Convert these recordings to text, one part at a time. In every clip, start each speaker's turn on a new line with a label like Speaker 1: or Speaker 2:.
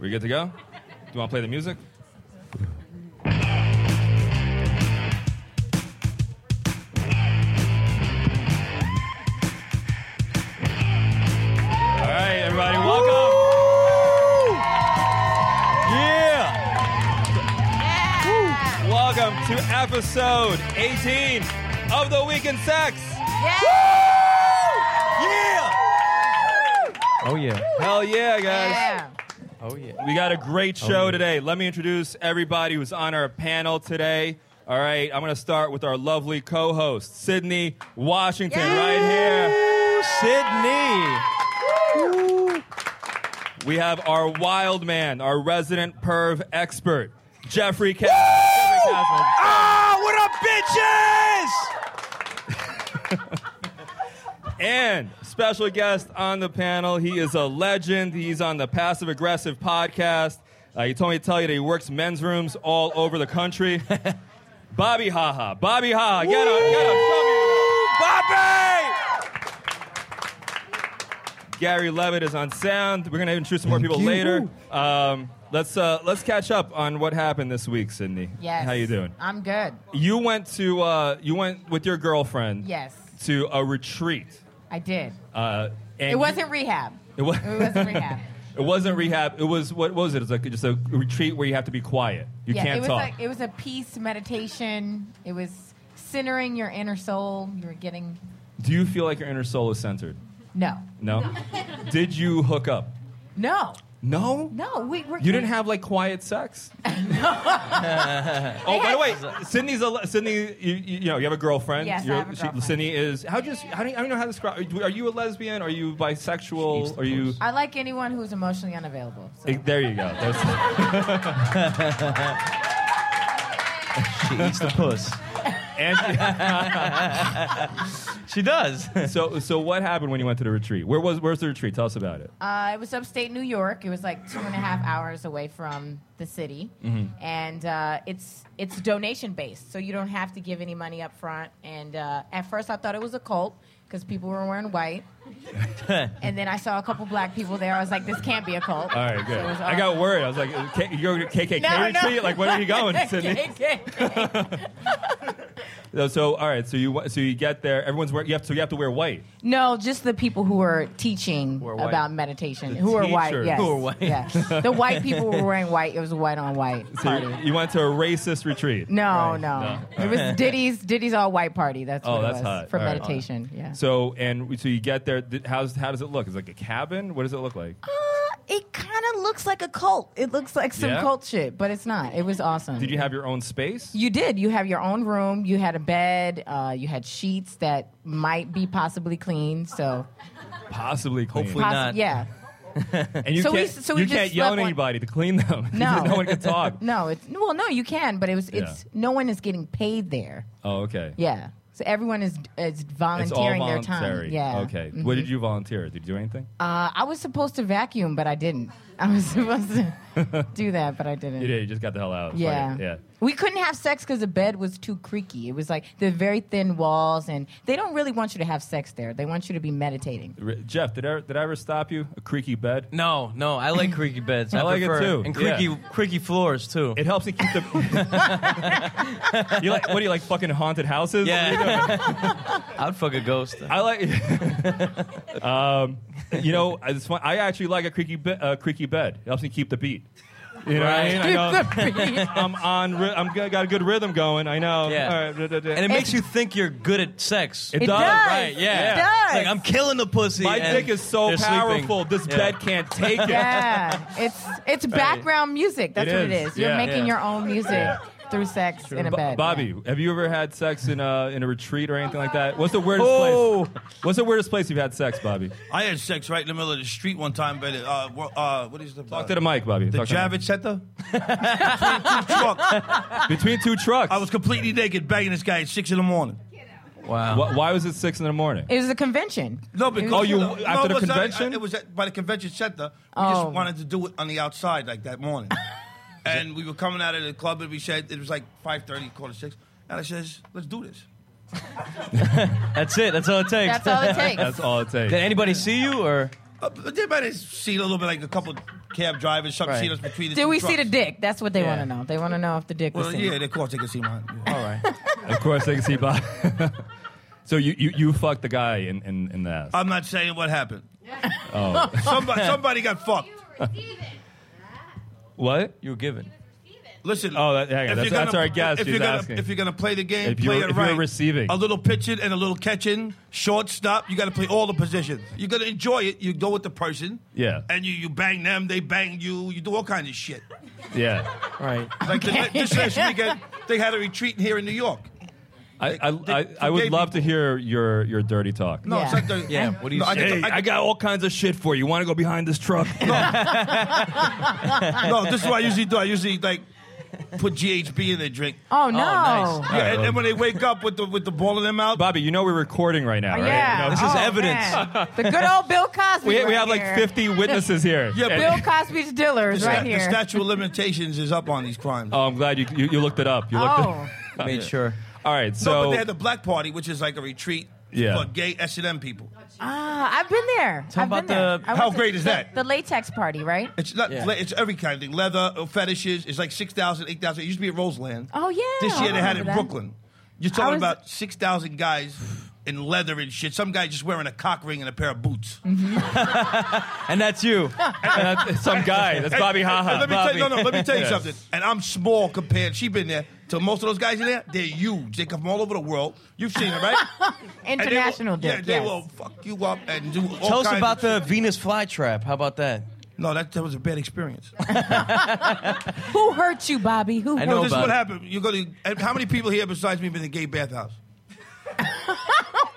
Speaker 1: We good to go? Do you want to play the music? All right, everybody, welcome. Yeah. Welcome to episode 18 of The Weekend Sex. Yeah.
Speaker 2: Oh yeah.
Speaker 1: Hell yeah, guys.
Speaker 2: Oh yeah. Oh,
Speaker 1: We got a great show today. Let me introduce everybody who's on our panel today. All right, I'm going to start with our lovely co host, Sydney Washington, right here.
Speaker 2: Sydney.
Speaker 1: We have our wild man, our resident perv expert, Jeffrey Casman.
Speaker 2: Ah, what up, bitches?
Speaker 1: And special guest on the panel, he is a legend. He's on the Passive Aggressive podcast. Uh, he told me to tell you that he works men's rooms all over the country. Bobby Haha. Bobby Haha. Get up, get up. show me your love. Bobby! Gary Levitt is on sound. We're going to introduce some more people
Speaker 2: you.
Speaker 1: later. Um, let's, uh, let's catch up on what happened this week, Sydney.
Speaker 3: Yes.
Speaker 1: How you doing?
Speaker 3: I'm good.
Speaker 1: You went to, uh, you went with your girlfriend.
Speaker 3: Yes,
Speaker 1: To a retreat.
Speaker 3: I did.
Speaker 1: Uh, and
Speaker 3: It wasn't rehab.
Speaker 1: It, was,
Speaker 3: It wasn't rehab.
Speaker 1: it wasn't rehab. It was what was it? It's like just a retreat where you have to be quiet. You
Speaker 3: yeah,
Speaker 1: can't
Speaker 3: it was
Speaker 1: talk.
Speaker 3: like it was a peace meditation. It was centering your inner soul. You were getting
Speaker 1: Do you feel like your inner soul is centered?
Speaker 3: no,
Speaker 1: No. Did you hook up?
Speaker 3: no,
Speaker 1: No.
Speaker 3: no. We were,
Speaker 1: You didn't have like quiet sex. oh, by the way, Sydney's a le- Sydney. You, you you know you have a girlfriend.
Speaker 3: Yes, I
Speaker 1: You're-
Speaker 3: have a
Speaker 1: she-
Speaker 3: girlfriend.
Speaker 1: Sydney is how do you s- how do you, I don't know how to describe. Are you a lesbian? Are you bisexual? Are you?
Speaker 3: I like anyone who's emotionally unavailable. So.
Speaker 1: Eh, There you go. That's-
Speaker 2: She eats the puss.
Speaker 1: and
Speaker 2: She does.
Speaker 1: so so what happened when you went to the retreat? Where was where's the retreat? Tell us about it.
Speaker 3: Uh, it was upstate New York. It was like two and a half hours away from the city,
Speaker 1: Mm-hmm.
Speaker 3: and uh, it's it's donation based, so you don't have to give any money up front. And uh, at first, I thought it was a cult because people were wearing white, and then I saw a couple black people there. I was like, this can't be a cult.
Speaker 1: All right, good.
Speaker 3: it was
Speaker 1: I got worried. I was like, K- you go to KKK
Speaker 3: No, no.
Speaker 1: retreat? Like, where are you going, Sydney? No, so, all right, so you wa- so you get there. Everyone's wearing. You have so you have to wear white.
Speaker 3: No, just the people who are teaching
Speaker 2: Who are white.
Speaker 3: about meditation. who are white?
Speaker 1: teachers.
Speaker 3: Yes.
Speaker 2: Who are white.
Speaker 3: Yeah. The white people were wearing white. It was a white on white
Speaker 1: So
Speaker 3: party.
Speaker 1: you, you went to a racist retreat.
Speaker 3: No, no, It was Diddy's Diddy's all white party. That's
Speaker 1: Oh,
Speaker 3: what
Speaker 1: that's
Speaker 3: it was
Speaker 1: hot.
Speaker 3: for
Speaker 1: All right.
Speaker 3: meditation. Yeah.
Speaker 1: So and so you get there. Th- How's how does it look? Is it like a cabin? What does it look like?
Speaker 3: Uh, it kind of looks like a cult. It looks like some
Speaker 1: Yeah?
Speaker 3: cult shit, but it's not. It was awesome.
Speaker 1: Did you have your own space?
Speaker 3: You did. You have your own room. You had a bed. Uh, you had sheets that might be possibly clean. So,
Speaker 1: Possibly, clean.
Speaker 2: Hopefully. not.
Speaker 3: yeah.
Speaker 1: And you
Speaker 3: So we-
Speaker 1: can't
Speaker 3: so we
Speaker 1: you
Speaker 3: just
Speaker 1: can't yell at
Speaker 3: slept on-
Speaker 1: anybody to clean them.
Speaker 3: No.
Speaker 1: no one can talk.
Speaker 3: No, it's well, no, you can, but it was. It's no one is getting paid there.
Speaker 1: Oh, okay.
Speaker 3: Yeah. So everyone is is
Speaker 1: It's all
Speaker 3: volunteering their
Speaker 1: voluntary.
Speaker 3: time. Yeah. Mm-hmm.
Speaker 1: Okay. What did you volunteer? Did you do anything?
Speaker 3: Uh, I was supposed to vacuum, but I didn't. I was supposed to do that, but I didn't.
Speaker 1: You did. You just got the hell out. Fuck it.
Speaker 3: Yeah.
Speaker 1: Yeah.
Speaker 3: We couldn't have sex because the bed was too creaky. It was like the very thin walls, and they don't really want you to have sex there. They want you to be meditating.
Speaker 1: R- Jeff, did I, did I ever stop you? A creaky bed?
Speaker 2: No, no, I like creaky beds. I,
Speaker 1: I like it
Speaker 2: prefer-
Speaker 1: too.
Speaker 2: And creaky,
Speaker 1: Yeah.
Speaker 2: creaky floors too.
Speaker 1: It helps you keep the. you like what do you like? Fucking haunted houses?
Speaker 2: yeah. I'd fuck a ghost.
Speaker 1: I like. um, you know, it's fun. I actually like a creaky be- uh, creaky bed. It helps me keep the beat. You know what I mean? I go, I'm on. Ri- I'm g- got a good rhythm going. I know.
Speaker 2: Yeah.
Speaker 1: All right. da- da- da.
Speaker 2: And it makes you think you're good at sex.
Speaker 1: It
Speaker 3: It
Speaker 1: does.
Speaker 3: does.
Speaker 2: right? Yeah.
Speaker 3: It does.
Speaker 2: Like I'm killing the pussy.
Speaker 1: My
Speaker 2: and
Speaker 1: dick is so
Speaker 2: they're sleeping.
Speaker 1: powerful. This
Speaker 2: Yeah.
Speaker 1: bed can't take it.
Speaker 3: yeah. It's it's background music. That's
Speaker 1: It
Speaker 3: what it
Speaker 1: is.
Speaker 3: is. You're
Speaker 1: Yeah.
Speaker 3: making
Speaker 2: Yeah.
Speaker 3: your own music through sex in a
Speaker 1: B-
Speaker 3: bed.
Speaker 1: Bobby,
Speaker 3: Yeah.
Speaker 1: have you ever had sex in a in a retreat or anything like that? What's the weirdest
Speaker 2: Oh.
Speaker 1: place? What's the weirdest place you've had sex, Bobby?
Speaker 4: I had sex right in the middle of the street one time, but uh, wo- uh, what is the
Speaker 1: Talk to the mic, Bobby.
Speaker 4: The
Speaker 1: Talk to
Speaker 4: Javits Center. Between two trucks.
Speaker 1: mic. between two trucks.
Speaker 4: I was completely naked, banging this guy at six in the morning.
Speaker 2: Wow.
Speaker 1: Wh- why was it six in the morning?
Speaker 3: It was a convention.
Speaker 4: No, because
Speaker 1: Oh, you-
Speaker 4: no,
Speaker 1: after
Speaker 4: no,
Speaker 1: the
Speaker 4: it was not-
Speaker 1: convention?
Speaker 4: it was at, by the convention center. We
Speaker 3: Oh.
Speaker 4: just wanted to do it on the outside, like that morning. and we were coming out of the club, and we said it was like five thirty, quarter six. And I says, "Let's do this."
Speaker 2: That's it. That's all it takes.
Speaker 3: That's all it takes.
Speaker 1: That's all it takes.
Speaker 2: Did anybody see you or?
Speaker 4: Uh, but they might have seen a little bit, like a couple cab drivers, some
Speaker 2: Right.
Speaker 4: seen us between the
Speaker 3: Did
Speaker 4: two
Speaker 3: we
Speaker 4: trucks.
Speaker 3: see the dick? That's what they
Speaker 2: Yeah.
Speaker 3: want to know. They want to know if the dick was
Speaker 4: Well,
Speaker 3: seen.
Speaker 4: yeah, of course they could see mine. Yeah.
Speaker 2: All right.
Speaker 1: Of course, they can see Bob. so you, you you fucked the guy in in, in the ass. Oh.
Speaker 4: I'm not saying what happened. Somebody, somebody got fucked.
Speaker 1: what?
Speaker 2: You were given.
Speaker 4: Listen.
Speaker 1: Oh, that- hang on,
Speaker 4: if
Speaker 1: that's-
Speaker 4: you're
Speaker 1: that's
Speaker 4: gonna-
Speaker 1: our guess
Speaker 4: If
Speaker 1: she's
Speaker 4: you're gonna
Speaker 1: asking.
Speaker 4: if you're gonna play the game,
Speaker 1: If
Speaker 4: play
Speaker 1: you're-
Speaker 4: it
Speaker 1: if you're
Speaker 4: right.
Speaker 1: receiving.
Speaker 4: a little pitching and a little catching, shortstop. You got to play all the positions. You're gonna enjoy it. You go with the person.
Speaker 1: Yeah.
Speaker 4: And you, you bang them. They bang you. You do all kinds of shit.
Speaker 1: Yeah.
Speaker 2: Right.
Speaker 4: Like the, this last weekend, they had a retreat here in New York.
Speaker 1: I I, I, I
Speaker 4: Gay
Speaker 1: would love to hear your your dirty talk.
Speaker 4: No, it's
Speaker 3: Yeah.
Speaker 4: not the,
Speaker 2: Yeah, what do you
Speaker 4: no, I
Speaker 2: say?
Speaker 4: could- I could-
Speaker 1: got all kinds of shit for you. You want to go behind this truck?
Speaker 4: no, this is what I usually do. I usually like put GHB in their drink.
Speaker 3: Oh no.
Speaker 2: nice.
Speaker 4: Yeah, and, and when they wake up with the with the ball in their mouth,
Speaker 1: Bobby, you know we're recording right now, right?
Speaker 3: Yeah.
Speaker 1: You know,
Speaker 2: this is
Speaker 3: Oh,
Speaker 2: evidence.
Speaker 3: man. The good old Bill Cosby.
Speaker 1: we, we
Speaker 3: right
Speaker 1: have like
Speaker 3: here.
Speaker 1: 50 witnesses here.
Speaker 4: Yeah,
Speaker 1: And-
Speaker 3: Bill Cosby's
Speaker 4: the,
Speaker 3: dealers
Speaker 4: sta-
Speaker 3: right
Speaker 4: the
Speaker 3: here.
Speaker 4: statute of limitations is up on these crimes.
Speaker 1: oh, I'm glad you, you, you looked it up. You looked it
Speaker 3: oh.
Speaker 2: Made sure.
Speaker 1: All right,
Speaker 4: no,
Speaker 1: so
Speaker 4: but they had the black party, which is like a retreat
Speaker 1: Yeah.
Speaker 4: for gay S and M people.
Speaker 3: Ah, I've been there.
Speaker 2: Tell
Speaker 3: I've
Speaker 2: about
Speaker 3: been there.
Speaker 2: the-
Speaker 3: I went
Speaker 4: How
Speaker 3: to
Speaker 4: great is
Speaker 3: the-
Speaker 4: that?
Speaker 3: The latex party, right?
Speaker 4: It's not.
Speaker 2: Yeah.
Speaker 4: le- It's every kind of thing. Leather uh, fetishes. It's like 6,000, 8,000. It used to be at Roseland.
Speaker 3: Oh, yeah.
Speaker 4: This year
Speaker 3: I
Speaker 4: they had it
Speaker 3: remember
Speaker 4: in
Speaker 3: that.
Speaker 4: Brooklyn. You're talking
Speaker 3: was-
Speaker 4: about six thousand guys in leather and shit. Some guy just wearing a cock ring and a pair of boots.
Speaker 2: And that's you.
Speaker 1: and that's uh, some guy. That's Bobby
Speaker 4: And
Speaker 1: Haha.
Speaker 4: let me tell you, no,
Speaker 2: Bobby.
Speaker 4: no, let me tell you
Speaker 1: Yes.
Speaker 4: something. And I'm small compared. She been there. To most of those guys in there, they're huge. They come from all over the world. You've seen it, right? And they will-
Speaker 3: International dick.
Speaker 4: Yeah, they
Speaker 3: yes.
Speaker 4: will fuck you up and do. All
Speaker 2: Tell us
Speaker 4: kinds
Speaker 2: about
Speaker 4: of
Speaker 2: the Venus flytrap. How about that?
Speaker 4: No, that, that was a bad experience.
Speaker 3: Who hurt you, Bobby? Who
Speaker 2: I
Speaker 3: hurt
Speaker 2: know
Speaker 4: no,
Speaker 3: you?
Speaker 4: this is
Speaker 2: about
Speaker 4: what
Speaker 2: it.
Speaker 4: happened. You go to and how many people here besides me been in the gay bathhouse?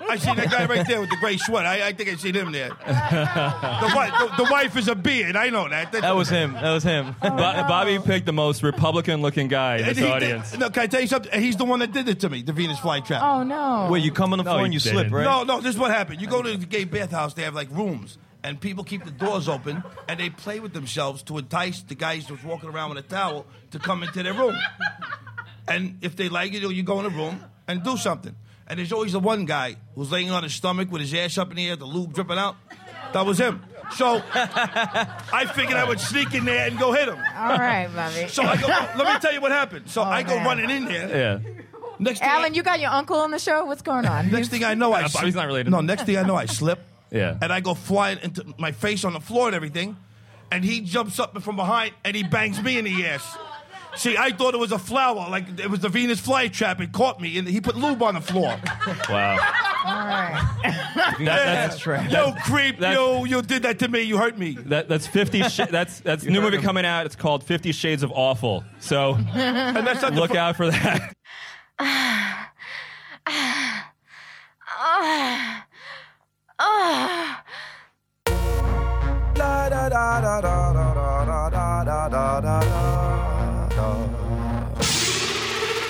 Speaker 4: I see that guy right there with the gray sweat. I, I think I seen him there. The, wi- the, the wife is a beard. I know that. That's-
Speaker 2: That was him. That was him.
Speaker 1: Bo- Bobby picked the most Republican-looking guy in
Speaker 4: and
Speaker 1: this
Speaker 4: he did-
Speaker 1: audience.
Speaker 4: no, can I tell you something? And He's the one that did it to me, the Venus flytrap.
Speaker 3: Oh no.
Speaker 2: Wait, you come on the
Speaker 1: No,
Speaker 2: floor
Speaker 1: he
Speaker 2: and you
Speaker 1: didn't.
Speaker 2: slip, right?
Speaker 4: No, no, this is what happened. You go to the gay bathhouse, they have like rooms, and people keep the doors open, and they play with themselves to entice the guys that's walking around with a towel to come into their room. And if they like it, you go in the room and do something. And there's always the one guy who's laying on his stomach with his ass up in the air, the lube dripping out. That was him. So I figured I would sneak in there and go hit him.
Speaker 3: All right, Bobby. Oh,
Speaker 4: So I go, let me tell you what happened. So I go
Speaker 3: man.
Speaker 4: running in there.
Speaker 1: Yeah.
Speaker 4: Next thing I-
Speaker 3: Alan, you got your uncle on the show. What's going on?
Speaker 4: Next thing I know, I
Speaker 1: Uh,
Speaker 4: slip.
Speaker 1: Bobby's not related.
Speaker 4: No, next thing I know, I slip.
Speaker 1: Yeah.
Speaker 4: And I go flying into my face on the floor and everything, and he jumps up from behind and he bangs me in the ass. See, I thought it was a flower, like it was the Venus flytrap. It caught me, and he put lube on the floor.
Speaker 1: Wow.
Speaker 3: All right.
Speaker 1: that's-
Speaker 2: trash.
Speaker 4: Yo, creep,
Speaker 1: that's-
Speaker 4: yo, you did that to me. You hurt me.
Speaker 1: That, that's 50. Sh- that's that's new
Speaker 2: heard
Speaker 1: movie
Speaker 2: him.
Speaker 1: coming out. It's called Fifty Shades of Awful. So
Speaker 4: And that's not the
Speaker 1: look
Speaker 4: fir-
Speaker 1: out for that.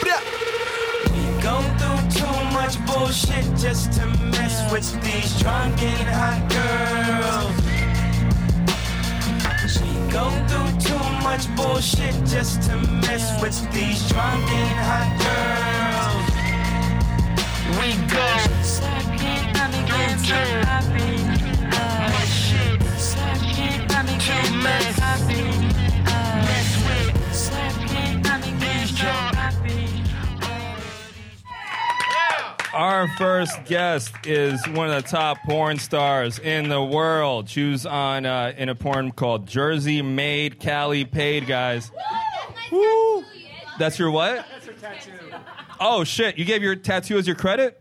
Speaker 5: We gone through too much bullshit just to mess with these drunken hot girls. She gone through too much bullshit just to mess with these drunken hot girls. We go. Too mess. Mess with these drunk.
Speaker 1: Our first guest is one of the top porn stars in the world. She was on uh, in a porn called Jersey Made Cali Paid, guys. Woo. That's your what? That's her tattoo. Oh shit! You gave your tattoo as your credit.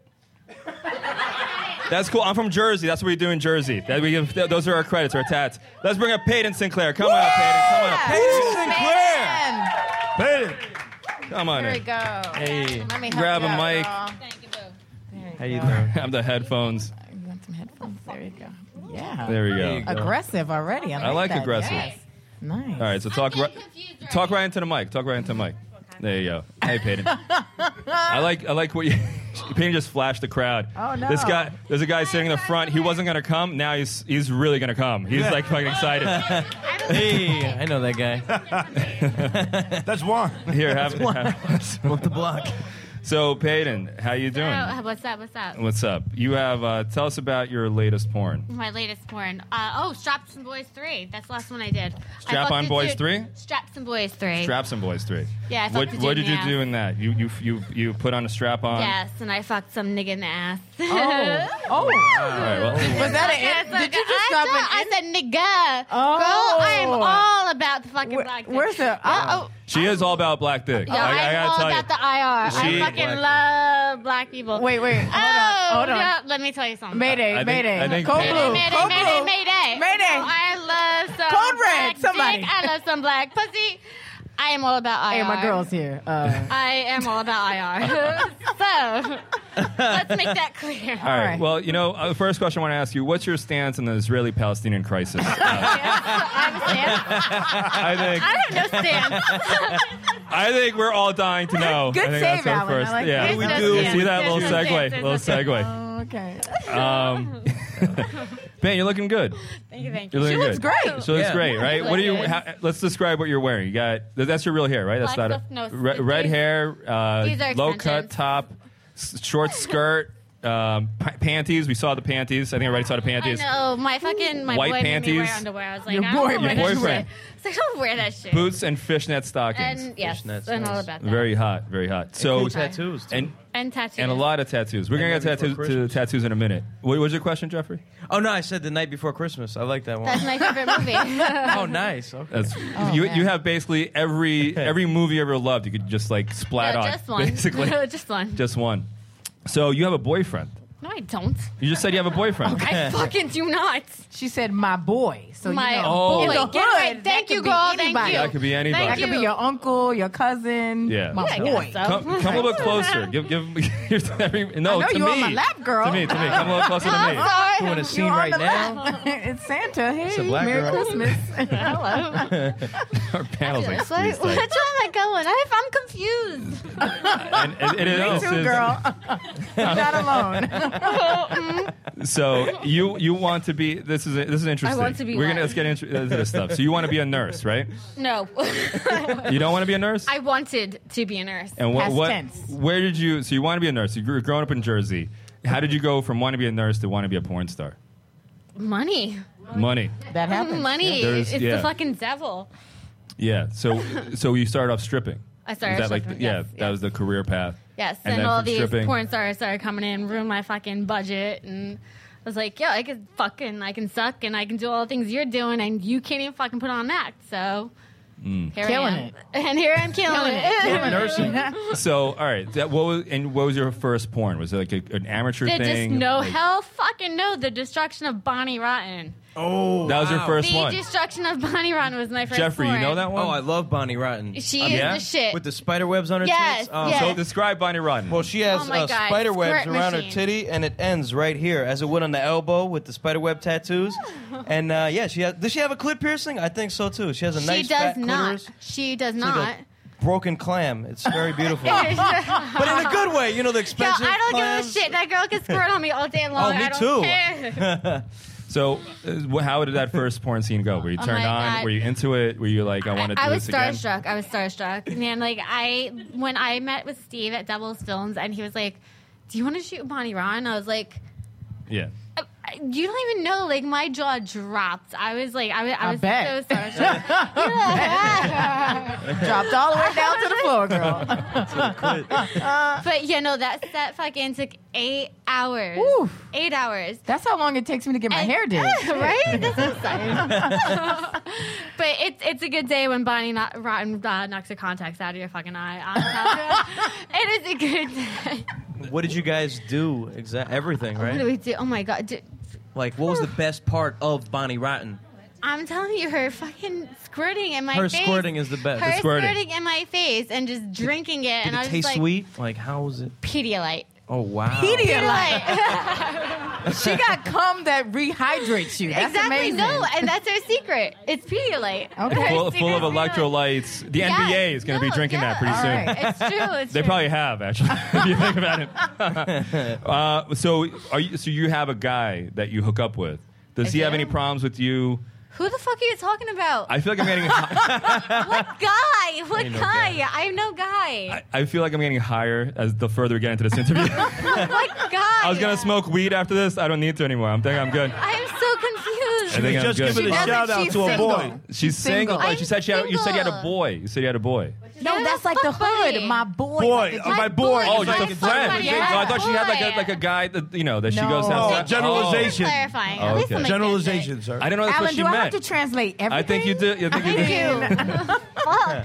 Speaker 1: That's cool. I'm from Jersey. That's what we do in Jersey. That we give, th- those are our credits, our tats. Let's bring up Peyton Sinclair. Come on, Peyton. Come on. Peyton Sinclair. Peyton.
Speaker 3: Man,
Speaker 1: Come on.
Speaker 3: Here we
Speaker 1: in.
Speaker 3: go.
Speaker 2: Hey.
Speaker 3: Let me help
Speaker 1: Grab
Speaker 3: you
Speaker 1: a
Speaker 3: out,
Speaker 1: mic.
Speaker 3: girl.
Speaker 2: How you doing?
Speaker 1: I'm the headphones.
Speaker 3: You want some headphones? There you go. Yeah.
Speaker 1: There we go.
Speaker 3: Aggressive already. I like,
Speaker 1: I like
Speaker 3: that.
Speaker 1: aggressive.
Speaker 3: Yes. Nice.
Speaker 1: All right, so talk right, talk right into the mic. Talk right into the mic. There you go. Hey, Peyton. I like I like what you. Peyton just flashed the crowd.
Speaker 3: Oh, no.
Speaker 1: This guy, there's a guy sitting in the front. He wasn't gonna come. Now he's he's really gonna come. He's like fucking excited.
Speaker 2: Hey, I know that guy.
Speaker 4: That's one.
Speaker 1: Here, have, have
Speaker 2: Up the block.
Speaker 1: So Peyton, how you doing?
Speaker 6: Hello, Oh, uh, what's up? What's up?
Speaker 1: What's up? You have uh, tell us about your latest porn.
Speaker 6: My latest porn. Uh, oh, Straps and Boys 3. That's the last one I did. I
Speaker 1: Strap
Speaker 6: fucked
Speaker 1: on
Speaker 6: a
Speaker 1: Boys
Speaker 6: dude-
Speaker 1: 3?
Speaker 6: Straps and Boys 3.
Speaker 1: Straps and Boys Three.
Speaker 6: Yeah, I fucked
Speaker 1: What,
Speaker 6: the dude
Speaker 1: what
Speaker 6: in
Speaker 1: did you
Speaker 6: the
Speaker 1: do
Speaker 6: ass.
Speaker 1: in that? You you you you put on a strap on.
Speaker 6: Yes, and I fucked some nigga in the ass.
Speaker 3: Oh, oh.
Speaker 1: All right, well,
Speaker 3: was that
Speaker 6: Yes,
Speaker 3: an?
Speaker 6: like,
Speaker 3: did you just
Speaker 6: I
Speaker 3: drop
Speaker 6: thought-
Speaker 3: an?
Speaker 6: I said nigga.
Speaker 3: Oh.
Speaker 6: Girl, I am all about the fucking
Speaker 3: Where-
Speaker 6: black dick.
Speaker 3: where's the-
Speaker 6: Oh, oh.
Speaker 1: she is all about black dick.
Speaker 6: Yo, I, am all about the IR.
Speaker 1: She-
Speaker 6: I fucking
Speaker 2: Black-
Speaker 6: love black people.
Speaker 3: Wait, wait, hold
Speaker 6: oh,
Speaker 3: on, hold on.
Speaker 6: yeah, let me tell you
Speaker 1: I
Speaker 6: something.
Speaker 3: Mayday,
Speaker 1: think-
Speaker 3: Mayday,
Speaker 1: I think
Speaker 3: code
Speaker 1: Mayday-
Speaker 3: blue,
Speaker 6: Mayday,
Speaker 3: code
Speaker 6: Mayday,
Speaker 3: blue.
Speaker 6: Mayday.
Speaker 3: Mayday.
Speaker 6: Oh, I love some
Speaker 3: Code red,
Speaker 6: black
Speaker 3: somebody.
Speaker 6: dick. I love some black pussy. I am all about IR.
Speaker 3: Hey, my girls here. Uh,
Speaker 6: I am all about IR. so let's make that clear.
Speaker 1: All right.
Speaker 3: right.
Speaker 1: Well, you know, uh, the first question I want to ask you: What's your stance on the Israeli-Palestinian crisis? Uh,
Speaker 6: I'm Sam.
Speaker 1: I think
Speaker 6: I have no stance.
Speaker 1: I think we're all dying to know.
Speaker 3: Good
Speaker 1: I think
Speaker 3: save,
Speaker 1: that's our
Speaker 3: Alan. I
Speaker 1: first.
Speaker 3: like
Speaker 1: yeah,
Speaker 6: that. What do we
Speaker 1: You
Speaker 6: do?
Speaker 1: see that
Speaker 6: There's
Speaker 1: little
Speaker 6: no
Speaker 1: segue?
Speaker 6: stance, there's
Speaker 1: Little
Speaker 6: no stance.
Speaker 1: segue.
Speaker 3: oh, okay,
Speaker 1: Um, man, you're looking good.
Speaker 6: Thank you, thank
Speaker 1: You're
Speaker 6: you.
Speaker 1: looking
Speaker 3: she looks
Speaker 1: good.
Speaker 3: great.
Speaker 1: So it's
Speaker 2: Yeah.
Speaker 1: great, right? What do you?
Speaker 6: Like
Speaker 1: How, let's describe what you're wearing. You got th- that's your real hair, right? That's
Speaker 6: Black
Speaker 1: not a,
Speaker 6: stuff, no,
Speaker 1: re-
Speaker 6: these-
Speaker 1: red hair, uh,
Speaker 6: these are
Speaker 1: low cut
Speaker 6: extensions.
Speaker 1: top, s- short skirt, um, p- panties. We saw the panties. I think everybody saw the
Speaker 6: I
Speaker 1: panties.
Speaker 6: know my fucking my
Speaker 1: White
Speaker 6: boy made me wear
Speaker 1: panties.
Speaker 6: underwear. I was like,
Speaker 3: Your
Speaker 6: I
Speaker 3: boy
Speaker 6: don't wear
Speaker 3: made
Speaker 1: you
Speaker 6: that
Speaker 1: wear that.
Speaker 6: shit. It's like, I don't wear that shit.
Speaker 1: Boots and fishnet stockings.
Speaker 6: and yes,
Speaker 2: Fishnets,
Speaker 6: and all
Speaker 2: nice.
Speaker 6: about that.
Speaker 1: very hot, very hot. So
Speaker 2: Ooh, tattoos. too.
Speaker 1: and
Speaker 6: and tattoos
Speaker 1: and a lot of tattoos. We're gonna get tattoos to
Speaker 2: And ready for Christmas.
Speaker 1: tattoos in a minute. What was your question, Jeffrey?
Speaker 2: oh no, I said the night before Christmas. I like that one.
Speaker 6: That's my favorite movie.
Speaker 2: oh, nice. Okay.
Speaker 1: That's
Speaker 6: Oh,
Speaker 1: you.
Speaker 3: man.
Speaker 1: You have basically every every movie you ever loved. You could just like splat
Speaker 6: No,
Speaker 1: on
Speaker 6: just one.
Speaker 1: basically.
Speaker 6: just one.
Speaker 1: Just one. So you have a boyfriend.
Speaker 6: no, I don't.
Speaker 1: You just said you have a boyfriend.
Speaker 6: I fucking do not.
Speaker 3: She said, "My boy." So
Speaker 6: My
Speaker 3: you know,
Speaker 1: Oh.
Speaker 3: in
Speaker 6: boy,
Speaker 3: the
Speaker 6: get
Speaker 3: hood, that
Speaker 6: right. Thank
Speaker 3: could
Speaker 6: you,
Speaker 3: be
Speaker 6: girl.
Speaker 3: anybody.
Speaker 6: Thank you.
Speaker 1: That could be anybody.
Speaker 3: That
Speaker 6: Thank
Speaker 3: could be
Speaker 6: you.
Speaker 3: your uncle, your cousin.
Speaker 1: Yeah.
Speaker 3: my
Speaker 6: Yeah, I
Speaker 3: boy.
Speaker 6: guess so.
Speaker 1: Come, come a little bit closer. Give, give every, no,
Speaker 3: I know
Speaker 1: to
Speaker 3: you
Speaker 1: me.
Speaker 3: on my lap, girl.
Speaker 1: To me, to me. Come a little closer to me.
Speaker 2: Doing
Speaker 6: I'm sorry.
Speaker 2: a scene
Speaker 3: on
Speaker 2: right
Speaker 3: the
Speaker 2: now.
Speaker 3: lap. it's Santa. Hey,
Speaker 2: a black
Speaker 3: Merry
Speaker 2: girl.
Speaker 3: Christmas.
Speaker 6: Hello.
Speaker 1: Our panels are
Speaker 6: What? Which
Speaker 1: squeezed
Speaker 6: one
Speaker 1: tight.
Speaker 6: am I going? I, I'm confused.
Speaker 1: And, and it
Speaker 3: Me
Speaker 1: is-
Speaker 3: too, girl. Not alone.
Speaker 1: So you you want to be? This is this is interesting.
Speaker 6: want to be
Speaker 1: We're
Speaker 6: what?
Speaker 1: gonna let's get into into this stuff. So you want to be a nurse, right?
Speaker 6: No,
Speaker 1: You don't want to be a nurse.
Speaker 6: I wanted to be a nurse.
Speaker 1: and what
Speaker 3: Past
Speaker 1: what?
Speaker 3: tense.
Speaker 1: Where did you? So you want to be a nurse? You grew growing up in Jersey. How did you go from wanting to be a nurse to wanting to be a porn star?
Speaker 6: Money,
Speaker 1: Money.
Speaker 3: That happens.
Speaker 6: Mm, money.
Speaker 1: There's-
Speaker 6: it's
Speaker 1: yeah.
Speaker 6: the fucking devil.
Speaker 1: Yeah. So so you started off stripping.
Speaker 6: I started
Speaker 1: Is that
Speaker 6: off
Speaker 1: like the-
Speaker 6: stripping,
Speaker 1: yeah,
Speaker 6: yes,
Speaker 1: that
Speaker 6: yes.
Speaker 1: was the career path.
Speaker 6: Yes,
Speaker 1: And
Speaker 6: and,
Speaker 1: then
Speaker 6: all
Speaker 1: from
Speaker 6: these
Speaker 1: stripping-
Speaker 6: porn stars started coming in, ruined my fucking budget, and I was like, yo, I can fucking, I can suck, and I can do all the things you're doing, and you can't even fucking put on an act. So
Speaker 1: Mm.
Speaker 6: here
Speaker 3: Killing
Speaker 6: I am,
Speaker 3: it.
Speaker 6: and here I'm killing, it.
Speaker 2: Nursing.
Speaker 1: So, all right, that, what was and what was your first porn? Was it like a, an amateur
Speaker 6: There's just
Speaker 1: thing?
Speaker 6: no
Speaker 1: Like,
Speaker 6: hell fucking no. The destruction of Bonnie Rotten.
Speaker 2: Oh,
Speaker 1: That was your
Speaker 2: wow.
Speaker 1: first
Speaker 6: The
Speaker 1: one,
Speaker 6: destruction of Bonnie Rotten was my first.
Speaker 1: Jeffrey. You
Speaker 6: porn.
Speaker 1: know that one?
Speaker 2: Oh, I love Bonnie Rotten.
Speaker 6: She
Speaker 1: Um,
Speaker 6: is
Speaker 1: yeah?
Speaker 6: the shit.
Speaker 2: With the spider webs on her
Speaker 6: Yes,
Speaker 2: tits. Oh,
Speaker 6: yes.
Speaker 1: so describe Bonnie Rotten.
Speaker 2: Well, she has
Speaker 6: Oh my
Speaker 2: uh,
Speaker 6: God,
Speaker 2: spider webs
Speaker 6: squirt
Speaker 2: around her
Speaker 6: machine.
Speaker 2: titty, and it ends right here, as it would on the elbow with the spider web tattoos. and uh, yeah, she has, does she have a clit piercing? I think so too. She has a
Speaker 6: she
Speaker 2: nice
Speaker 6: does
Speaker 2: fat
Speaker 6: not.
Speaker 2: clitoris.
Speaker 6: She does
Speaker 2: It's like
Speaker 6: not.
Speaker 2: a broken clam. It's very beautiful,
Speaker 6: Yo,
Speaker 2: but
Speaker 6: I
Speaker 2: in a good way. You know the expensive.
Speaker 6: don't give a
Speaker 2: clams.
Speaker 6: shit. That girl can squirt on me all day long.
Speaker 2: Oh, me
Speaker 6: I don't
Speaker 2: too.
Speaker 6: care.
Speaker 1: so, uh, wh- how did that first porn scene go? Were you
Speaker 6: Oh
Speaker 1: turned
Speaker 6: my
Speaker 1: on?
Speaker 6: God.
Speaker 1: Were you into it? Were you like, I want to do
Speaker 6: I was
Speaker 1: this again?
Speaker 6: starstruck. I was starstruck. Man, like I when I met with Steve at Devil's Films, and he was like, "Do you want to shoot Bonnie Ron?" I was like.
Speaker 1: Yeah.
Speaker 6: I- I- You don't even know, like my jaw dropped. I was like, I was, I
Speaker 3: I
Speaker 6: was
Speaker 3: bet.
Speaker 6: so starstruck. Yeah.
Speaker 3: Dropped all the way down to the floor, girl.
Speaker 6: but you know that set fucking took eight hours.
Speaker 3: Woo.
Speaker 6: Eight hours.
Speaker 3: That's how long it takes me to get my
Speaker 6: And-
Speaker 3: hair did.
Speaker 6: right? That's what I'm saying. but it's it's a good day when Bonnie not, Rotten uh, knocks the contacts out of your fucking eye. I'm telling you. it is a good day.
Speaker 2: What did you guys do? Exactly everything,
Speaker 6: What do
Speaker 2: right?
Speaker 6: we do? Oh my god! Dude,
Speaker 2: Like, what was the best part of Bonnie Rotten?
Speaker 6: I'm telling you, her fucking squirting in my
Speaker 2: Her
Speaker 6: face.
Speaker 2: squirting is the best.
Speaker 6: Her
Speaker 2: Did
Speaker 1: squirting.
Speaker 6: squirting. in my face and just drinking it, and I
Speaker 2: it
Speaker 6: was
Speaker 2: taste
Speaker 6: like,
Speaker 2: sweet? Like, how was it?
Speaker 6: Pedialyte.
Speaker 2: Oh wow!
Speaker 3: Pedialyte.
Speaker 6: Pedialyte.
Speaker 3: She got cum that rehydrates you. That's
Speaker 6: exactly.
Speaker 3: amazing.
Speaker 6: No, and that's her secret. It's Pedialyte.
Speaker 3: Okay.
Speaker 1: Full,
Speaker 6: It's
Speaker 1: full of
Speaker 6: secret Pedialyte.
Speaker 1: electrolytes. The
Speaker 6: Yes,
Speaker 1: NBA is going to
Speaker 6: no,
Speaker 1: be drinking that pretty
Speaker 6: yeah.
Speaker 3: All
Speaker 1: soon.
Speaker 3: right.
Speaker 6: It's true. It's
Speaker 1: They
Speaker 6: true.
Speaker 1: probably have actually. if you think about it. uh, so, are you? So you have a guy that you hook up with. Does
Speaker 6: I
Speaker 1: he have
Speaker 6: do.
Speaker 1: any problems with you
Speaker 6: Who the fuck are you talking about?
Speaker 1: I feel like I'm getting. hi-
Speaker 6: guy? What
Speaker 1: Ain't no
Speaker 6: guy? I'm no guy.
Speaker 1: I, I feel like I'm getting higher as the further we get into this interview.
Speaker 6: what guy?
Speaker 1: I was gonna smoke weed after this. I don't need to anymore. I'm thinking I'm good.
Speaker 6: I am so
Speaker 1: I
Speaker 6: confused.
Speaker 1: think I'm
Speaker 5: Just
Speaker 1: good.
Speaker 5: give it a
Speaker 7: doesn't.
Speaker 5: shout out
Speaker 7: She's
Speaker 5: to a
Speaker 7: single.
Speaker 5: boy.
Speaker 1: She's single.
Speaker 7: single.
Speaker 1: Oh, she said she had. You said you had a
Speaker 6: I'm
Speaker 1: boy. You said you had a boy.
Speaker 6: Yeah,
Speaker 3: No, that's like
Speaker 6: fuck
Speaker 3: the hood,
Speaker 6: buddy.
Speaker 3: my boy.
Speaker 5: Boy,
Speaker 3: Like the-
Speaker 5: uh, my boy.
Speaker 6: boy.
Speaker 5: is
Speaker 1: Oh,
Speaker 6: It's
Speaker 1: just
Speaker 6: like
Speaker 1: a
Speaker 6: a
Speaker 1: friend.
Speaker 6: somebody
Speaker 1: So I
Speaker 6: else.
Speaker 1: thought she had like a,
Speaker 6: Boy.
Speaker 1: like a guy that you know that she
Speaker 3: No.
Speaker 1: goes
Speaker 3: Oh,
Speaker 1: outside.
Speaker 5: generalization.
Speaker 6: Clarifying.
Speaker 1: Oh,
Speaker 6: At least
Speaker 1: okay.
Speaker 6: I'll make
Speaker 5: Generalization, sir.
Speaker 1: Oh, I didn't know that's
Speaker 3: Alan,
Speaker 1: what she
Speaker 3: do I have
Speaker 1: meant.
Speaker 3: to translate everything?
Speaker 1: I think you did. I think you
Speaker 6: Thank
Speaker 1: did.
Speaker 6: you.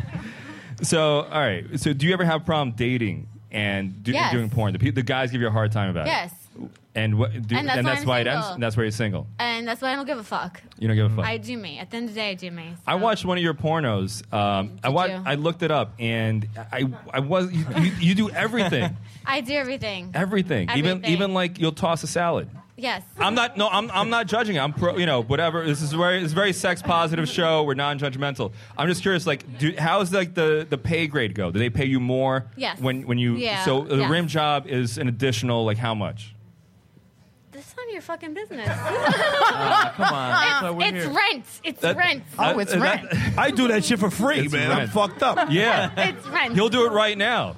Speaker 1: So, all right. So, do you ever have problem dating and do,
Speaker 6: Yes.
Speaker 1: doing porn? The, pe- the guys give you a hard time about
Speaker 6: Yes.
Speaker 1: it. Yes. And what? Do,
Speaker 6: And that's why I'm
Speaker 1: it ends.
Speaker 6: single.
Speaker 1: And that's where you're single.
Speaker 6: And that's why I don't give a fuck.
Speaker 1: You don't give a fuck.
Speaker 6: I do me. At the end of the day, I do me.
Speaker 1: I
Speaker 6: So-
Speaker 1: watched one of your pornos. Um, I
Speaker 6: Did
Speaker 1: wa-
Speaker 6: you?
Speaker 1: I looked it up, and I I was you, you, you do everything,
Speaker 6: I do everything.
Speaker 1: everything, even
Speaker 6: Everything.
Speaker 1: even like you'll toss a salad.
Speaker 6: yes.
Speaker 1: I'm not no I'm I'm not judging. I'm pro, you know whatever. This is very it's a very sex positive show. We're non judgmental. I'm just curious, like, do, how's like the the pay grade go? Do they pay you more?
Speaker 6: Yes.
Speaker 1: When when you
Speaker 6: Yeah,
Speaker 1: so the
Speaker 6: yes.
Speaker 1: rim job is an additional like how much?
Speaker 6: This is none of your fucking business.
Speaker 2: Come on. That's why we're
Speaker 6: it's
Speaker 2: here.
Speaker 6: rent. It's
Speaker 1: That-
Speaker 6: rent.
Speaker 1: Uh,
Speaker 3: Oh, it's
Speaker 1: uh,
Speaker 3: rent.
Speaker 5: I do that shit for free,
Speaker 1: It's
Speaker 5: man.
Speaker 1: rent.
Speaker 5: I'm fucked up.
Speaker 1: Yeah.
Speaker 6: It's rent.
Speaker 1: He'll do it right now.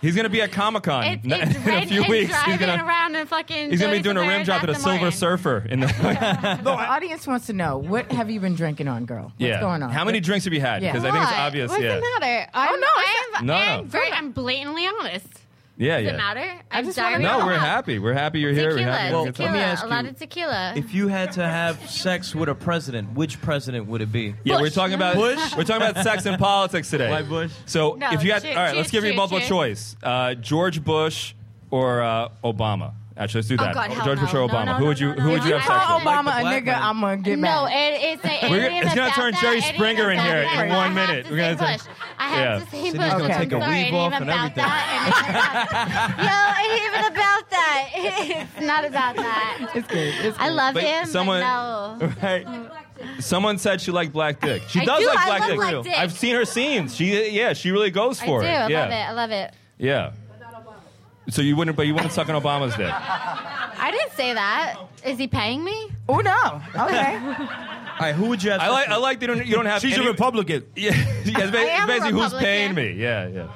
Speaker 1: He's gonna be at Comic Con
Speaker 6: It's,
Speaker 1: in
Speaker 6: it's
Speaker 1: a
Speaker 6: rent
Speaker 1: few
Speaker 6: and
Speaker 1: weeks. He's
Speaker 6: driving
Speaker 1: gonna
Speaker 6: around and fucking.
Speaker 1: he's gonna be
Speaker 6: Joey's
Speaker 1: doing a rim
Speaker 6: Bananas
Speaker 1: job at a
Speaker 6: the
Speaker 1: Silver
Speaker 6: morning.
Speaker 1: Surfer in the.
Speaker 5: No,
Speaker 3: The
Speaker 5: I,
Speaker 3: audience wants to know what have you been drinking on, girl? What's
Speaker 1: yeah.
Speaker 3: going on?
Speaker 1: How many drinks have you had?
Speaker 3: Yeah.
Speaker 1: Because I think it's
Speaker 6: What?
Speaker 1: obvious.
Speaker 6: What's
Speaker 1: yeah.
Speaker 6: the matter? I'm,
Speaker 3: no, it's
Speaker 6: I'm,
Speaker 1: not- No,
Speaker 6: I'm
Speaker 1: no.
Speaker 6: very. I'm blatantly honest. Does
Speaker 1: Yeah. yeah.
Speaker 6: it matter? I
Speaker 3: just wanna
Speaker 6: diarrhea.
Speaker 3: know.
Speaker 1: No,
Speaker 6: of
Speaker 1: we're
Speaker 6: the mouth.
Speaker 1: happy. We're happy you're here.
Speaker 6: Tequila,
Speaker 1: We're happy. you're having a good time.
Speaker 6: tequila,
Speaker 2: Let me ask
Speaker 6: a lot
Speaker 2: you,
Speaker 6: of tequila.
Speaker 2: If you had to have sex with a president, which president would it be?
Speaker 1: Yeah, we're
Speaker 6: Bush.
Speaker 1: talking about
Speaker 2: Bush?
Speaker 1: We're talking about sex and politics today.
Speaker 2: Why Bush?
Speaker 1: So
Speaker 6: No,
Speaker 1: if you had,
Speaker 6: choo-
Speaker 1: all right, let's
Speaker 6: choose-
Speaker 1: give you
Speaker 6: choose-
Speaker 1: multiple
Speaker 6: choose.
Speaker 1: choice: uh, George Bush or uh, Obama. Actually, let's do that.
Speaker 6: Oh, God, hell
Speaker 1: George
Speaker 6: no.
Speaker 1: Bush or
Speaker 6: No,
Speaker 1: Obama.
Speaker 6: no,
Speaker 1: who would
Speaker 6: no,
Speaker 1: you?
Speaker 6: no,
Speaker 1: who
Speaker 6: no,
Speaker 1: would you
Speaker 6: no,
Speaker 1: have
Speaker 6: no,
Speaker 1: sex
Speaker 3: Call
Speaker 1: with?
Speaker 6: no, no.
Speaker 3: Obama
Speaker 2: Like the
Speaker 3: oh, a
Speaker 2: black
Speaker 3: nigga,
Speaker 2: man.
Speaker 3: I'm gonna get
Speaker 6: No,
Speaker 3: mad.
Speaker 6: it is. It,
Speaker 1: We're
Speaker 6: it
Speaker 1: gonna-
Speaker 6: is
Speaker 1: it's gonna
Speaker 6: about
Speaker 1: turn
Speaker 6: that.
Speaker 1: Jerry
Speaker 6: It is
Speaker 1: Springer in
Speaker 6: about
Speaker 1: here
Speaker 6: that.
Speaker 1: in one
Speaker 6: I have
Speaker 1: minute.
Speaker 6: to
Speaker 1: We're gonna
Speaker 6: say
Speaker 1: turn-
Speaker 6: Bush. I have
Speaker 1: Yeah.
Speaker 6: to say
Speaker 2: Sydney's
Speaker 6: Bush.
Speaker 2: gonna
Speaker 6: I'm
Speaker 2: take a
Speaker 6: sorry,
Speaker 2: weave
Speaker 6: it ain't
Speaker 2: off
Speaker 6: even
Speaker 2: and
Speaker 6: about
Speaker 2: everything.
Speaker 6: that. Yo, it ain't even about that. It's not about that.
Speaker 3: It's good. It's
Speaker 6: I love
Speaker 1: But
Speaker 6: him,
Speaker 1: someone-
Speaker 6: but no.
Speaker 1: Right. Someone said she liked black dick. She
Speaker 6: I
Speaker 1: does
Speaker 6: do,
Speaker 1: like
Speaker 6: I
Speaker 1: black
Speaker 6: love
Speaker 1: dick.
Speaker 6: black dick.
Speaker 1: I've seen her scenes. She yeah, she really goes
Speaker 6: I
Speaker 1: for
Speaker 6: do.
Speaker 1: it.
Speaker 6: I
Speaker 1: yeah.
Speaker 6: love it. I love it.
Speaker 1: Yeah. So you wouldn't, but you wouldn't suck on Obama's dick.
Speaker 6: I didn't say that. Is he paying me?
Speaker 3: Oh no. Okay.
Speaker 2: All right, who would you have?
Speaker 1: I
Speaker 2: sex
Speaker 1: like,
Speaker 2: with?
Speaker 1: I like. They don't, you don't have.
Speaker 5: She's
Speaker 1: any-
Speaker 5: a Republican.
Speaker 1: Yeah, yeah, it's ba-
Speaker 6: am a
Speaker 1: basically who's
Speaker 6: Republican.
Speaker 1: paying me. Yeah, yeah.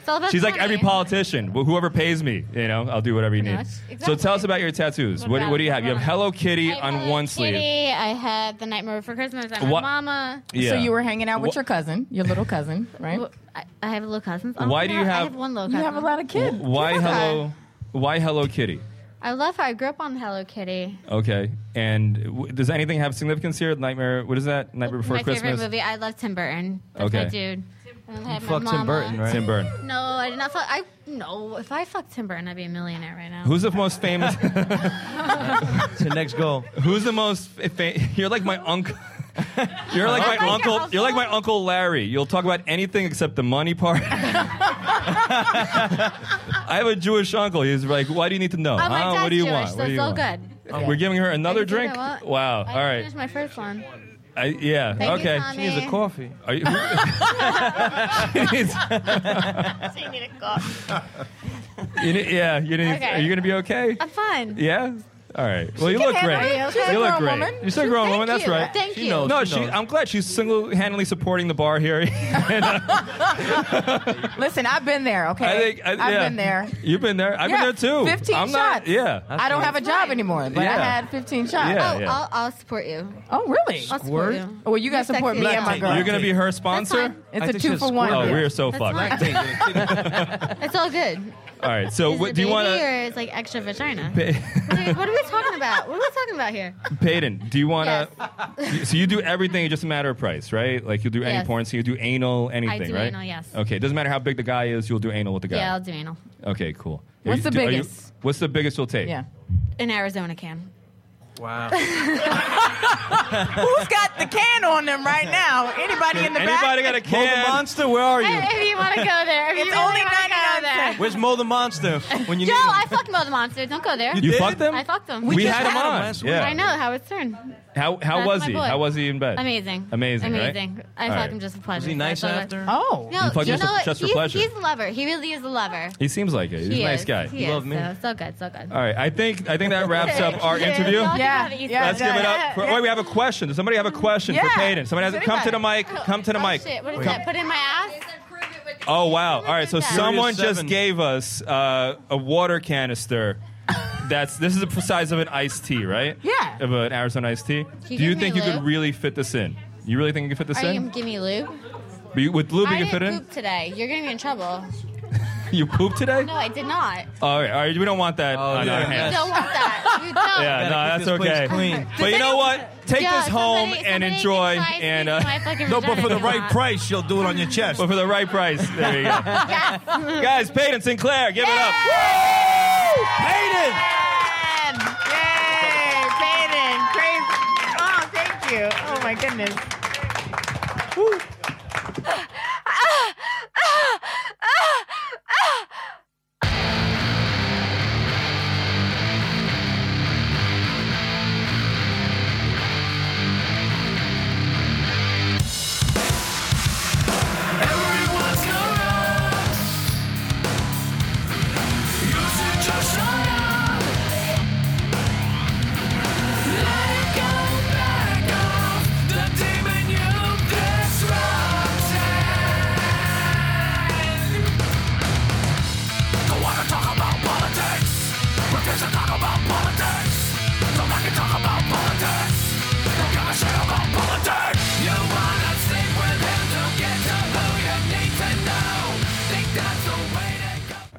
Speaker 6: It's all about
Speaker 1: She's like
Speaker 6: money.
Speaker 1: every politician. Wh- Whoever pays me, you know, I'll do whatever you
Speaker 6: Pretty
Speaker 1: need.
Speaker 6: much.
Speaker 1: So tell us
Speaker 6: Exactly.
Speaker 1: about your tattoos. What,
Speaker 6: What
Speaker 1: do-
Speaker 6: about-
Speaker 1: what do you have? You have
Speaker 6: what
Speaker 1: Hello Kitty
Speaker 6: I
Speaker 1: on
Speaker 6: had
Speaker 1: one
Speaker 6: Kitty,
Speaker 1: sleeve.
Speaker 6: I had the Nightmare Before Christmas. I had
Speaker 1: What-
Speaker 6: Mama.
Speaker 1: Yeah.
Speaker 3: So you were hanging out with
Speaker 1: Wh-
Speaker 3: your cousin, your little cousin, right?
Speaker 6: Well, I, I have little cousins. Oh,
Speaker 1: Why do you
Speaker 6: yeah, I
Speaker 1: have-
Speaker 6: have one little
Speaker 3: You
Speaker 6: cousin.
Speaker 3: have a lot of kids.
Speaker 1: Why
Speaker 6: Yeah.
Speaker 1: Hello? Why Hello Kitty?
Speaker 6: I love her. I grew up on Hello Kitty.
Speaker 1: Okay. And w- does anything have significance here? Nightmare. What is that? Nightmare Before
Speaker 6: my
Speaker 1: Christmas.
Speaker 6: favorite movie. I love Tim Burton. That's
Speaker 1: Okay.
Speaker 6: my dude. And I had my
Speaker 2: Fuck Tim
Speaker 6: mama.
Speaker 2: Burton, right?
Speaker 1: Tim Burton.
Speaker 6: No, I did not fuck. I no. If I fucked Tim Burton, I'd be a millionaire right now.
Speaker 1: Who's the most famous?
Speaker 2: It's your next goal.
Speaker 1: who's the most? fa- Fa- you're like my uncle. You're like my
Speaker 6: like your
Speaker 1: uncle.
Speaker 6: uncle.
Speaker 1: You're like my uncle Larry. You'll talk about anything except the money part. I have a Jewish uncle. He's like, "Why do you need to know?
Speaker 6: Oh, my
Speaker 1: huh?
Speaker 6: dad's
Speaker 1: What do you
Speaker 6: Jewish,
Speaker 1: want?
Speaker 6: so
Speaker 1: what do
Speaker 6: it's
Speaker 1: you
Speaker 6: all
Speaker 1: want?"
Speaker 6: good.
Speaker 1: Oh, We're giving her another
Speaker 6: I didn't
Speaker 1: drink.
Speaker 6: know what.
Speaker 1: Wow.
Speaker 6: I
Speaker 1: All right.
Speaker 6: finished my first one.
Speaker 1: I, yeah.
Speaker 6: Thank you,
Speaker 1: okay.
Speaker 6: Tommy.
Speaker 2: She needs a coffee.
Speaker 1: Are you, You need- yeah. You need,
Speaker 6: Okay.
Speaker 1: Are you gonna be okay?
Speaker 6: I'm fine.
Speaker 1: Yeah. All right. Well, you look
Speaker 3: handle
Speaker 1: great.
Speaker 3: it. She's a
Speaker 1: you look
Speaker 3: grown
Speaker 1: great.
Speaker 3: woman.
Speaker 1: You're still a grown
Speaker 6: Thank
Speaker 1: woman. That's
Speaker 6: you.
Speaker 1: right.
Speaker 6: Thank
Speaker 2: She
Speaker 6: you.
Speaker 2: knows.
Speaker 1: No, she. I'm glad she's single-handedly supporting the bar here.
Speaker 3: Listen, I've been there. Okay.
Speaker 1: I think I,
Speaker 3: have
Speaker 1: yeah.
Speaker 3: been there.
Speaker 1: You've been there. I've
Speaker 3: Yeah,
Speaker 1: been there too.
Speaker 3: 15
Speaker 1: I'm not.
Speaker 3: shots.
Speaker 1: Yeah.
Speaker 3: I don't have a job
Speaker 6: fine.
Speaker 3: anymore, but I
Speaker 1: Yeah.
Speaker 3: had 15 shots.
Speaker 1: Yeah.
Speaker 6: oh, I'll, I'll support you.
Speaker 3: Oh, really? Oh,
Speaker 6: I'll support
Speaker 2: Squirt?
Speaker 6: you.
Speaker 3: Well, you guys
Speaker 6: You're
Speaker 3: support me
Speaker 6: sexy.
Speaker 3: and my
Speaker 4: Black
Speaker 3: girl.
Speaker 1: You're gonna be her sponsor.
Speaker 6: fine.
Speaker 3: it's
Speaker 2: I
Speaker 3: a
Speaker 2: think
Speaker 3: two
Speaker 2: she's
Speaker 3: for one.
Speaker 1: Oh,
Speaker 2: squirting.
Speaker 1: we're so
Speaker 6: That's
Speaker 1: fucked.
Speaker 6: fine. It's all good.
Speaker 1: All right. So,
Speaker 6: Is
Speaker 1: what,
Speaker 6: it
Speaker 1: do you
Speaker 6: baby
Speaker 1: want
Speaker 6: or
Speaker 1: to?
Speaker 6: is like extra vagina?
Speaker 1: Pa-
Speaker 6: Dude, what are we talking about? What are we talking about here?
Speaker 1: Peyton, do you want to? So you do everything, it's just a matter of price, right? Like you'll do any
Speaker 6: Yes.
Speaker 1: porn, so you do anal, anything,
Speaker 6: do
Speaker 1: right?
Speaker 6: anal, yes.
Speaker 1: Okay, it doesn't matter how big the guy is, you'll do anal with the guy.
Speaker 6: Yeah, I'll do anal.
Speaker 1: Okay, cool.
Speaker 3: What's
Speaker 1: Are
Speaker 3: the
Speaker 1: do- are
Speaker 3: biggest?
Speaker 1: what's the biggest you'll take?
Speaker 3: Yeah.
Speaker 6: An Arizona can.
Speaker 2: Wow.
Speaker 3: Who's got the can on them right now? Anybody in the
Speaker 1: Anybody
Speaker 3: back?
Speaker 1: got a
Speaker 2: Well, the
Speaker 1: can?
Speaker 2: monster, where are you?
Speaker 6: If you want to go there, if
Speaker 3: It's
Speaker 6: you really
Speaker 3: only
Speaker 6: wanna go
Speaker 3: 99
Speaker 6: there.
Speaker 2: Where's Mo the Monster? When you
Speaker 6: Joe,
Speaker 2: need him?
Speaker 6: I fucked Mo the Monster. Don't go there.
Speaker 1: You
Speaker 2: did?
Speaker 1: fucked him?
Speaker 6: I fucked him.
Speaker 1: We
Speaker 2: just
Speaker 1: had him on.
Speaker 2: last
Speaker 1: Yeah.
Speaker 6: I know how it's turned.
Speaker 1: How how
Speaker 6: That's
Speaker 1: was
Speaker 6: my
Speaker 1: he?
Speaker 6: boy.
Speaker 1: How was he in bed?
Speaker 6: Amazing.
Speaker 1: Amazing, right?
Speaker 6: Amazing. I
Speaker 1: All
Speaker 6: fuck
Speaker 1: right.
Speaker 6: him just for pleasure.
Speaker 2: Was he nice
Speaker 6: I love it.
Speaker 2: after?
Speaker 3: Oh.
Speaker 6: No,
Speaker 1: You fuck
Speaker 6: you
Speaker 1: just
Speaker 6: know
Speaker 1: for-
Speaker 6: what?
Speaker 1: just for
Speaker 6: he's,
Speaker 1: pleasure.
Speaker 6: he's a lover. He really is a lover.
Speaker 1: He seems like it. He's
Speaker 6: he
Speaker 1: a nice
Speaker 6: is.
Speaker 1: guy.
Speaker 6: He
Speaker 2: You love
Speaker 6: is,
Speaker 2: me.
Speaker 6: So, so good, so good.
Speaker 1: All right, I think I think that wraps up our interview.
Speaker 6: Talk
Speaker 3: Yeah,
Speaker 6: about it,
Speaker 3: yeah,
Speaker 1: Let's
Speaker 6: Ethan.
Speaker 1: give it up. For, wait, we have a question. Does somebody have a question for
Speaker 3: Yeah.
Speaker 1: Payton? Somebody has
Speaker 3: Does
Speaker 1: come to the mic.
Speaker 3: anybody?
Speaker 1: Come to the
Speaker 6: oh,
Speaker 1: mic.
Speaker 6: Shit, what is that? Put it in my ass?
Speaker 1: Oh wow! All right, so
Speaker 6: Curious
Speaker 1: someone just
Speaker 2: Seven.
Speaker 1: gave us uh, a water canister. That's this is the size of an iced tea, right?
Speaker 3: Yeah.
Speaker 1: Of an Arizona iced tea.
Speaker 6: you
Speaker 1: Do you
Speaker 6: give me
Speaker 1: think you could
Speaker 6: lube?
Speaker 1: really fit this in? You really think you could fit this
Speaker 6: Are you
Speaker 1: in?
Speaker 6: gonna give me lube?
Speaker 1: But you- with lube,
Speaker 6: I
Speaker 1: you could
Speaker 6: didn't
Speaker 1: fit in.
Speaker 6: poop today. You're gonna be in trouble.
Speaker 1: You pooped today?
Speaker 6: No, I did not.
Speaker 1: All right, all right. We don't want that
Speaker 2: Oh,
Speaker 1: on
Speaker 2: yeah.
Speaker 1: our hands.
Speaker 2: Yes.
Speaker 6: Don't want that. You don't.
Speaker 1: Yeah, no,
Speaker 2: Gotta
Speaker 1: that's
Speaker 2: keep this place
Speaker 1: okay.
Speaker 2: clean.
Speaker 1: But you know what? Take
Speaker 6: Yeah,
Speaker 1: this home
Speaker 6: somebody-
Speaker 1: and
Speaker 6: somebody
Speaker 1: enjoy.
Speaker 6: can try and
Speaker 1: And uh,
Speaker 6: sneak my fucking
Speaker 4: No, but
Speaker 6: vagina
Speaker 4: for the
Speaker 6: if they
Speaker 4: right
Speaker 6: want.
Speaker 4: price, she'll do it on your chest.
Speaker 1: but for the right price, there you go. Guys, Peyton Sinclair, give it up.
Speaker 2: Hayden!
Speaker 3: Yay, Peyton. Praise. Oh, thank you. Oh, my goodness.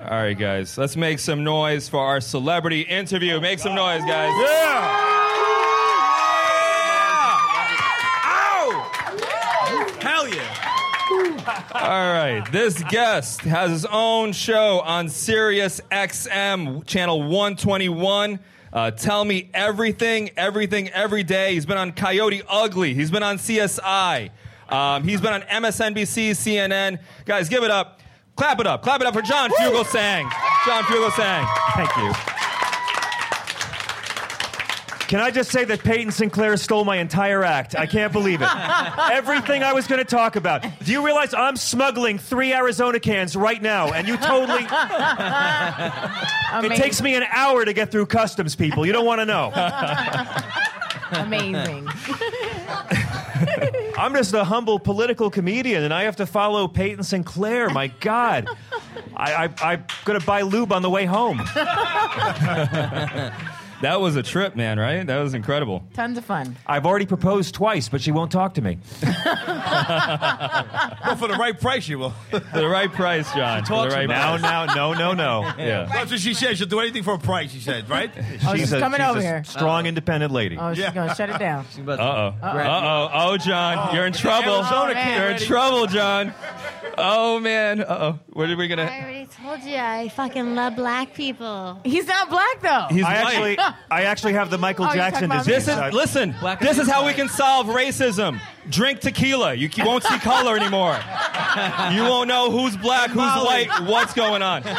Speaker 1: All right, guys, let's make some noise for our celebrity interview. Make some noise, guys.
Speaker 4: Hell yeah.
Speaker 1: All right, this guest has his own show on Sirius XM, channel 121. Uh, tell me everything, everything, every day. He's been on Coyote Ugly. He's been on CSI. Um, he's been on MSNBC, CNN. Guys, give it up. Clap it up. Clap it up for John Fugelsang. John Fugelsang.
Speaker 7: Thank you. Can I just say that Peyton Sinclair stole my entire act? I can't believe it. Everything I was going to talk about. Do you realize I'm smuggling three Arizona cans right now, and you totally. It
Speaker 3: Amazing.
Speaker 7: takes me an hour to get through customs, people. You don't want to know.
Speaker 3: Amazing.
Speaker 7: I'm just a humble political comedian, and I have to follow Peyton Sinclair. My God. I, I, I'm going to buy lube on the way home.
Speaker 1: That was a trip, man, right? That was incredible.
Speaker 3: Tons of fun.
Speaker 7: I've already proposed twice, but she won't talk to me.
Speaker 4: But for the right price, you will.
Speaker 1: For the right price, John. For
Speaker 2: talks
Speaker 1: the right
Speaker 7: Now,
Speaker 1: price.
Speaker 7: now, no, no, no.
Speaker 1: Yeah.
Speaker 4: That's what she said. She'll do anything for a price, she said, right?
Speaker 3: Oh, she's coming over here.
Speaker 7: Strong, independent lady.
Speaker 3: Oh, she's
Speaker 4: Yeah.
Speaker 3: going to shut it down.
Speaker 1: Uh oh. Uh oh. Oh, John, you're in trouble.
Speaker 3: Arizona can't
Speaker 1: you're in
Speaker 3: already-
Speaker 1: trouble, John. Oh man. Uh oh. What are we
Speaker 6: I
Speaker 1: gonna?
Speaker 6: already told you I fucking love black people.
Speaker 3: He's not black, though.
Speaker 1: He's
Speaker 7: I
Speaker 1: white.
Speaker 7: actually, I actually have the Michael
Speaker 3: Oh, you're
Speaker 7: Jackson
Speaker 3: talking about
Speaker 7: disease.
Speaker 1: This is
Speaker 7: I-
Speaker 1: listen.
Speaker 2: Black
Speaker 1: This
Speaker 2: and
Speaker 1: is how we can solve racism. Drink tequila. You c- won't see color anymore. You won't know who's black, who's white, what's going on.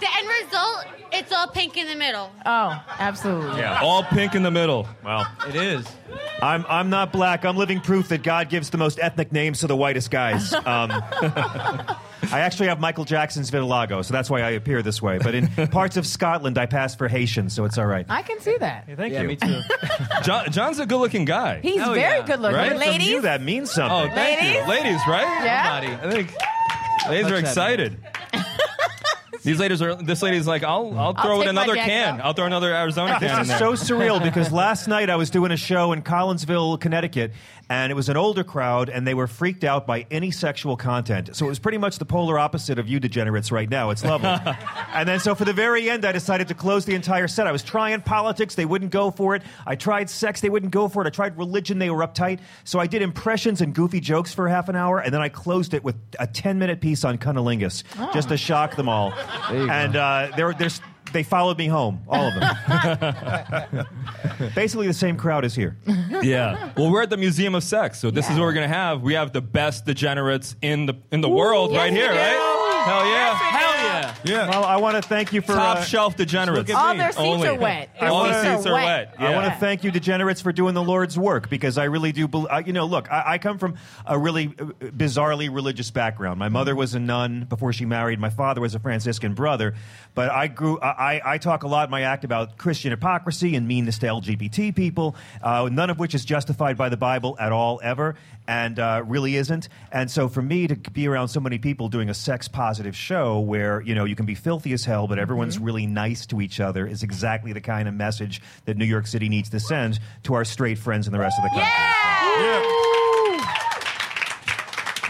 Speaker 6: The end result, it's all pink in the middle.
Speaker 3: Oh, absolutely.
Speaker 1: Yeah. All pink in the middle.
Speaker 7: well,
Speaker 2: It is.
Speaker 7: I'm, I'm not black. I'm living proof that God gives the most ethnic names to the whitest guys. Um, I actually have Michael Jackson's vitiligo, so that's why I appear this way. But in parts of Scotland, I pass for Haitian, so it's all right.
Speaker 3: I can see that.
Speaker 7: Thank
Speaker 2: Yeah,
Speaker 7: you.
Speaker 2: me too.
Speaker 1: John, John's a good-looking guy.
Speaker 3: He's
Speaker 2: Oh,
Speaker 3: very
Speaker 2: yeah.
Speaker 3: good looking.
Speaker 1: Right? From
Speaker 7: From
Speaker 3: Ladies.
Speaker 7: you, that means
Speaker 1: oh,
Speaker 7: something.
Speaker 1: thank
Speaker 3: Ladies?
Speaker 1: you, ladies. Right? Oh,
Speaker 3: yeah.
Speaker 2: Somebody.
Speaker 1: I think ladies are
Speaker 2: Touch that
Speaker 1: excited. These ladies are. This lady's like, I'll, I'll throw in
Speaker 3: take my
Speaker 1: another
Speaker 3: jacket
Speaker 1: can.
Speaker 3: off.
Speaker 1: I'll throw another Arizona can in
Speaker 7: This
Speaker 1: there.
Speaker 7: is so surreal because last night I was doing a show in Collinsville, Connecticut, and it was an older crowd, and they were freaked out by any sexual content. So it was pretty much the polar opposite of you degenerates right now. It's lovely. and then, so for the very end, I decided to close the entire set. I was trying politics, they wouldn't go for it. I tried sex, they wouldn't go for it. I tried religion, they were uptight. So I did impressions and goofy jokes for half an hour, and then I closed it with a 10 minute piece on cunnilingus just
Speaker 1: Oh.
Speaker 7: to shock them all. And uh, there, there's. They followed me home, all of them. Basically, the same crowd is here.
Speaker 1: Yeah. Well, we're at the Museum of Sex, so this is what we're gonna have. We have the best degenerates in the in the world right here, right? Hell yeah.
Speaker 5: Hell yeah.
Speaker 4: Yeah.
Speaker 7: Well, I want to thank you for
Speaker 1: Top
Speaker 7: uh,
Speaker 1: shelf degenerates.
Speaker 7: look at
Speaker 3: All
Speaker 7: me.
Speaker 3: their seats
Speaker 1: Only.
Speaker 3: are wet. Their
Speaker 1: I
Speaker 7: wanna-
Speaker 3: seats
Speaker 1: seats are wet.
Speaker 7: I
Speaker 1: Yeah.
Speaker 7: want to thank you, degenerates, for doing the Lord's work because I really do. bel I, you know, look, I, I come from a really uh, bizarrely religious background. My mother was a nun before she married. My father was a Franciscan brother, but I grew. I, I- I talk a lot in my act about Christian hypocrisy and meanness to LGBT people, uh, none of which is justified by the Bible at all ever, and uh, really isn't. And so, for me to be around so many people doing a sex positive show where you know you can be filthy as hell, but everyone's
Speaker 1: Mm-hmm.
Speaker 7: really nice to each other is exactly the kind of message that New York City needs to send to our straight friends in the rest of the country.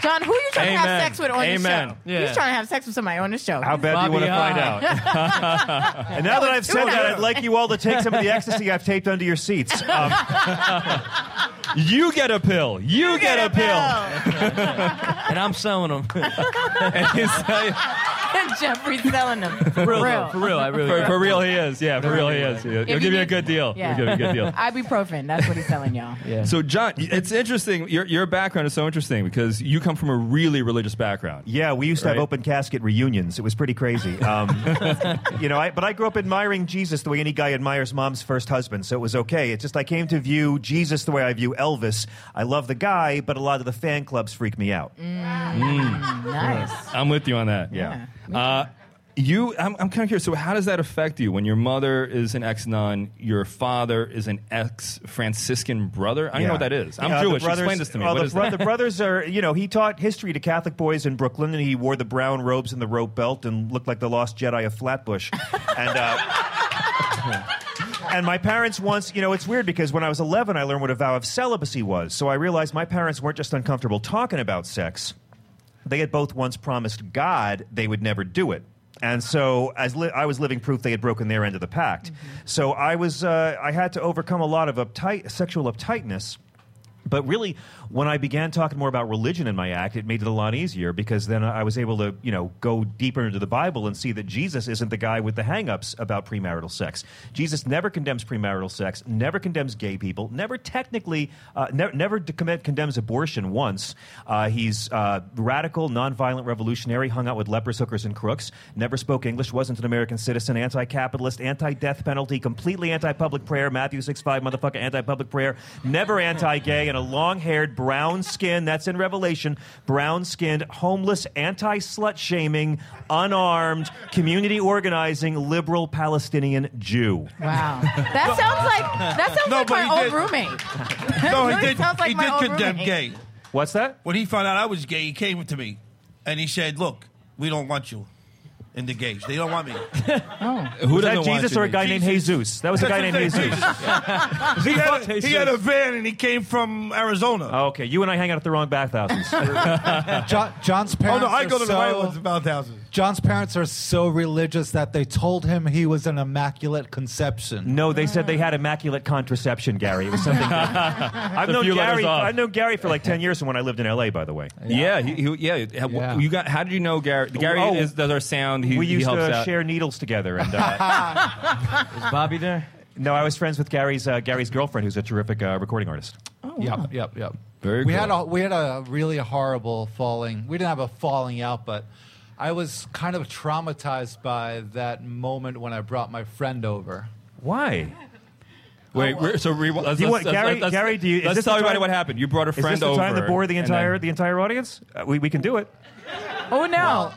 Speaker 3: John, who are you trying to
Speaker 1: Amen.
Speaker 3: have sex with on the
Speaker 1: Amen.
Speaker 3: show?
Speaker 5: Yeah.
Speaker 3: He's trying to have sex with somebody on the show.
Speaker 7: How bad do you want to find out? and now that I've said that, I'd like you all to take some of the ecstasy I've taped under your seats. Um,
Speaker 1: You get a pill. You, get, a pill.
Speaker 5: And I'm selling them.
Speaker 1: And he's like-
Speaker 3: Jeffrey's selling them. For
Speaker 5: For real. For real. I really
Speaker 1: for, for real, he is. Yeah, for real, he is. He'll
Speaker 3: you
Speaker 1: give you a
Speaker 3: need-
Speaker 1: good deal.
Speaker 3: Yeah.
Speaker 1: He'll give you a good deal.
Speaker 3: Ibuprofen. That's what he's selling y'all.
Speaker 5: Yeah.
Speaker 1: So, John, it's interesting. Your, your background is so interesting because you come from a really religious background.
Speaker 7: Yeah, we used to
Speaker 1: Right.
Speaker 7: have open casket reunions. It was pretty crazy. Um, you know, I, but I grew up admiring Jesus the way any guy admires mom's first husband, so it was okay. It's just I came to view Jesus the way I view Elvis. I love the guy, but a lot of the fan clubs freak me out.
Speaker 3: Mm, Nice.
Speaker 1: I'm with you on that.
Speaker 7: Yeah.
Speaker 1: Uh, you, I'm, I'm kind of curious. So, how does that affect you when your mother is an ex nun, your father is an ex Franciscan brother? I don't know what that is. I'm
Speaker 7: Yeah, the
Speaker 1: Jewish.
Speaker 7: brothers-
Speaker 1: Explain this to me.
Speaker 7: oh,
Speaker 1: What
Speaker 7: the,
Speaker 1: is
Speaker 7: bro-
Speaker 1: that?
Speaker 7: the brothers are, you know, he taught history to Catholic boys in Brooklyn, and he wore the brown robes and the rope belt and looked like the lost Jedi of Flatbush. And, uh, and my parents once, you know, it's weird because when I was 11, I learned what a vow of celibacy was. So I realized my parents weren't just uncomfortable talking about sex they had both once promised God they would never do it. And so, as li- I was living proof, they had broken their end of the pact. So I was, uh, I had to overcome a lot of uptight, sexual uptightness. But really, when I began talking more about religion in my act, it made it a lot easier because then I was able to, you know, go deeper into the Bible and see that Jesus isn't the guy with the hangups about premarital sex. Jesus never condemns premarital sex, never condemns gay people, never technically, uh, ne- never de- commit- condemns abortion once. Uh, he's uh, radical, nonviolent revolutionary, hung out with lepers, hookers, and crooks, never spoke English, wasn't an American citizen, anti capitalist, anti death penalty, completely anti public prayer, Matthew 6 5, motherfucker, anti public prayer, never anti gay, and a long haired, brown skinned, that's in Revelation, brown skinned, homeless, anti slut shaming, unarmed, community organizing, liberal Palestinian Jew.
Speaker 3: Wow. That sounds like that sounds
Speaker 4: No,
Speaker 3: like
Speaker 4: but
Speaker 3: my
Speaker 4: he
Speaker 3: old
Speaker 4: did-
Speaker 3: roommate.
Speaker 4: No, he
Speaker 3: Really
Speaker 4: did.
Speaker 3: sounds like
Speaker 4: he
Speaker 3: my
Speaker 4: did
Speaker 3: old
Speaker 4: condemn
Speaker 3: roommate.
Speaker 4: gay.
Speaker 7: What's that?
Speaker 4: When he found out I was gay, he came to me, and he said, "Look, we don't want you in the gays. They don't want me."
Speaker 1: Who
Speaker 7: Was that
Speaker 1: doesn't want
Speaker 7: Jesus
Speaker 1: you
Speaker 7: or a
Speaker 1: to-
Speaker 7: guy named
Speaker 4: Jesus.
Speaker 7: Jesus? That was a guy named
Speaker 4: That's the
Speaker 7: Jesus.
Speaker 4: thing. he, had a, he had a van, and he came from Arizona.
Speaker 7: Oh, okay, you and I hang out at the wrong bathhouses.
Speaker 8: John, John's
Speaker 4: oh
Speaker 8: parents.
Speaker 4: no, I
Speaker 8: are
Speaker 4: go to the right
Speaker 8: so-
Speaker 4: ones about thousands.
Speaker 8: John's parents are so religious that they told him he was an immaculate conception.
Speaker 7: No, they said they had immaculate contraception, Gary. It was something. I've known
Speaker 1: few letters
Speaker 7: Gary.
Speaker 1: off.
Speaker 7: I've known Gary for like ten years from when I lived in L.A. By the way,
Speaker 1: Yeah, he, he, yeah. yeah.
Speaker 8: Yeah.
Speaker 1: You got? How did you know Gary? Gary
Speaker 7: Oh.
Speaker 1: is, does our sound. He,
Speaker 7: we
Speaker 1: he
Speaker 7: used
Speaker 1: helps
Speaker 7: to
Speaker 1: out.
Speaker 7: share needles together. And uh,
Speaker 5: Is Bobby there?
Speaker 7: no, I was friends with Gary's uh, Gary's girlfriend, who's a terrific uh, recording artist.
Speaker 8: Yep, yep, yep.
Speaker 1: Very
Speaker 8: Oh, we
Speaker 1: cool.
Speaker 8: had a we had a really horrible falling. We didn't have a falling out, but I was kind of traumatized by that moment when I brought my friend over.
Speaker 7: Why?
Speaker 1: Wait, we're, so re- let's,
Speaker 7: You
Speaker 1: let's,
Speaker 7: want- Gary-
Speaker 1: let's,
Speaker 7: Gary, do you- is
Speaker 1: let's
Speaker 7: this
Speaker 1: tell
Speaker 7: the
Speaker 1: everybody
Speaker 7: time-
Speaker 1: what happened. You brought a
Speaker 7: Is
Speaker 1: friend
Speaker 7: this the
Speaker 1: over.
Speaker 7: time to bore the
Speaker 1: and then-
Speaker 7: entire the entire audience? Uh, we, we can do it.
Speaker 3: Oh no.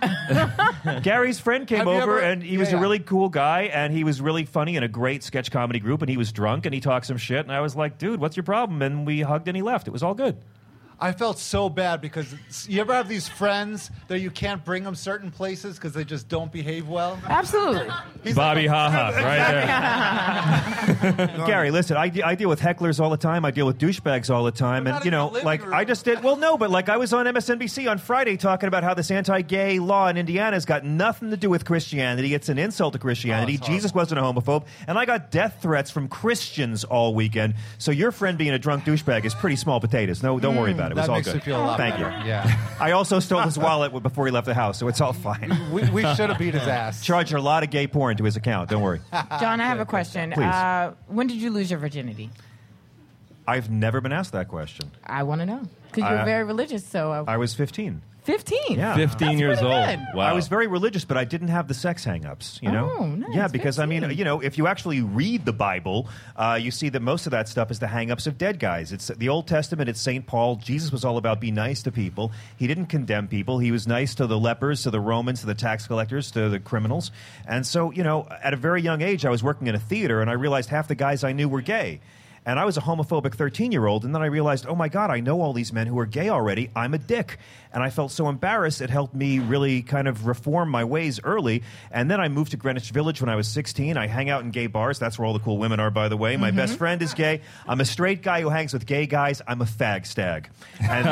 Speaker 7: Gary's friend came
Speaker 8: Have you
Speaker 7: over
Speaker 8: ever-
Speaker 7: and he
Speaker 8: Yeah,
Speaker 7: was a
Speaker 8: yeah.
Speaker 7: really cool guy and he was really funny in a great sketch comedy group and he was drunk and he talked some shit and I was like, dude, what's your problem? And we hugged and he left. It was all good.
Speaker 8: I felt so bad because it's- you ever have these friends that you can't bring them certain places because they just don't behave well.
Speaker 3: Absolutely.
Speaker 1: Bobby Haha, right there.
Speaker 7: Gary, listen, I, I deal with hecklers all the time. I deal with douchebags all the time.
Speaker 8: But
Speaker 7: And,
Speaker 8: not
Speaker 7: you
Speaker 8: in
Speaker 7: know,
Speaker 8: the living
Speaker 7: like, I
Speaker 8: room.
Speaker 7: just did. Well, no, but, like, I was on MSNBC on Friday talking about how this anti gay law in Indiana has got nothing to do with Christianity. It's an insult to
Speaker 8: Oh,
Speaker 7: Christianity. Jesus wasn't a homophobe. And I got death threats from Christians all weekend. So your friend being a drunk douchebag is pretty small potatoes. No, don't worry about it. It was
Speaker 8: Hmm, that
Speaker 7: all
Speaker 8: makes
Speaker 7: good.
Speaker 8: me feel a lot
Speaker 7: Thank
Speaker 8: better.
Speaker 7: you.
Speaker 8: Yeah,
Speaker 7: I also stole his wallet before he left the house, so it's all fine.
Speaker 8: we, we should have beat his ass.
Speaker 7: Charged a lot of gay porn to his account. Don't worry.
Speaker 3: John, I have a question.
Speaker 7: Please.
Speaker 3: Uh, when did you lose your virginity?
Speaker 7: I've never been asked that question.
Speaker 3: I want to know because you're
Speaker 7: I-
Speaker 3: very religious. So uh,
Speaker 7: I was 15.
Speaker 3: 15.
Speaker 7: Yeah.
Speaker 1: 15 years
Speaker 3: pretty
Speaker 1: old.
Speaker 3: good.
Speaker 1: Wow.
Speaker 7: I was very religious, but I didn't have the sex hangups. You know,
Speaker 3: Oh, nice.
Speaker 7: yeah, because I mean,
Speaker 3: 15.
Speaker 7: you know, if you actually read the Bible, uh, you see that most of that stuff is the hangups of dead guys. It's the Old Testament. It's Saint Paul. Jesus was all about be nice to people. He didn't condemn people. He was nice to the lepers, to the Romans, to the tax collectors, to the criminals. And so, you know, at a very young age, I was working in a theater, and I realized half the guys I knew were gay. And I was a homophobic 13 year old. And then I realized, oh my God, I know all these men who are gay already. I'm a dick. And I felt so embarrassed. It helped me really kind of reform my ways early. And then I moved to Greenwich Village when I was 16. I hang out in gay bars. That's where all the cool women are, by the way. My best friend is gay. I'm a straight guy who hangs with gay guys. I'm a fag stag. And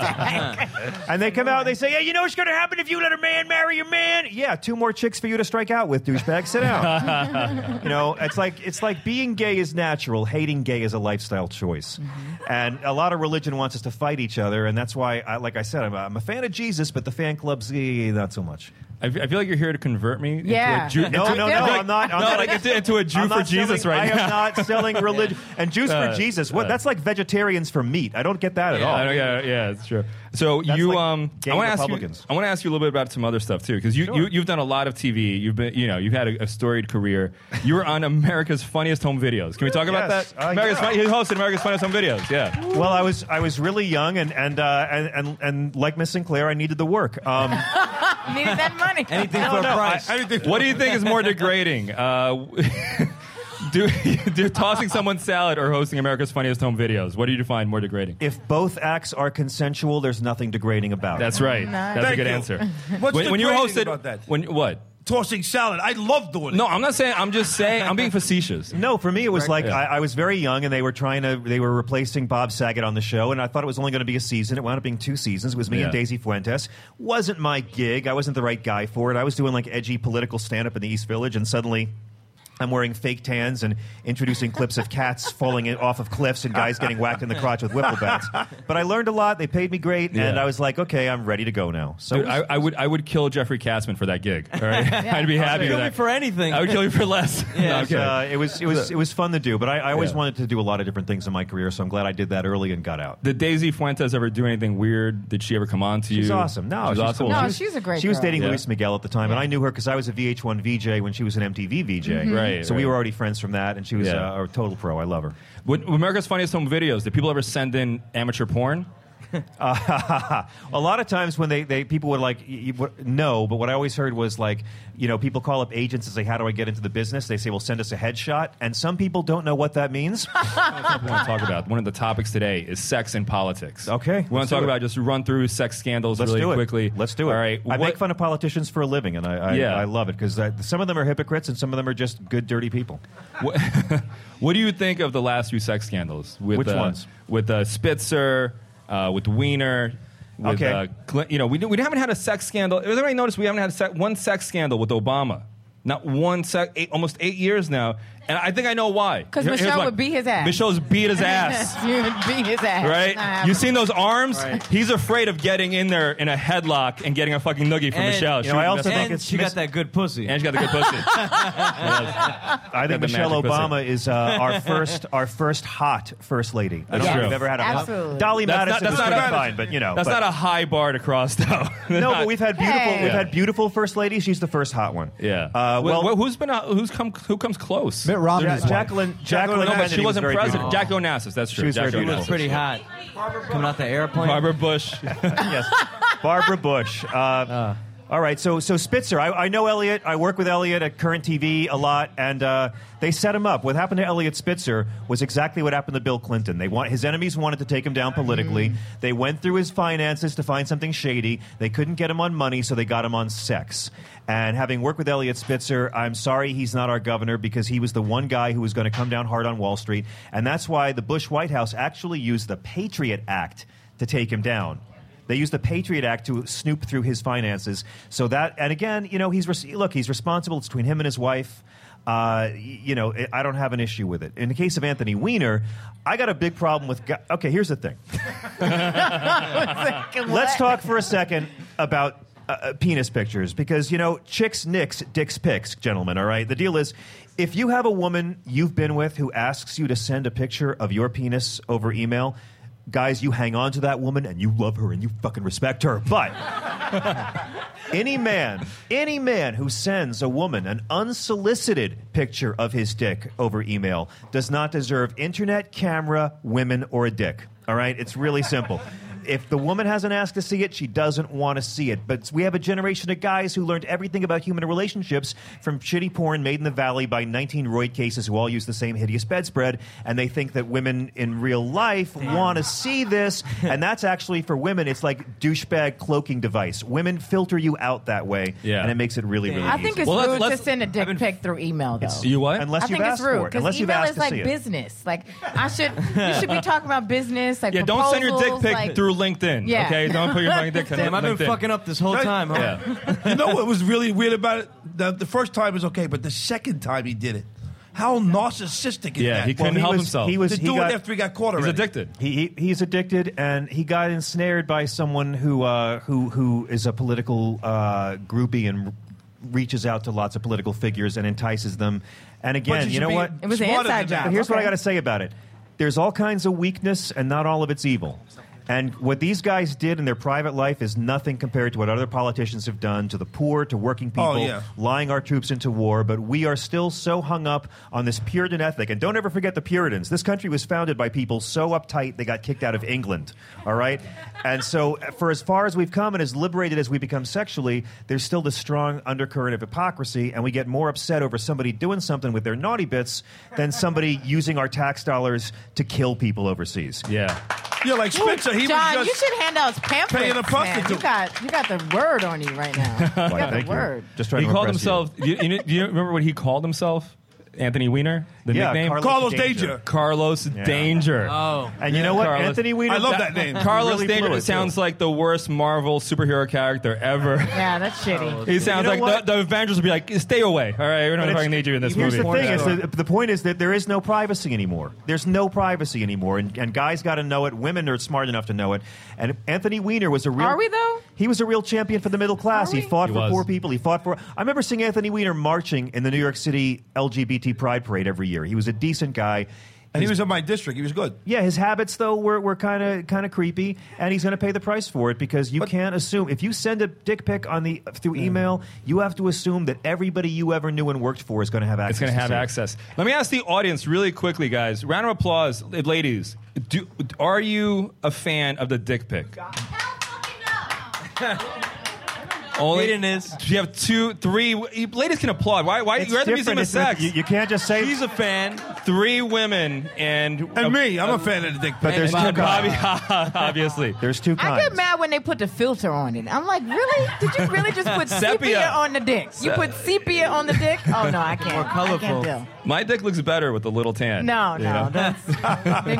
Speaker 7: and they come out and they say, Yeah, you know what's going to happen if you let a man marry your man? Yeah, two more chicks for you to strike out with, douchebag. Sit down. you know, it's like it's like being gay is natural, hating gay is a lifestyle choice. And a lot of religion wants us to fight each other, and that's why, I, like I said, I'm a, I'm a fan of Jesus, but the fan club's eh, not so much.
Speaker 1: I fe- I feel like you're here to convert me.
Speaker 3: Yeah.
Speaker 1: Into a Jew,
Speaker 7: No,
Speaker 1: into-
Speaker 7: no, no, I'm not- I'm
Speaker 1: no,
Speaker 7: not-
Speaker 1: like into, into a Jew
Speaker 7: I'm
Speaker 1: for
Speaker 7: not
Speaker 1: Jesus
Speaker 7: selling-
Speaker 1: right
Speaker 7: I
Speaker 1: now.
Speaker 7: am not selling religion and Jews
Speaker 1: Uh,
Speaker 7: for Jesus. What? that's like vegetarians for meat. I don't get that at all.
Speaker 1: I don't- yeah, yeah, it's true. So
Speaker 7: That's
Speaker 1: you,
Speaker 7: like
Speaker 1: um,
Speaker 7: gay
Speaker 1: I want to ask you.
Speaker 7: Republicans.
Speaker 1: I want to ask you a little bit about some other stuff too, because you, you you've done a lot of TV. You've been, you know, you've had a, a storied career. You were on America's Funniest Home Videos. Can we talk about
Speaker 7: Yes.
Speaker 1: that?
Speaker 7: Uh,
Speaker 1: America's
Speaker 7: yeah.
Speaker 1: Fun- you hosted America's Funniest Home Videos. Yeah.
Speaker 7: Well, I was I was really young, and and uh, and, and and like Miss Sinclair, I needed the work. Um,
Speaker 3: Needed that money.
Speaker 2: Anything for a price.
Speaker 1: What do you think is more degrading? Uh, do, do tossing someone's salad or hosting America's Funniest Home Videos? What do you find more degrading?
Speaker 7: if both acts are consensual, there's nothing degrading about it.
Speaker 1: That's right. That's a
Speaker 4: Thank
Speaker 1: good
Speaker 4: you.
Speaker 1: answer.
Speaker 4: What's
Speaker 1: when, when you
Speaker 4: degrading
Speaker 1: hosted
Speaker 4: about that?
Speaker 1: when what?
Speaker 4: Tossing salad. I love doing it.
Speaker 1: No, I'm not saying. I'm just saying. I'm being facetious.
Speaker 7: No, for me it was like I, I was very young, and they were trying to they were replacing Bob Saget on the show, and I thought it was only going to be a season. It wound up being two seasons. It was me
Speaker 1: Yeah.
Speaker 7: and Daisy Fuentes. wasn't my gig. I wasn't the right guy for it. I was doing like edgy political stand up in the East Village, and suddenly. I'm wearing fake tans and introducing clips of cats falling in- off of cliffs and guys getting whacked in the crotch with wiffle bats. But I learned a lot. They paid me great, and
Speaker 1: Yeah.
Speaker 7: I was like, okay, I'm ready to go now. So
Speaker 1: Dude, I, I would I would kill Jeffrey Castman for that gig. All right, I'd be happy
Speaker 2: Kill
Speaker 1: with
Speaker 2: me
Speaker 1: that.
Speaker 2: for anything.
Speaker 1: I would kill you for less. No, I'm
Speaker 7: But,
Speaker 1: kidding.
Speaker 7: uh, it was it was it was fun to do, but I, I always
Speaker 1: Yeah.
Speaker 7: wanted to do a lot of different things in my career, so I'm glad I did that early and got out.
Speaker 1: Did Daisy Fuentes ever do anything weird? Did she ever come on to you?
Speaker 7: She's awesome. No,
Speaker 1: she's,
Speaker 7: she's,
Speaker 1: awesome.
Speaker 7: cool.
Speaker 3: No,
Speaker 7: She was-
Speaker 3: she's a great
Speaker 7: She was
Speaker 3: girl.
Speaker 7: dating
Speaker 1: Yeah.
Speaker 7: Luis Miguel at the time, and I knew her because I was a VH1 VJ when she was an MTV VJ.
Speaker 3: Mm-hmm.
Speaker 1: Right,
Speaker 7: So we
Speaker 1: right.
Speaker 7: were already friends from that, and she was
Speaker 1: Yeah.
Speaker 7: uh, a total pro. I love her.
Speaker 1: When- when America's Funniest Home Videos. Did people ever send in amateur porn?
Speaker 7: uh, A lot of times when they, they people would like y- y- what- no, but what I always heard was like you know people call up agents and say how do I get into the business? They say well send us a headshot, and some people don't know what that means.
Speaker 1: we want to talk about. One of the topics today is sex and politics.
Speaker 7: Okay,
Speaker 1: We want
Speaker 7: let's
Speaker 1: to talk
Speaker 7: do it.
Speaker 1: about just run through sex scandals
Speaker 7: Let's
Speaker 1: really
Speaker 7: do it
Speaker 1: quickly.
Speaker 7: Let's do it.
Speaker 1: All right.
Speaker 7: I
Speaker 1: what-
Speaker 7: make fun of politicians for a living, and I I,
Speaker 1: Yeah.
Speaker 7: I love it because some of them are hypocrites and some of them are just good, dirty people.
Speaker 1: What, what do you think of the last few sex scandals? With,
Speaker 7: Which
Speaker 1: uh,
Speaker 7: ones?
Speaker 1: With uh, Spitzer, uh, with Wiener. With,
Speaker 7: Okay.
Speaker 1: Uh, Clinton, you know, we, we haven't had a sex scandal. Has anybody noticed we haven't had a sec- one sex scandal with Obama? Not one sex, eight, almost eight years now. And I think I know why.
Speaker 3: 'Cause
Speaker 1: here's
Speaker 3: Michelle
Speaker 1: why.
Speaker 3: would beat his ass.
Speaker 1: Michelle's beat his ass.
Speaker 3: you would beat his ass. Not
Speaker 1: Right?
Speaker 3: happening.
Speaker 1: You seen those arms? He's afraid of getting in there in a headlock and getting a fucking noogie from
Speaker 2: And,
Speaker 1: Michelle.
Speaker 2: you
Speaker 1: She
Speaker 7: know, I
Speaker 1: would
Speaker 7: also
Speaker 1: mess
Speaker 7: think
Speaker 1: up.
Speaker 2: and
Speaker 7: it's
Speaker 2: she
Speaker 7: mis-
Speaker 2: got that good pussy.
Speaker 1: and she got the good pussy.
Speaker 7: I think
Speaker 1: Got the
Speaker 7: Michelle
Speaker 1: magic pussy.
Speaker 7: Obama is uh, our first, our first hot first lady. I don't
Speaker 1: That's
Speaker 7: think
Speaker 1: true.
Speaker 7: we've ever had a
Speaker 3: Absolutely.
Speaker 7: Dolly
Speaker 1: That's not-
Speaker 7: Madison
Speaker 1: that's
Speaker 7: was
Speaker 1: not
Speaker 7: pretty
Speaker 1: a-
Speaker 7: fine, but you know,
Speaker 1: That's
Speaker 7: but-
Speaker 1: not a high bar to cross, though.
Speaker 7: no, but we've had beautiful,
Speaker 3: Hey.
Speaker 7: we've had beautiful first ladies. She's the first hot one.
Speaker 1: Yeah.
Speaker 7: Uh,
Speaker 1: Wh-
Speaker 7: well,
Speaker 1: wh- who's been uh, who's come who comes close?
Speaker 8: Mitt Romney.
Speaker 7: Ja- Jacqueline, Jacqueline,
Speaker 1: no, but
Speaker 7: Kennedy
Speaker 1: she
Speaker 7: was
Speaker 1: wasn't
Speaker 7: very
Speaker 1: president.
Speaker 7: beautiful.
Speaker 1: Jack Onassis, that's true.
Speaker 7: She was
Speaker 1: Jack
Speaker 7: very
Speaker 2: She
Speaker 7: beautiful.
Speaker 1: Onassis.
Speaker 2: was pretty hot. Coming out the airplane.
Speaker 1: Barbara Bush.
Speaker 7: yes, Barbara Bush. Uh, All right, so so Spitzer, I, I know Elliot. I work with Elliot at Current TV a lot, and uh, they set him up. What happened to Elliot Spitzer was exactly what happened to Bill Clinton. They want his enemies wanted to take him down politically.
Speaker 2: Mm.
Speaker 7: They went through his finances to find something shady. They couldn't get him on money, so they got him on sex. And having worked with Elliot Spitzer, I'm sorry he's not our governor because he was the one guy who was going to come down hard on Wall Street, and that's why the Bush White House actually used the Patriot Act to take him down. They used the Patriot Act to snoop through his finances. So that, and again, you know, he's res- look, he's responsible. It's between him and his wife. Uh, y- you know, I- I don't have an issue with it. In the case of Anthony Weiner, I got a big problem with. Go- okay, here's the thing.
Speaker 3: Like,
Speaker 7: Let's
Speaker 3: what?
Speaker 7: talk for a second about uh, uh, penis pictures because you know chicks nicks dicks picks, gentlemen. All right, the deal is if you have a woman you've been with who asks you to send a picture of your penis over email, guys, you hang on to that woman and you love her and you fucking respect her. But any man, any man who sends a woman an unsolicited picture of his dick over email does not deserve internet, camera, women, or a dick. All right? It's really simple. If the woman hasn't asked to see it, she doesn't want to see it. But we have a generation of guys who learned everything about human relationships from shitty porn made in the valley by 19 roid cases who all use the same hideous bedspread, and they think that women in real life want to see this. And that's actually for women, it's like douchebag cloaking device. Women filter you out that way,
Speaker 1: Yeah.
Speaker 7: and it makes it really, really
Speaker 3: I think
Speaker 7: easy.
Speaker 3: it's
Speaker 1: Well, let's-
Speaker 3: rude
Speaker 1: let's-
Speaker 3: to send a dick pic through email, though.
Speaker 1: You what?
Speaker 7: unless
Speaker 3: I
Speaker 7: you've
Speaker 3: think it's
Speaker 7: asked
Speaker 3: rude
Speaker 7: for it, unless you've
Speaker 3: email
Speaker 7: asked
Speaker 3: is
Speaker 7: to see
Speaker 3: like
Speaker 7: it.
Speaker 3: business. Like I should, you should be talking about business. Like
Speaker 1: yeah, don't send your dick
Speaker 3: proposals,
Speaker 1: pic
Speaker 3: like-
Speaker 1: through LinkedIn.
Speaker 3: Yeah.
Speaker 1: Okay, don't put your fucking dick on
Speaker 2: Damn, I've been
Speaker 1: LinkedIn.
Speaker 2: fucking up this whole time, huh?
Speaker 4: you know what was really weird about it? The, the first time was okay, but the second time he did it, how narcissistic is
Speaker 1: Yeah,
Speaker 4: that?
Speaker 1: he couldn't
Speaker 7: he
Speaker 1: help
Speaker 7: was-
Speaker 1: himself.
Speaker 7: he was-
Speaker 4: to do
Speaker 7: got-
Speaker 4: it after he got caught
Speaker 1: He's
Speaker 4: already.
Speaker 1: addicted.
Speaker 7: He, he he's addicted, and he got ensnared by someone who uh, who who is a political uh, groupie and reaches out to lots of political figures and entices them. And
Speaker 4: But
Speaker 7: again, you
Speaker 4: should
Speaker 7: know
Speaker 4: be
Speaker 7: what?
Speaker 3: It was an
Speaker 4: smarter
Speaker 3: inside
Speaker 4: than
Speaker 3: job.
Speaker 4: that.
Speaker 7: But here's what I
Speaker 3: Okay.
Speaker 7: got to say about it. There's all kinds of weakness, and not all of it's evil. And what these guys did in their private life is nothing compared to what other politicians have done to the poor, to working people,
Speaker 4: Oh, yeah.
Speaker 7: lying our troops into war. But we are still so hung up on this Puritan ethic. And don't ever forget the Puritans. This country was founded by people so uptight they got kicked out of England. All right? And so, for as far as we've come and as liberated as we become sexually, there's still this strong undercurrent of hypocrisy. And we get more upset over somebody doing something with their naughty bits than somebody using our tax dollars to kill people overseas.
Speaker 1: Yeah.
Speaker 4: Yeah, like Spencer, he
Speaker 3: John,
Speaker 4: was
Speaker 3: you
Speaker 4: just.
Speaker 3: should hand out pamphlets.
Speaker 4: paying a
Speaker 3: man.
Speaker 4: prostitute.
Speaker 3: You got you got the word on you right now. You
Speaker 7: Like,
Speaker 3: got
Speaker 7: thank
Speaker 3: the
Speaker 7: you.
Speaker 3: word.
Speaker 7: Just trying
Speaker 1: he
Speaker 7: to
Speaker 1: called
Speaker 7: impress
Speaker 1: himself. You, you, do you remember what he called himself? Anthony Weiner, the
Speaker 7: Yeah,
Speaker 1: nickname
Speaker 7: Carlos
Speaker 4: Carlos
Speaker 7: Danger.
Speaker 4: Danger.
Speaker 1: Carlos Danger.
Speaker 2: Oh.
Speaker 7: You. And you know what?
Speaker 1: Carlos.
Speaker 7: Anthony Weiner.
Speaker 4: I love that name.
Speaker 1: Carlos
Speaker 7: Really
Speaker 1: Danger
Speaker 7: fluid,
Speaker 1: sounds like the worst Marvel superhero character ever.
Speaker 3: Yeah, that's shitty.
Speaker 1: He sounds
Speaker 7: know
Speaker 1: like
Speaker 7: what?
Speaker 1: the, the Avengers would be like, "Stay away, all right? We don't
Speaker 7: But
Speaker 1: fucking
Speaker 7: it's-
Speaker 1: need you in this
Speaker 7: here's
Speaker 1: movie."
Speaker 7: the thing: is that the point is that there is no privacy anymore. There's no privacy anymore, and, and guys got to know it. Women are smart enough to know it. And Anthony Weiner was a real.
Speaker 3: Are we, though?
Speaker 7: He was a real champion for the middle class.
Speaker 3: Are
Speaker 7: He
Speaker 3: we?
Speaker 7: fought
Speaker 1: He
Speaker 7: for
Speaker 1: was.
Speaker 7: poor people. He fought for. I remember seeing Anthony Weiner marching in the New York City LGBT Pride Parade every year. He was a decent guy.
Speaker 4: And he was in my district. He was good.
Speaker 7: Yeah, his habits though were were kind of kind of creepy, and he's going to pay the price for it because you can't assume if you send a dick pic on the
Speaker 4: Hmm.
Speaker 7: through email, you have to assume that everybody you ever knew and worked for is going to have access.
Speaker 1: It's going to have
Speaker 7: see it.
Speaker 1: access. Let me ask the audience really quickly, guys. Round of applause, ladies. Do, are you a fan of the dick pic? Only
Speaker 2: Aiden is.
Speaker 1: You have two, three. Ladies can applaud. Why? Why?
Speaker 7: It's
Speaker 1: you're at the Museum
Speaker 7: different.
Speaker 1: of
Speaker 7: It's not-
Speaker 1: Sex.
Speaker 7: You, you can't just say
Speaker 1: She's a fan. Three women and
Speaker 4: And me, I'm a fan of the dick.
Speaker 7: But
Speaker 4: pic.
Speaker 7: there's two
Speaker 1: Bob- Bobby,
Speaker 7: kinds.
Speaker 1: obviously.
Speaker 7: There's two
Speaker 3: I get
Speaker 7: kinds.
Speaker 3: mad when they put the filter on it. I'm like, really? Did you really just put sepia,
Speaker 1: Sepia.
Speaker 3: on the dick? You put sepia on the dick? Oh no, I can't.
Speaker 2: More
Speaker 3: I can't
Speaker 2: colorful.
Speaker 3: deal.
Speaker 1: My dick looks better with a little tan.
Speaker 3: No,
Speaker 1: You know?
Speaker 3: no, that's, then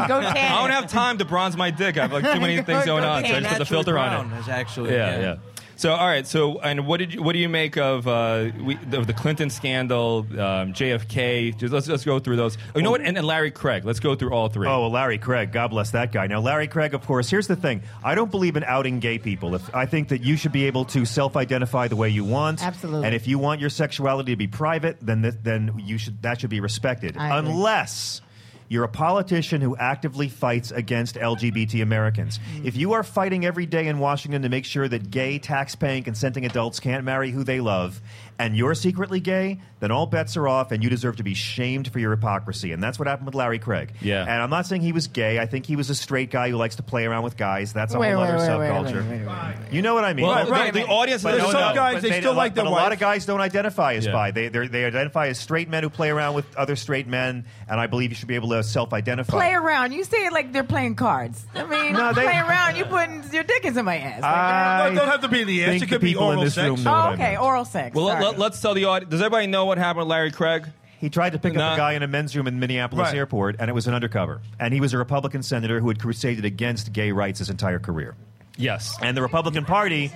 Speaker 3: go tan.
Speaker 1: I don't have time to bronze my dick. I have like too many things going on, so I just put the filter on it.
Speaker 2: Is actually,
Speaker 1: Yeah, yeah. So, all right. So, and what did you, what do you make of uh, we, the, the Clinton scandal, um, JFK? Just, let's let's go through those. Oh, you know what? And, and Larry Craig. Let's go through all three.
Speaker 7: Oh, well, Larry Craig. God bless that guy. Now, Larry Craig, of course, here's the thing. I don't believe in outing gay people. If I think that you should be able to self-identify the way you want.
Speaker 3: Absolutely.
Speaker 7: And if you want your sexuality to be private, then th- then you should that should be respected.
Speaker 3: I agree.
Speaker 7: Unless you're a politician who actively fights against LGBT Americans.
Speaker 3: Mm.
Speaker 7: If you are fighting every day in Washington to make sure that gay, tax-paying, consenting adults can't marry who they love, and you're secretly gay, then all bets are off, and you deserve to be shamed for your hypocrisy. And that's what happened with Larry Craig.
Speaker 1: Yeah.
Speaker 7: And I'm not saying he was gay. I think he was a straight guy who likes to play around with guys. That's a
Speaker 3: Wait,
Speaker 7: whole
Speaker 3: wait, wait,
Speaker 7: other
Speaker 3: wait,
Speaker 7: subculture.
Speaker 3: wait, wait, wait,
Speaker 7: You know what I mean?
Speaker 1: Well,
Speaker 4: Right, right.
Speaker 1: the audience.
Speaker 7: But
Speaker 4: There's
Speaker 7: no,
Speaker 4: some
Speaker 7: no,
Speaker 4: guys,
Speaker 7: but
Speaker 4: they still
Speaker 7: don't-
Speaker 4: like their
Speaker 7: but a lot
Speaker 4: wife.
Speaker 7: of guys don't identify as
Speaker 1: Yeah.
Speaker 7: bi. They they're- they identify as straight men who play around with other straight men, and I believe you should be able to self-identify.
Speaker 3: Play around. You say it like they're playing cards. I mean,
Speaker 7: No, they-
Speaker 3: play around. You putting your dick in somebody's ass. Like,
Speaker 4: No, it don't have to be in the ass.
Speaker 7: think
Speaker 4: It could
Speaker 7: the
Speaker 4: be
Speaker 7: people in
Speaker 4: oral
Speaker 7: this
Speaker 4: sex.
Speaker 7: room know.
Speaker 3: oh,
Speaker 7: what I
Speaker 3: okay,
Speaker 7: meant.
Speaker 3: oral sex.
Speaker 1: Well,
Speaker 3: Sorry.
Speaker 1: let, us tell the audience. Does everybody know what happened with Larry Craig?
Speaker 7: He tried to pick
Speaker 1: Nah.
Speaker 7: up a guy in a men's room in Minneapolis
Speaker 4: Right.
Speaker 7: airport, and it was an undercover. And he was a Republican senator who had crusaded against gay rights his entire career.
Speaker 1: Yes.
Speaker 7: And the Republican Party.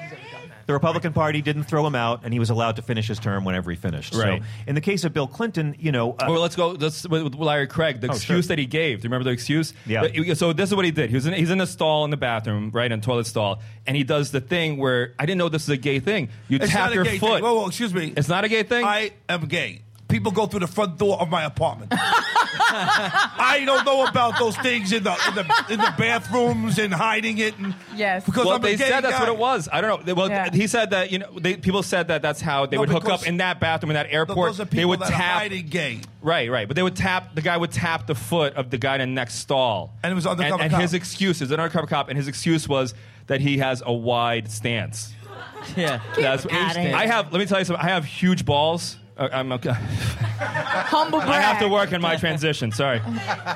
Speaker 7: The Republican Party didn't throw him out, and he was allowed to finish his term whenever he finished.
Speaker 1: Right.
Speaker 7: So, in the case of Bill Clinton, you know, uh,
Speaker 1: Well, let's go. Let's with with Larry Craig. The
Speaker 7: Oh,
Speaker 1: excuse
Speaker 7: sure.
Speaker 1: that he gave. Do you remember the excuse?
Speaker 7: Yeah.
Speaker 1: Uh, So this is what he did. He was in, he's in the stall in the bathroom, right, in the toilet stall, and he does the thing where I didn't know this is a gay thing. You
Speaker 4: It's
Speaker 1: tap
Speaker 4: not a
Speaker 1: your
Speaker 4: gay
Speaker 1: foot.
Speaker 4: Thing. Whoa, whoa, excuse me.
Speaker 1: It's not a gay thing.
Speaker 4: I am gay. people go through the front door of my apartment. I don't know about those things in the in the, in the bathrooms and hiding it. And,
Speaker 3: Yes.
Speaker 4: Because
Speaker 1: well,
Speaker 4: I'm a
Speaker 1: they
Speaker 4: gay
Speaker 1: said that's
Speaker 4: guy.
Speaker 1: what it was. I don't know. Well,
Speaker 3: Yeah.
Speaker 1: he said that you know they, people said that that's how they
Speaker 4: No,
Speaker 1: would hook
Speaker 4: because
Speaker 1: up in that bathroom in that
Speaker 4: Th-
Speaker 1: airport.
Speaker 4: Those are
Speaker 1: they
Speaker 4: people
Speaker 1: would
Speaker 4: that
Speaker 1: tap
Speaker 4: are hiding gay.
Speaker 1: Right, right. But they would tap. The guy would tap the foot of the guy in the next stall.
Speaker 4: And it was undercover
Speaker 1: And, and
Speaker 4: cop.
Speaker 1: his excuse is an undercover cop, and his excuse was that he has a wide stance.
Speaker 2: Yeah.
Speaker 1: That's
Speaker 3: outta here.
Speaker 1: I have. Let me tell you something. I have huge balls. Uh, I'm okay.
Speaker 3: Humble brag.
Speaker 1: I have to work in my transition. Sorry. I,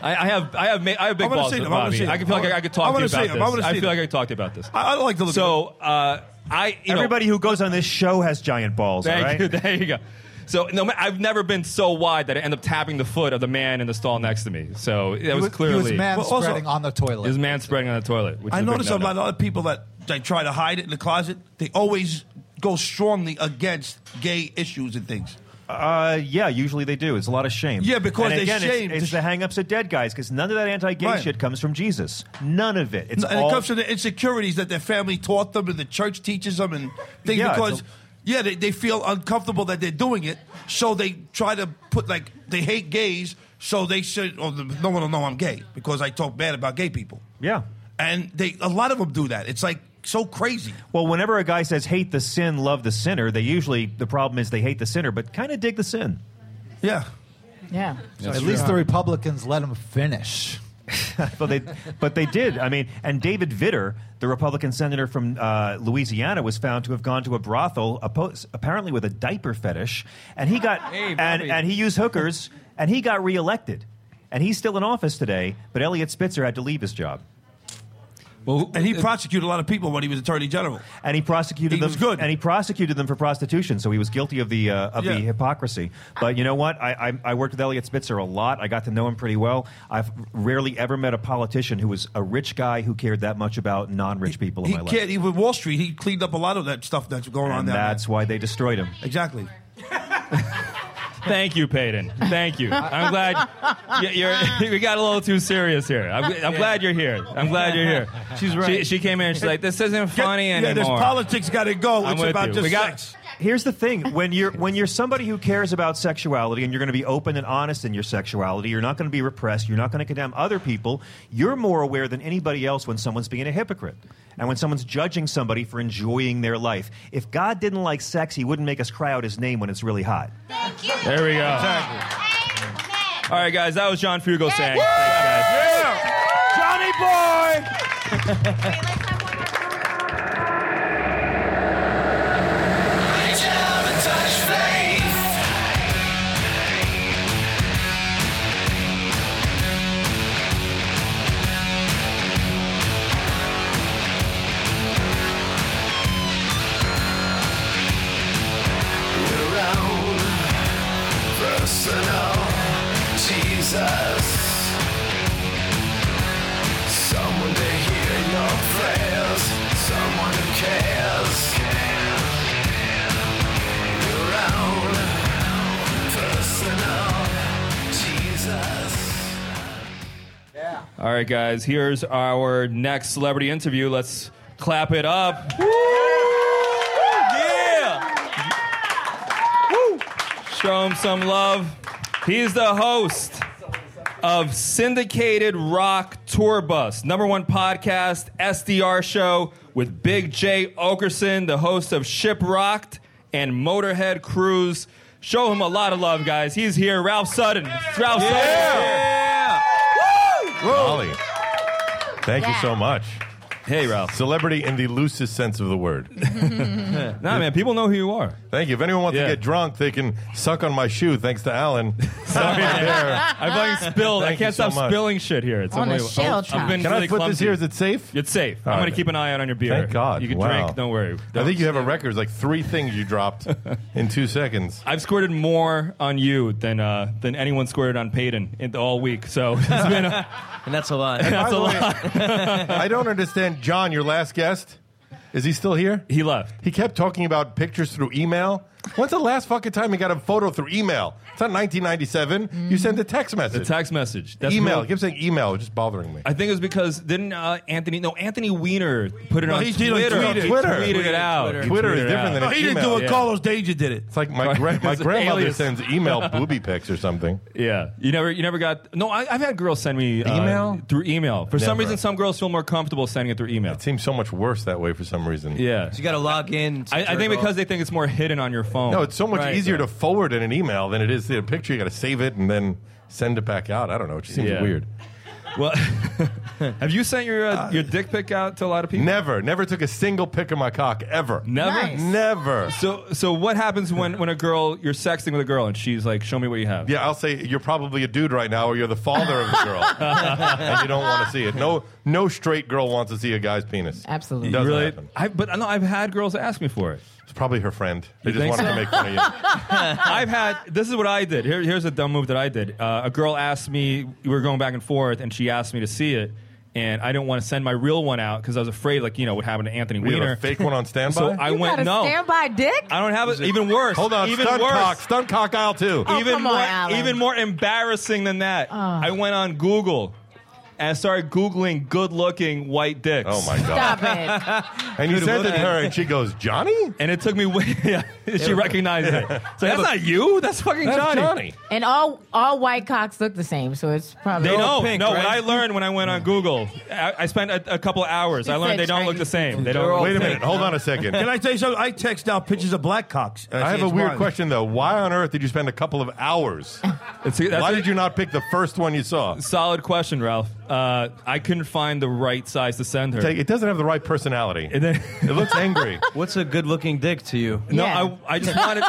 Speaker 1: I have. I have. Ma- I have big
Speaker 4: I wanna
Speaker 1: balls,
Speaker 4: see them, I wanna
Speaker 1: Bobby.
Speaker 4: see them.
Speaker 1: I, can feel
Speaker 4: I
Speaker 1: like
Speaker 4: wanna-
Speaker 1: I could
Speaker 4: I
Speaker 1: talk to
Speaker 4: wanna
Speaker 1: you
Speaker 4: see
Speaker 1: about
Speaker 4: them, I wanna
Speaker 1: this. I
Speaker 4: see
Speaker 1: feel
Speaker 4: them.
Speaker 1: like I could talk to you about this.
Speaker 4: I, I don't like to look. at
Speaker 1: So uh, I. You know,
Speaker 7: Everybody who goes on this show has giant balls,
Speaker 1: Thank
Speaker 7: right?
Speaker 1: you. There you go. So no, ma- I've never been so wide that I end up tapping the foot of the man in the stall next to me. So that was, clearly
Speaker 8: he was man
Speaker 4: Well, also-
Speaker 8: spreading on the
Speaker 1: It was
Speaker 8: toilet.
Speaker 1: man spreading on the toilet. Which
Speaker 4: I
Speaker 1: is a big
Speaker 4: notice a
Speaker 1: no-no.
Speaker 4: lot of people that they try to hide it in the closet. They always go strongly against gay issues and things.
Speaker 7: Uh, yeah, usually they do. It's a lot of shame.
Speaker 4: Yeah, because
Speaker 7: and
Speaker 4: they
Speaker 7: again,
Speaker 4: shame.
Speaker 7: It's, it's the hang-ups of dead guys because none of that anti-gay
Speaker 4: Right.
Speaker 7: shit comes from Jesus. None of it. It's
Speaker 4: and
Speaker 7: all
Speaker 4: it comes to the insecurities that their family taught them and the church teaches them and things
Speaker 7: Yeah, it's
Speaker 4: because
Speaker 7: a-
Speaker 4: yeah they, they feel uncomfortable that they're doing it so they try to put like they hate gays so they should or the, no one will know i'm gay because i talk bad about gay people
Speaker 7: yeah.
Speaker 4: and they a lot of them do that it's like so crazy
Speaker 7: Well, whenever a guy says "hate the sin, love the sinner," they usually the problem is they hate the sinner, but kind of dig the sin.
Speaker 4: yeah
Speaker 3: Yeah.
Speaker 8: At least the Republicans let him finish.
Speaker 7: But they, but they did. I mean, and David Vitter, the Republican senator from uh, Louisiana, was found to have gone to a brothel, appo- apparently with a diaper fetish, and he got and, and he used hookers, and he got reelected, and he's still in office today. But Elliot Spitzer had to leave his job,
Speaker 5: Well,
Speaker 4: and he prosecuted a lot of people when he was attorney general
Speaker 7: uh, and he prosecuted
Speaker 4: He
Speaker 7: them.
Speaker 4: was good.
Speaker 7: And he prosecuted them for prostitution, so he was guilty of the uh, of
Speaker 4: Yeah.
Speaker 7: the hypocrisy. But you know what? I, I I worked with Elliot Spitzer a lot. I got to know him pretty well. I've rarely ever met a politician who was a rich guy who cared that much about non-rich people
Speaker 4: he
Speaker 7: in my life.
Speaker 4: can't even wall street he cleaned up a lot of that stuff that's going on
Speaker 7: and
Speaker 4: down there
Speaker 7: that's why they destroyed him.
Speaker 4: exactly
Speaker 1: Thank you, Peyton. Thank you. I'm glad you- you're, we got a little too serious here. I'm, I'm glad you're here. I'm glad you're here. She's right. She, she came in and she's like, "This isn't funny
Speaker 4: yeah there's
Speaker 1: anymore."
Speaker 4: politics got to go
Speaker 1: I'm
Speaker 4: Oh, it's
Speaker 1: with
Speaker 4: about
Speaker 1: you.
Speaker 4: just
Speaker 1: We got-
Speaker 4: sex.
Speaker 7: Here's the thing: when you're when you're somebody who cares about sexuality and you're going to be open and honest in your sexuality, you're not going to be repressed. You're not going to condemn other people. You're more aware than anybody else when someone's being a hypocrite and when someone's judging somebody for enjoying their life. If God didn't like sex, He wouldn't make us cry out His name when it's really hot.
Speaker 9: Thank you.
Speaker 1: there we go.
Speaker 9: Amen.
Speaker 1: All right, guys, that was John Fugel saying. Thanks, guys. Johnny boy.
Speaker 9: Okay, let's have one more round.
Speaker 5: Reach out and touch faith. We're own personal Jesus. Someone to hear your prayers, someone who cares. Your own personal Jesus.
Speaker 1: All right, guys, here's our next celebrity interview. Let's clap it up. Yeah! Show him some love. He's the host of Syndicated Rock Tour Bus, number one podcast, SDR show with Big J Okerson, the host of Shiprocked and Motorhead Cruise. Show him a lot of love, guys. He's here. Ralph Sutton. Ralph Sutton.
Speaker 10: Ollie. Thank you so much.
Speaker 1: Hey, Ralph.
Speaker 10: Celebrity in the loosest sense of the word.
Speaker 1: Nah, man, people know who you are.
Speaker 10: Thank you. If anyone wants
Speaker 1: Yeah.
Speaker 10: to get drunk, they can suck on my shoe, thanks to Alan. Sorry there.
Speaker 1: I fucking spilled. I
Speaker 10: Thank
Speaker 1: can't
Speaker 10: you so
Speaker 1: stop
Speaker 10: much.
Speaker 1: spilling shit here. It's
Speaker 3: On a
Speaker 1: unbelievable.
Speaker 3: shell
Speaker 1: I've
Speaker 3: track.
Speaker 1: been
Speaker 10: Can
Speaker 1: really
Speaker 10: I put
Speaker 1: clumsy.
Speaker 10: this here? Is it safe?
Speaker 1: It's safe.
Speaker 10: All
Speaker 1: I'm going
Speaker 10: right.
Speaker 1: to keep an eye out on your beer.
Speaker 10: Thank God.
Speaker 1: You can
Speaker 10: Wow.
Speaker 1: drink. Don't worry.
Speaker 10: I think you have a record. It's like three things you dropped in two seconds.
Speaker 1: I've squirted more on you than uh, than anyone squirted on Peyton in, all week. So it's been a,
Speaker 2: And that's a lot.
Speaker 1: that's a
Speaker 10: By the
Speaker 1: lot.
Speaker 10: way, I don't understand. John, your last guest, is he still here?
Speaker 1: He left.
Speaker 10: He kept talking about pictures through email. When's the last fucking time you got a photo through email? It's not 1997. You send a text message.
Speaker 1: The text message.
Speaker 10: email.
Speaker 1: real-
Speaker 10: I keep saying email. It's just bothering me.
Speaker 1: I think it was because didn't uh, Anthony? No, Anthony Weiner put it
Speaker 10: No,
Speaker 1: on
Speaker 10: he did on
Speaker 1: Twitter.
Speaker 10: Twitter.
Speaker 1: He
Speaker 10: Twitter.
Speaker 1: tweeted it out.
Speaker 10: Twitter.
Speaker 1: He
Speaker 10: Twitter is
Speaker 1: tweeted it
Speaker 10: different
Speaker 1: out.
Speaker 10: than No, he didn't do email. it. Carlos
Speaker 4: Danger did it.
Speaker 10: It's like my gra- my
Speaker 1: It's an
Speaker 10: grandmother
Speaker 1: alias.
Speaker 10: sends email booby pics or something.
Speaker 1: Yeah, you never, you never got. No, I, I've had girls send me uh,
Speaker 10: Email?
Speaker 1: through email. For some
Speaker 10: Never.
Speaker 1: reason, some girls feel more comfortable sending it through email.
Speaker 10: It seems so much worse that way for some reason.
Speaker 1: Yeah,
Speaker 2: you got to log in. to
Speaker 1: I, I
Speaker 2: jerk
Speaker 1: think
Speaker 2: off.
Speaker 1: because they think it's more hidden on your phone.
Speaker 10: No, it's so much
Speaker 2: Right.
Speaker 10: easier to forward in an email than it is to a picture. You got to save it and then send it back out. I don't know. It just seems
Speaker 1: Yeah.
Speaker 10: weird.
Speaker 1: Well, have you sent your uh, your dick pic out to a lot of people?
Speaker 10: Never, never took a single pic of my cock ever.
Speaker 1: Never.
Speaker 3: Nice.
Speaker 10: Never.
Speaker 1: So, so what happens when when a girl you're sexting with a girl and she's like, "Show me what you have."
Speaker 10: Yeah, I'll say you're probably a dude right now, or you're the father of the girl, and you don't want to see it. No, no straight girl wants to see a guy's penis.
Speaker 3: Absolutely.
Speaker 10: doesn't
Speaker 1: really.
Speaker 10: happen.
Speaker 1: I, but I know I've had girls ask me for it.
Speaker 10: It's probably her friend. They
Speaker 1: You
Speaker 10: just
Speaker 1: think so?
Speaker 10: wanted to make fun of you.
Speaker 1: I've had this is what I did. Here, here's a dumb move that I did. Uh, a girl asked me, we were going back and forth, and she asked me to see it, and I didn't want to send my real one out because I was afraid, like you know, what happened to Anthony
Speaker 10: We have
Speaker 1: Weiner.
Speaker 10: a fake one on standby.
Speaker 1: So I
Speaker 3: You got
Speaker 1: went
Speaker 3: a
Speaker 1: no.
Speaker 3: standby dick?
Speaker 1: I don't have it. Even worse.
Speaker 10: Hold on,
Speaker 1: Even
Speaker 10: stunt
Speaker 1: worse.
Speaker 10: cock, stunt cock aisle too.
Speaker 3: Oh,
Speaker 1: even
Speaker 3: come
Speaker 1: more,
Speaker 3: on, Alan. Oh.
Speaker 1: even more embarrassing than that. I went on Google and I started googling good-looking white dicks.
Speaker 10: Oh my god!
Speaker 3: Stop it.
Speaker 10: And you sent it to her, and she goes, "Johnny,
Speaker 1: And it took me. Way, yeah, she recognized it. So that's not you. That's fucking
Speaker 10: That's
Speaker 1: Johnny.
Speaker 10: Johnny."
Speaker 3: And all all white cocks look the same, so it's probably
Speaker 1: They don't.
Speaker 2: pink,
Speaker 1: no,
Speaker 2: right?
Speaker 1: what I learned when I went on Google, I, I spent a, a couple hours. I learned they don't look the same. They
Speaker 2: They're
Speaker 1: don't.
Speaker 2: all
Speaker 10: Wait a
Speaker 2: pink.
Speaker 10: minute. Hold on a second.
Speaker 4: Can I tell you something? I text out pictures of uh, black cocks.
Speaker 1: Uh,
Speaker 10: I have a weird question though. Why on earth did you spend a couple of hours?
Speaker 1: It's, that's
Speaker 10: Why
Speaker 1: a
Speaker 10: did you not pick the first one you saw?
Speaker 1: solid question, Ralph. Uh, I couldn't find the right size to send her.
Speaker 10: It doesn't have the right personality.
Speaker 1: and then,
Speaker 10: It looks angry.
Speaker 2: What's a good-looking dick to you?
Speaker 1: no,
Speaker 3: Yeah.
Speaker 1: I, I just wanted.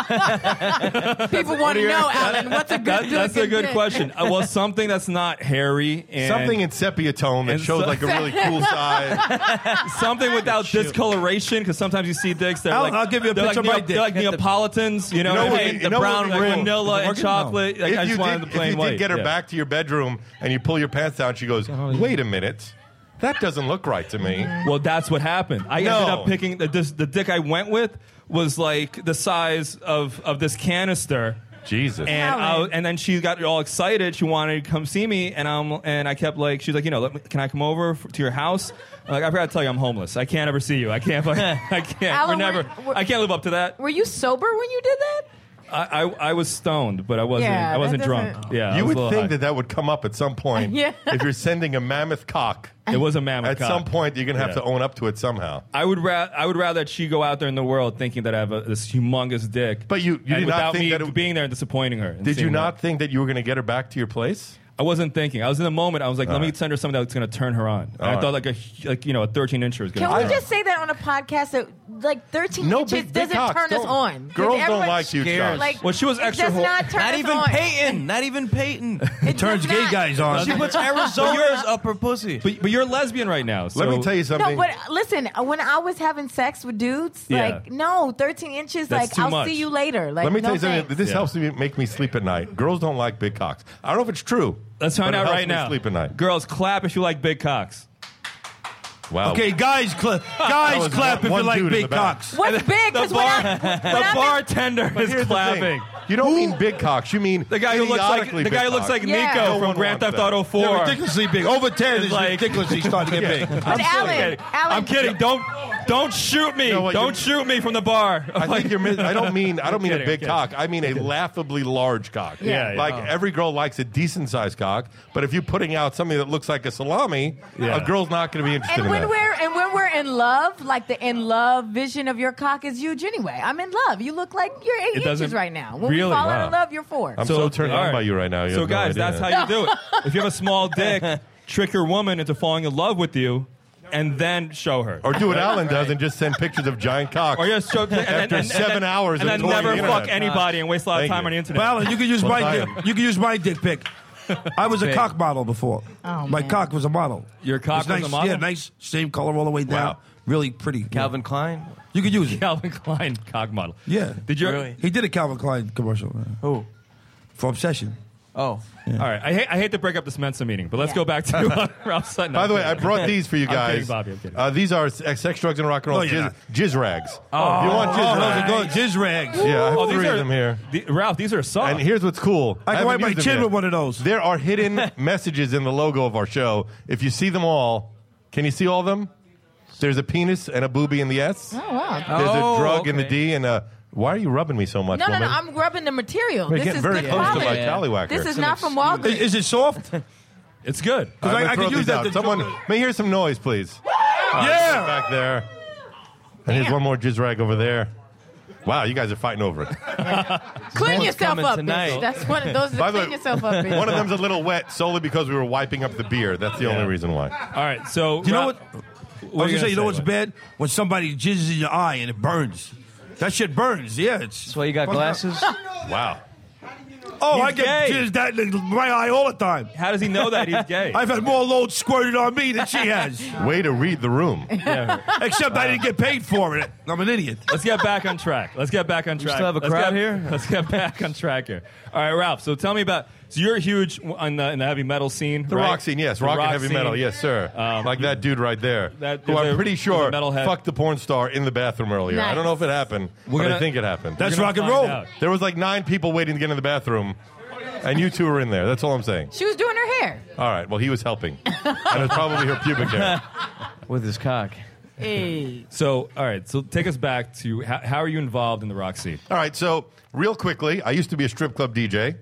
Speaker 3: People want to know, Alan, what's a good
Speaker 1: that, that's a good
Speaker 3: dick?
Speaker 1: question. Uh, well, something that's not hairy and
Speaker 10: Something in sepia tone that
Speaker 1: and
Speaker 10: shows
Speaker 1: so-
Speaker 10: like a really cool side.
Speaker 1: something without discoloration because sometimes you see dicks that are
Speaker 4: I'll-
Speaker 1: like
Speaker 4: I'll give you a
Speaker 1: they're
Speaker 4: picture
Speaker 1: like,
Speaker 4: of my
Speaker 1: Neo-
Speaker 4: dick.
Speaker 1: they're like Neapolitans, you know,
Speaker 10: You know
Speaker 1: what I
Speaker 10: what-
Speaker 1: mean?
Speaker 10: you know what would-
Speaker 1: like
Speaker 10: ring.
Speaker 1: vanilla and
Speaker 4: Working?
Speaker 1: chocolate. Like, I
Speaker 10: if you
Speaker 1: just wanted
Speaker 10: did,
Speaker 1: the
Speaker 10: if
Speaker 1: plain
Speaker 10: you
Speaker 1: white.
Speaker 10: did get her
Speaker 1: yeah.
Speaker 10: back to your bedroom and you pull your pants down, she goes, "Wait a minute, that doesn't look right to me."
Speaker 1: Well, that's what happened. I
Speaker 10: No.
Speaker 1: ended up picking the, this, the dick I went with was like the size of of this canister.
Speaker 10: Jesus.
Speaker 1: And I,
Speaker 3: Alan.
Speaker 1: was- and then she got all excited. She wanted to come see me, and I'm and I kept like she's like you know let me, can I come over f- to your house? I'm like I forgot to tell you I'm homeless. I can't ever see you. I can't. I can't.
Speaker 3: Alan,
Speaker 1: we're never.
Speaker 3: were- were-
Speaker 1: I can't live up to that.
Speaker 3: Were you sober when you did that?
Speaker 1: I, I, I was stoned, but I wasn't.
Speaker 3: Yeah,
Speaker 1: I wasn't
Speaker 3: that doesn't-
Speaker 1: drunk. Yeah, I
Speaker 10: you
Speaker 1: was a
Speaker 10: would
Speaker 1: little
Speaker 10: think
Speaker 1: high.
Speaker 10: that that would come up at some point.
Speaker 3: Yeah.
Speaker 10: If you're sending a mammoth cock,
Speaker 1: it was a mammoth.
Speaker 10: at
Speaker 1: cock.
Speaker 10: some point you're gonna have
Speaker 1: Yeah.
Speaker 10: to own up to it somehow.
Speaker 1: I would ra- I would rather that she go out there in the world thinking that I have a, this humongous dick.
Speaker 10: But you- you
Speaker 1: and
Speaker 10: did not
Speaker 1: without
Speaker 10: think
Speaker 1: me
Speaker 10: that it-
Speaker 1: being there and disappointing her. and
Speaker 10: Did you
Speaker 1: seeing
Speaker 10: not
Speaker 1: that.
Speaker 10: think that you were going to get her back to your place?
Speaker 1: I wasn't thinking. I was in the moment. I was like, let me
Speaker 10: right.
Speaker 1: send her something that's going to turn her on. And I
Speaker 10: All
Speaker 1: thought like a hu- like you know a 13 incher was going
Speaker 3: Can
Speaker 1: to.
Speaker 3: we just say that on a podcast that like 13
Speaker 10: No,
Speaker 3: inches
Speaker 10: big, big
Speaker 3: doesn't
Speaker 10: cocks
Speaker 3: turn us
Speaker 10: don't-
Speaker 3: on? 'Cause
Speaker 10: Girls don't
Speaker 3: everyone's
Speaker 10: like huge
Speaker 2: scared.
Speaker 10: cocks.
Speaker 3: Like,
Speaker 1: Well, she was
Speaker 3: it
Speaker 1: extra
Speaker 3: does
Speaker 1: whore.
Speaker 3: not turn
Speaker 2: Not
Speaker 3: us
Speaker 2: even
Speaker 3: on.
Speaker 2: Peyton. Not even Peyton.
Speaker 3: It
Speaker 4: Turns
Speaker 3: does
Speaker 4: gay
Speaker 3: not.
Speaker 4: guys on.
Speaker 2: She puts Arizona's up her pussy.
Speaker 1: But, but you're a lesbian right now. So
Speaker 10: Let me tell you something.
Speaker 3: No, but uh, listen, when I was having sex with dudes,
Speaker 1: Yeah.
Speaker 3: like no, 13 inches,
Speaker 1: That's
Speaker 3: like
Speaker 1: too
Speaker 3: I'll
Speaker 1: much.
Speaker 3: see you later. Like
Speaker 10: Let me
Speaker 3: no
Speaker 10: tell you something.
Speaker 3: thanks.
Speaker 10: This
Speaker 1: Yeah.
Speaker 10: helps me make me sleep at night. Girls don't like big cocks. I don't know if it's true.
Speaker 1: Let's find
Speaker 10: but it
Speaker 1: out
Speaker 10: helps
Speaker 1: right
Speaker 10: me
Speaker 1: now.
Speaker 10: Sleep at night.
Speaker 1: Girls, clap if you like big cocks.
Speaker 10: Wow.
Speaker 4: Okay, guys, cla-
Speaker 10: That
Speaker 4: guys,
Speaker 10: was
Speaker 4: clap if
Speaker 10: one
Speaker 4: you like
Speaker 10: dude in
Speaker 4: big
Speaker 10: the back.
Speaker 4: cocks.
Speaker 3: What's big?
Speaker 1: The
Speaker 3: Because when I,
Speaker 1: bar-
Speaker 3: when
Speaker 1: The
Speaker 3: I'm
Speaker 1: bartender is
Speaker 10: Here's the thing.
Speaker 1: clapping.
Speaker 10: You don't mean big cocks. You mean
Speaker 1: The guy who looks like
Speaker 10: idiotically
Speaker 1: the guy
Speaker 10: big
Speaker 1: who looks like
Speaker 10: cocks.
Speaker 3: Yeah.
Speaker 1: Nico
Speaker 10: No
Speaker 1: from
Speaker 10: one
Speaker 1: Grand
Speaker 10: wants
Speaker 1: Theft Auto
Speaker 10: that.
Speaker 1: 4.
Speaker 4: They're ridiculously big. Over 10 is
Speaker 1: like-
Speaker 4: ridiculously starting to get big.
Speaker 3: but Alan,
Speaker 1: kidding.
Speaker 3: Alan,
Speaker 1: I'm kidding. Don't don't shoot me.
Speaker 10: know what,
Speaker 1: don't
Speaker 10: you're-
Speaker 1: shoot me from the bar.
Speaker 10: I think you're. Mis- I don't mean. I don't mean
Speaker 1: kidding,
Speaker 10: a big
Speaker 1: I'm
Speaker 10: cock. I mean a laughably large cock.
Speaker 1: Yeah, Oh. yeah.
Speaker 10: Like every girl likes a decent sized cock, but if you're putting out something that looks like a salami,
Speaker 1: Yeah.
Speaker 10: a girl's not going to be interested
Speaker 3: and
Speaker 10: in
Speaker 3: when
Speaker 10: that.
Speaker 3: we're and when we're in love, like the in love vision of your cock is huge anyway. I'm in love. You look like you're eight
Speaker 1: doesn't-
Speaker 3: inches right now. When
Speaker 1: Really?
Speaker 3: we fall
Speaker 1: Wow.
Speaker 3: out of love, you're four.
Speaker 10: I'm so, turned
Speaker 1: all
Speaker 10: on
Speaker 1: right.
Speaker 10: by you right now. You
Speaker 1: so
Speaker 10: have no
Speaker 1: guys,
Speaker 10: idea.
Speaker 1: that's how you do it. If you have a small dick, trick your woman into falling in love with you, and then show her.
Speaker 10: Or do what Alan does and just send pictures of giant cocks.
Speaker 1: Or yes, show, and then- and,
Speaker 10: After
Speaker 1: and,
Speaker 10: seven
Speaker 1: and, then-
Speaker 10: hours
Speaker 1: and
Speaker 10: of
Speaker 1: then
Speaker 10: touring
Speaker 1: never
Speaker 10: the
Speaker 1: fuck
Speaker 10: internet.
Speaker 1: anybody and waste a lot of
Speaker 10: Thank
Speaker 1: time
Speaker 10: you.
Speaker 1: on the internet.
Speaker 4: But Alan, you can use
Speaker 10: Well,
Speaker 4: my
Speaker 10: I-
Speaker 4: dick. You can use my dick pic. I was a cock model before.
Speaker 3: Oh,
Speaker 4: my
Speaker 3: man.
Speaker 4: cock was a model.
Speaker 1: Your cock
Speaker 4: It's
Speaker 1: was
Speaker 4: nice,
Speaker 1: a model?
Speaker 4: Yeah, nice, same color all the way down.
Speaker 10: Wow.
Speaker 4: Really pretty.
Speaker 2: Calvin Klein.
Speaker 4: you could use it.
Speaker 1: Calvin Klein cock model.
Speaker 4: Yeah.
Speaker 1: Did you
Speaker 2: Really?
Speaker 4: He did a Calvin Klein commercial uh,
Speaker 2: Who?
Speaker 4: for Obsession.
Speaker 2: Oh.
Speaker 1: All right. I hate, I hate to break up this Mensa meeting, but let's
Speaker 3: Yeah.
Speaker 1: go back to uh, Ralph Sutton.
Speaker 10: By
Speaker 1: I'm
Speaker 10: the way, I
Speaker 1: kidding.
Speaker 10: brought these for you
Speaker 1: I'm
Speaker 10: guys.
Speaker 1: kidding, Bobby. I'm kidding.
Speaker 10: Uh, these are sex, drugs, and rock and roll
Speaker 4: No, you're
Speaker 10: jizz,
Speaker 4: not.
Speaker 10: jizz rags.
Speaker 1: Oh.
Speaker 10: you want jizz
Speaker 4: Oh, those are
Speaker 10: rags?
Speaker 4: good. Jizz rags.
Speaker 10: Yeah, I have
Speaker 1: Oh,
Speaker 10: three
Speaker 1: these
Speaker 10: of
Speaker 1: are-
Speaker 10: them here.
Speaker 1: The- Ralph, these are soft.
Speaker 10: And here's what's cool.
Speaker 4: I can
Speaker 10: haven't
Speaker 4: wipe my
Speaker 10: used them
Speaker 4: chin
Speaker 10: yet.
Speaker 4: with one of those.
Speaker 10: There are hidden messages in the logo of our show. If you see them all, can you see all of them? There's a penis and a booby in the S.
Speaker 3: Oh wow.
Speaker 10: There's
Speaker 2: Oh,
Speaker 10: a drug in the
Speaker 2: okay.
Speaker 10: D and a. Why are you rubbing me so much?
Speaker 3: No, no,
Speaker 10: woman?
Speaker 3: no. I'm rubbing the material.
Speaker 10: We're
Speaker 3: This
Speaker 10: getting
Speaker 3: is
Speaker 10: very
Speaker 3: good
Speaker 10: close to
Speaker 3: quality.
Speaker 10: my tallywhacker.
Speaker 3: This is
Speaker 2: an
Speaker 3: not from
Speaker 4: Is,
Speaker 3: Walgreens.
Speaker 4: is it soft?
Speaker 1: it's good.
Speaker 10: I'm
Speaker 4: I-
Speaker 10: gonna
Speaker 4: I
Speaker 10: throw
Speaker 4: could use
Speaker 10: these
Speaker 4: that
Speaker 10: out.
Speaker 4: to-
Speaker 10: Someone may hear some noise, please.
Speaker 4: Yeah.
Speaker 10: Back there. And here's one more jizz rag over there. Wow, you guys are fighting over it.
Speaker 3: Clean yourself
Speaker 2: coming
Speaker 3: up,
Speaker 2: tonight.
Speaker 3: bitch. That's one of those.
Speaker 10: By
Speaker 3: Clean
Speaker 10: the way,
Speaker 3: yourself up, bitch.
Speaker 10: One of them's a little wet solely because we were wiping up the beer. That's the only reason why.
Speaker 1: All right. So
Speaker 4: You know
Speaker 1: Ralph-
Speaker 4: what? I was
Speaker 1: you
Speaker 4: gonna say,
Speaker 1: gonna
Speaker 4: you
Speaker 1: say,
Speaker 4: know what's
Speaker 1: what?
Speaker 4: bad? When somebody jizzes in your eye and it burns. That shit burns. Yeah, it's.
Speaker 2: That's why you got glasses.
Speaker 10: Wow.
Speaker 4: Oh,
Speaker 1: He's
Speaker 4: I get
Speaker 1: gay.
Speaker 4: jizzed that in my eye all the time.
Speaker 1: How does he know that he's gay?
Speaker 4: I've had more loads squirted on me than she has.
Speaker 10: Way to read the room.
Speaker 4: Except I didn't get paid for it. I'm an idiot.
Speaker 1: Let's get back on track. Let's get back on track.
Speaker 2: still have a
Speaker 1: Let's
Speaker 2: crowd
Speaker 1: get-
Speaker 2: here?
Speaker 1: Let's get back on track here. All right, Ralph. So tell me about. So you're huge on the, in the heavy metal scene.
Speaker 10: The
Speaker 1: right?
Speaker 10: rock scene, yes.
Speaker 1: The
Speaker 10: Rock, and heavy
Speaker 1: scene.
Speaker 10: metal, yes, sir.
Speaker 1: Um,
Speaker 10: like that dude right there,
Speaker 1: That-
Speaker 10: who
Speaker 1: is
Speaker 10: I'm
Speaker 1: a-
Speaker 10: pretty
Speaker 1: is a
Speaker 10: sure
Speaker 1: metalhead.
Speaker 10: fucked the porn star in the bathroom earlier. I
Speaker 3: Nice.
Speaker 10: don't know if it happened, but I
Speaker 1: gonna-
Speaker 10: think it happened.
Speaker 4: That's
Speaker 1: We're gonna
Speaker 4: rock and
Speaker 1: find
Speaker 4: roll.
Speaker 1: out.
Speaker 10: There was like nine people waiting to get in the bathroom, and you two were in there. That's all I'm saying.
Speaker 3: She was doing her hair.
Speaker 10: All right, well, he was helping, and it's probably her pubic hair.
Speaker 2: With his cock.
Speaker 3: Hey.
Speaker 1: So all right. So take us back to how, how are you involved in the rock scene?
Speaker 10: All right, so real quickly, I used to be a strip club DJ.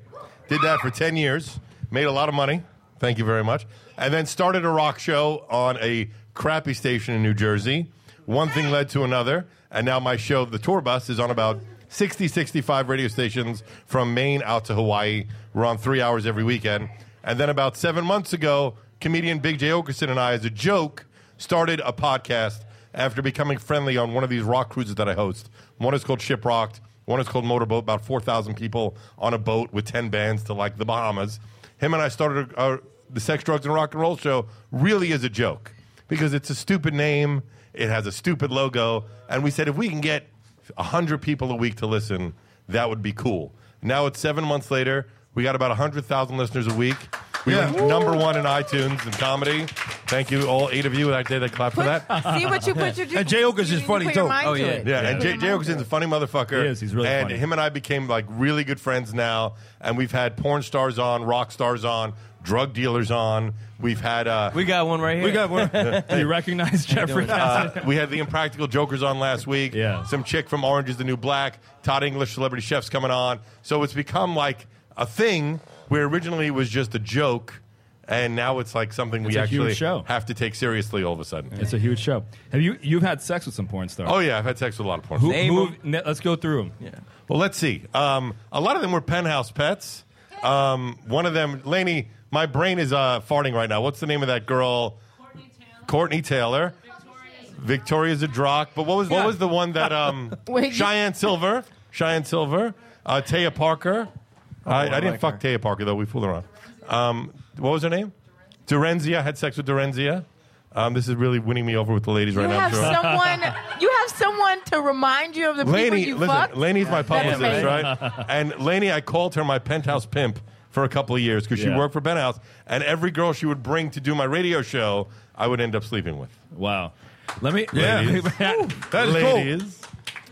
Speaker 10: Did that for 10 years. Made a lot of money. Thank you very much. And then started a rock show on a crappy station in New Jersey. One thing led to another. And now my show, The Tour Bus, is on about 60, 65 radio stations from Maine out to Hawaii. We're on three hours every weekend. And then about seven months ago, comedian Big J. Okerson and I, as a joke, started a podcast after becoming friendly on one of these rock cruises that I host. One is called Shiprocked, one is called Motorboat, about 4,000 people on a boat with 10 bands to like the Bahamas. Him and I started uh, the Sex, Drugs, and Rock and Roll show, really is a joke because it's a stupid name, it has a stupid logo, and we said if we can get 100 people a week to listen, that would be cool. Now it's seven months later. We got about 100,000 listeners a week. We
Speaker 4: Yeah.
Speaker 10: were number one in iTunes in comedy. Thank you, all eight of you. I did a clap for
Speaker 3: Put,
Speaker 10: that.
Speaker 3: see what you put your.
Speaker 4: And Jay Oaker's
Speaker 3: you
Speaker 4: is funny,
Speaker 3: put your
Speaker 4: too.
Speaker 3: mind
Speaker 2: Oh,
Speaker 3: to
Speaker 2: yeah.
Speaker 3: it.
Speaker 10: Yeah, and
Speaker 3: Put your
Speaker 10: Jay, Jay
Speaker 3: mind to
Speaker 10: Oakerson's a
Speaker 3: it.
Speaker 10: funny motherfucker.
Speaker 1: He is, he's really
Speaker 10: And
Speaker 1: funny.
Speaker 10: him and I became like really good friends now, and we've had porn stars on, rock stars on, drug dealers on. We've had uh,
Speaker 2: We got one right here.
Speaker 4: We got one.
Speaker 1: Do you recognize Jeffrey?
Speaker 10: uh, we had the Impractical Jokers on last week.
Speaker 1: Yeah.
Speaker 10: Some chick from Orange is the New Black, Todd English, celebrity chefs coming on. So it's become like a thing where originally it was just a joke, and now it's like something we
Speaker 1: a huge
Speaker 10: actually
Speaker 1: show.
Speaker 10: have to take seriously all of a sudden.
Speaker 1: It's a huge show. Have you you've had sex with some porn stars?
Speaker 10: Oh yeah, I've had sex with a lot of porn.
Speaker 1: Who,
Speaker 10: stars.
Speaker 2: Name
Speaker 1: who- ne- let's go through them.
Speaker 10: Well, let's see. Um, a lot of them were penthouse pets. Um, one of them, Lainey, my brain is uh, farting right now. What's the name of that girl? Courtney Taylor. Victoria's a drock. But what was what was the one that um,
Speaker 3: Wait, you-
Speaker 10: Cheyenne Silver? Cheyenne Silver. Uh, Taya Parker. Oh, I, I didn't
Speaker 2: like
Speaker 10: fuck Taya Parker though. We fooled around. Um, what was her name? Durenzia. I had sex with Durenzia. Um, this is really winning me over with the ladies
Speaker 3: You
Speaker 10: right now. I'm
Speaker 3: have
Speaker 10: sure.
Speaker 3: someone. You have someone to remind you of the people
Speaker 10: Laney,
Speaker 3: you
Speaker 10: listen,
Speaker 3: fucked.
Speaker 10: Laney's my publicist,
Speaker 3: amazing.
Speaker 10: right? And Laney, I called her my penthouse pimp for a couple of years because she
Speaker 1: Yeah.
Speaker 10: worked for penthouse, and every girl she would bring to do my radio show, I would end up sleeping with.
Speaker 1: Wow. Let me.
Speaker 10: Ladies.
Speaker 4: That is cool.
Speaker 10: Ladies,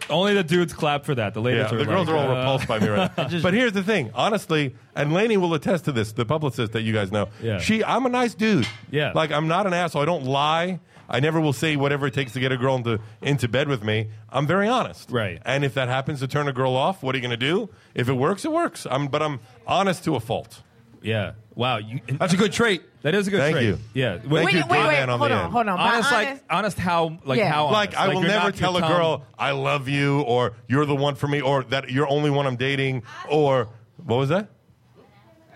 Speaker 1: Only the dudes clap for that. The ladies
Speaker 10: yeah,
Speaker 1: are
Speaker 10: the girls
Speaker 1: like,
Speaker 10: are all
Speaker 1: uh,
Speaker 10: repulsed by me right now. but here's the thing, honestly, and Laney will attest to this. The publicist that you guys know,
Speaker 1: Yeah.
Speaker 10: she, I'm a nice dude.
Speaker 1: Yeah.
Speaker 10: like I'm not an asshole. I don't lie. I never will say whatever it takes to get a girl into, into bed with me. I'm very honest.
Speaker 1: Right.
Speaker 10: And if that happens to turn a girl off, what are you going to do? If it works, it works. I'm, but I'm honest to a fault.
Speaker 1: Yeah. Wow. You,
Speaker 4: That's a good trait.
Speaker 1: that is a good
Speaker 10: Thank
Speaker 1: trait.
Speaker 10: you.
Speaker 1: Yeah.
Speaker 10: Thank
Speaker 3: Wait,
Speaker 10: you,
Speaker 3: wait, wait,
Speaker 10: Batman on
Speaker 3: hold
Speaker 10: the
Speaker 3: on,
Speaker 10: end.
Speaker 3: hold on. By
Speaker 1: honest, like honest, how like
Speaker 3: Yeah.
Speaker 1: how
Speaker 10: Like
Speaker 1: honest?
Speaker 10: I will
Speaker 1: you're
Speaker 10: never
Speaker 1: not
Speaker 10: tell a
Speaker 1: gonna
Speaker 10: girl I love you or you're the one for me or that you're only one I'm dating or what was that?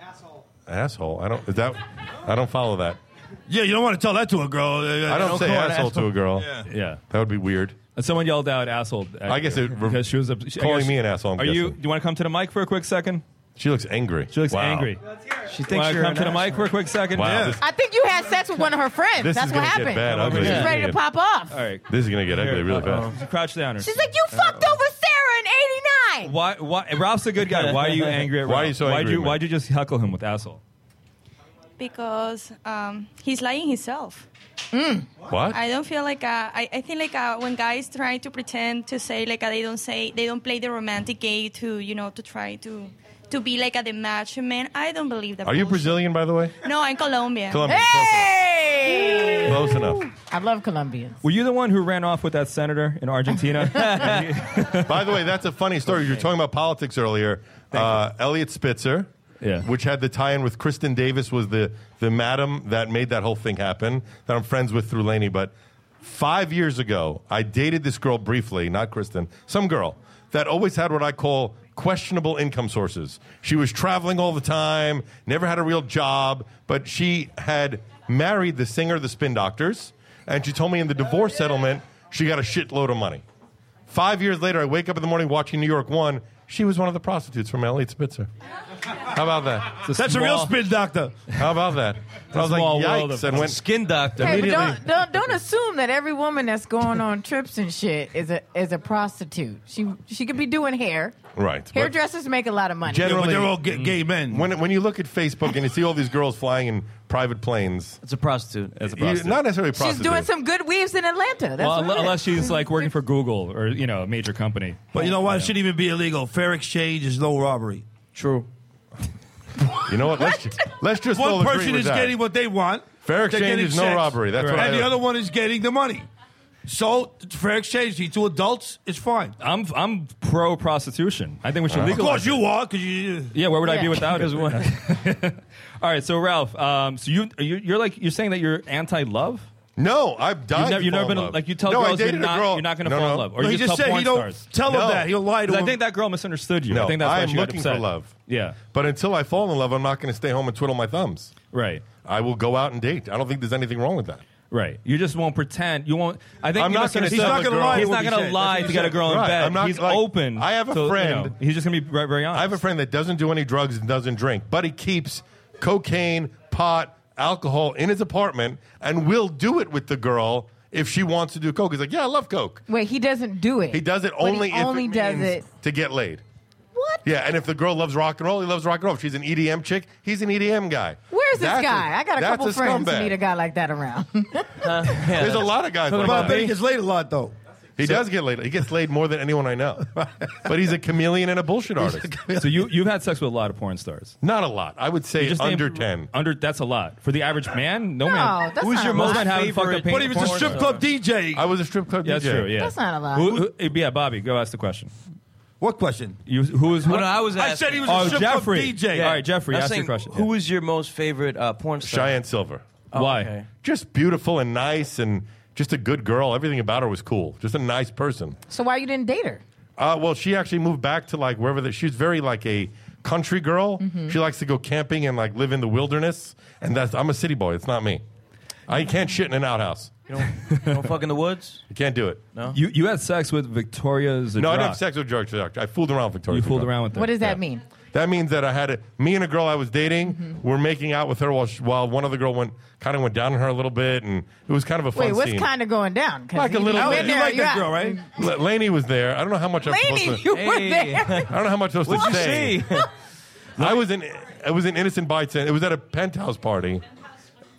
Speaker 10: Asshole. Asshole. I don't. Is that? I don't follow that.
Speaker 4: Yeah, you don't want to
Speaker 10: "Oh,
Speaker 4: tell that to a girl.
Speaker 10: I don't, say
Speaker 2: call it
Speaker 10: asshole, to a girl.
Speaker 4: Yeah.
Speaker 1: tell- Yeah.
Speaker 10: That would be weird.
Speaker 1: And someone yelled out asshole. at
Speaker 10: I guess
Speaker 1: you
Speaker 10: it re-
Speaker 1: because she was a, she, I
Speaker 10: calling
Speaker 1: guess-
Speaker 10: me an asshole, I'm
Speaker 1: are you?
Speaker 10: guessing.
Speaker 1: Do you want to come to the mic for a quick second?
Speaker 10: She looks angry.
Speaker 1: She looks
Speaker 10: Wow.
Speaker 1: angry.
Speaker 2: She thinks
Speaker 1: Want to
Speaker 2: you're
Speaker 1: come
Speaker 2: an
Speaker 1: to the
Speaker 2: asshole.
Speaker 1: mic for a quick second?
Speaker 10: Wow.
Speaker 4: Yeah.
Speaker 10: This,
Speaker 3: I think you had sex with one of her friends.
Speaker 10: this
Speaker 3: That's
Speaker 10: is
Speaker 3: what
Speaker 10: gonna get
Speaker 3: happened.
Speaker 10: bad. Ugly.
Speaker 1: She's
Speaker 3: She's ready to pop off.
Speaker 1: All right.
Speaker 10: This is gonna get ugly
Speaker 1: Here.
Speaker 10: really fast.
Speaker 1: Crouch down. or-
Speaker 3: She's like, you fucked over Sarah in guy.
Speaker 1: Why? Why? Ralph's a good guy. Why are you angry at Ralph?
Speaker 10: Why are you so angry
Speaker 1: Why'd
Speaker 10: at
Speaker 1: you,
Speaker 10: me?
Speaker 1: why'd you just heckle him with asshole?
Speaker 11: because um, he's lying himself.
Speaker 10: What?
Speaker 11: I don't feel like uh, I, I think like uh, when guys try to pretend to say like uh, they don't say they don't play the romantic game to you know to try to to be like a the match man. I don't believe that.
Speaker 10: Are you
Speaker 11: bullshit.
Speaker 10: Brazilian, by the way?
Speaker 11: No, I'm Colombian.
Speaker 10: Colombian.
Speaker 3: Hey!
Speaker 10: Close enough.
Speaker 3: I love Colombians.
Speaker 1: Were you the one who ran off with that senator in Argentina?
Speaker 10: By the way, that's a funny story. You were talking about politics earlier. Uh, Elliot Spitzer,
Speaker 1: Yeah.
Speaker 10: which had the tie-in with Kristen Davis, was the the madam that made that whole thing happen. That I'm friends with through Laney. But five years ago, I dated this girl briefly, not Kristen, some girl that always had what I call questionable income sources. She was traveling all the time, never had a real job, but she had married the singer of the Spin Doctors, and she told me in the divorce settlement she got a shitload of money. Five years later, I wake up in the morning watching New York One. She was one of the prostitutes from Elliot Spitzer. How about that?
Speaker 1: That's a real
Speaker 10: spin doctor. How about that? I was like,
Speaker 1: small world
Speaker 10: yikes,
Speaker 1: of-
Speaker 10: and
Speaker 2: When
Speaker 10: went
Speaker 2: skin doctor.
Speaker 3: Hey, but don't, don't don't assume that every woman that's going on trips and shit is a is a prostitute. She she could be doing hair.
Speaker 10: right. but
Speaker 3: Hairdressers make a lot of money.
Speaker 4: Yeah, but
Speaker 10: Generally,
Speaker 4: they're all ga- gay men.
Speaker 10: when when you look at Facebook and you see all these girls flying in private planes,
Speaker 2: It's a prostitute.
Speaker 1: As a
Speaker 10: you-
Speaker 1: prostitute.
Speaker 10: not necessarily
Speaker 3: She's
Speaker 10: prostitute.
Speaker 3: doing some good weaves in Atlanta. That's
Speaker 1: well,
Speaker 3: what
Speaker 1: unle-
Speaker 3: it is.
Speaker 1: unless she's like working for Google or you know a major company.
Speaker 4: But you know what? It shouldn't even be illegal. Fair exchange is no robbery.
Speaker 2: True.
Speaker 10: you know what? Let's, ju- let's just all
Speaker 4: One
Speaker 10: agree
Speaker 4: person
Speaker 10: with
Speaker 4: is
Speaker 10: that.
Speaker 4: getting what they want.
Speaker 10: Fair
Speaker 4: They're
Speaker 10: exchange
Speaker 4: getting
Speaker 10: is no
Speaker 4: sex,
Speaker 10: robbery. That's what
Speaker 4: and
Speaker 10: I-
Speaker 4: the other one is getting the money. So it's fair exchange. You two adults, it's fine.
Speaker 1: I'm I'm pro prostitution. I think we should
Speaker 10: Uh-huh.
Speaker 4: Of
Speaker 1: legalize.
Speaker 4: course you are, because you.
Speaker 1: it. Yeah, where would I be
Speaker 3: Yeah.
Speaker 1: without it? All right, so Ralph, um, so you, you you're like you're saying that you're anti love.
Speaker 10: No, I've died.
Speaker 1: You've never,
Speaker 10: to
Speaker 1: you've
Speaker 10: fall
Speaker 1: never
Speaker 10: in
Speaker 1: been
Speaker 10: love.
Speaker 1: like you tell
Speaker 10: no, I
Speaker 1: girls you're
Speaker 10: dated a
Speaker 1: not
Speaker 10: girl.
Speaker 1: you're not gonna
Speaker 10: No,
Speaker 1: fall
Speaker 10: no.
Speaker 1: in love, or
Speaker 4: No,
Speaker 1: you
Speaker 4: he
Speaker 1: just,
Speaker 4: just
Speaker 1: tell
Speaker 4: said
Speaker 1: porn
Speaker 4: he don't
Speaker 1: stars.
Speaker 4: tell
Speaker 10: No.
Speaker 4: them that. He'll lie to
Speaker 1: I
Speaker 4: them.
Speaker 1: think that girl misunderstood you.
Speaker 10: No,
Speaker 1: I think that's why
Speaker 10: I'm
Speaker 1: she got
Speaker 10: looking
Speaker 1: upset.
Speaker 10: for love.
Speaker 1: Yeah,
Speaker 10: But until I fall in love, I'm not going to stay home and twiddle my thumbs.
Speaker 1: right,
Speaker 10: I will go out and date. I don't think there's anything wrong with that.
Speaker 1: right. You just won't pretend. You won't. I think
Speaker 10: I'm
Speaker 1: you
Speaker 10: not
Speaker 1: just
Speaker 10: gonna
Speaker 1: he's
Speaker 10: tell
Speaker 1: not
Speaker 10: a
Speaker 1: gonna
Speaker 10: girl-
Speaker 1: lie.
Speaker 10: He's
Speaker 1: He's
Speaker 10: not
Speaker 1: not
Speaker 10: gonna
Speaker 1: gonna lie to get a girl in
Speaker 10: Right,
Speaker 1: bed.
Speaker 10: I'm not-
Speaker 1: he's
Speaker 10: like,
Speaker 1: open.
Speaker 10: I have a
Speaker 1: to, you
Speaker 10: friend-
Speaker 1: know, he's just gonna be very, very honest.
Speaker 10: I have a friend that doesn't do any drugs and doesn't drink, but he keeps cocaine, pot, alcohol in his apartment and will do it with the girl if she wants to do coke. He's like, yeah, I love coke.
Speaker 3: Wait, he doesn't do it.
Speaker 10: He does it
Speaker 3: But he
Speaker 10: only if
Speaker 3: only
Speaker 10: it
Speaker 3: does
Speaker 10: means
Speaker 3: it.
Speaker 10: to get laid.
Speaker 3: What?
Speaker 10: Yeah, and if the girl loves rock and roll, he loves rock and roll. If she's an EDM chick, he's an EDM guy.
Speaker 3: Where's this
Speaker 10: That's
Speaker 3: guy? I got a
Speaker 10: that's
Speaker 3: couple friends
Speaker 10: scumbag.
Speaker 3: who need a guy like that around.
Speaker 10: There's a lot of guys.
Speaker 4: But
Speaker 10: like
Speaker 4: I
Speaker 10: that.
Speaker 4: bet he gets laid a lot, though.
Speaker 10: He does get laid. He gets laid more than anyone I know. but he's a chameleon and a bullshit artist.
Speaker 1: so you you've had sex with a lot of porn stars.
Speaker 10: Not a lot. I would say
Speaker 1: Just
Speaker 10: under
Speaker 1: name-
Speaker 10: 10.
Speaker 1: Under that's a lot for the average man. No,
Speaker 3: No,
Speaker 1: man.
Speaker 3: that's Who's not your a lot.
Speaker 1: most men haven't fucked
Speaker 2: favorite-
Speaker 1: up paint
Speaker 4: But he was a
Speaker 1: porn
Speaker 4: strip
Speaker 1: star.
Speaker 4: club DJ.
Speaker 10: I was a strip club
Speaker 1: Yeah,
Speaker 10: DJ.
Speaker 1: that's true. Yeah,
Speaker 3: That's not a lot.
Speaker 1: Who, who, yeah, Bobby, go ask the question.
Speaker 4: what question?
Speaker 1: You who is who?
Speaker 2: no, I was
Speaker 4: I said he was
Speaker 1: oh,
Speaker 4: a strip
Speaker 1: Jeffrey.
Speaker 4: club DJ.
Speaker 1: All right, Jeffrey,
Speaker 2: I'm
Speaker 1: ask
Speaker 2: saying,
Speaker 1: your question.
Speaker 2: Who is your most favorite uh, porn star?
Speaker 10: Cheyenne Silver.
Speaker 2: Oh,
Speaker 1: Why?
Speaker 2: okay.
Speaker 10: Just beautiful and nice and just a good girl. Everything about her was cool. Just a nice person.
Speaker 3: so why you didn't date her?
Speaker 10: Uh, well, she actually moved back to like wherever that she's very like a country girl.
Speaker 3: Mm-hmm.
Speaker 10: She likes to go camping and like live in the wilderness. And that's I'm a city boy. It's not me. I can't shit in an outhouse.
Speaker 2: You don't, you don't fuck in the woods?
Speaker 10: You can't do it. No,
Speaker 1: You you had sex with Victoria Zadrock.
Speaker 10: I didn't have sex with George Doctor. I fooled around with Victoria.
Speaker 1: You fooled
Speaker 10: Zadruk.
Speaker 1: around with her.
Speaker 3: What does that
Speaker 10: Yeah.
Speaker 3: mean?
Speaker 10: That means that I had a, me and a girl I was dating
Speaker 3: Mm-hmm.
Speaker 10: were making out with her while she, while one other girl went kind of went down on her a little bit, and it was kind of a fun
Speaker 3: Wait, what's
Speaker 10: scene.
Speaker 3: kind of going down? 'Cause
Speaker 10: Like
Speaker 3: you-
Speaker 10: a little-
Speaker 3: you
Speaker 10: Alan,
Speaker 3: in
Speaker 10: you
Speaker 3: there,
Speaker 10: like
Speaker 3: you're
Speaker 10: that
Speaker 3: out.
Speaker 10: girl,
Speaker 4: right?
Speaker 10: L- Laney was there. I don't know how much I'm
Speaker 3: Lady,
Speaker 10: supposed to.
Speaker 3: you were
Speaker 2: Hey.
Speaker 3: there.
Speaker 10: I don't know how much I was
Speaker 2: What'd
Speaker 10: supposed
Speaker 2: you
Speaker 10: to say.
Speaker 2: see?
Speaker 10: I was in. I was in innocent bystander. It was at a penthouse party,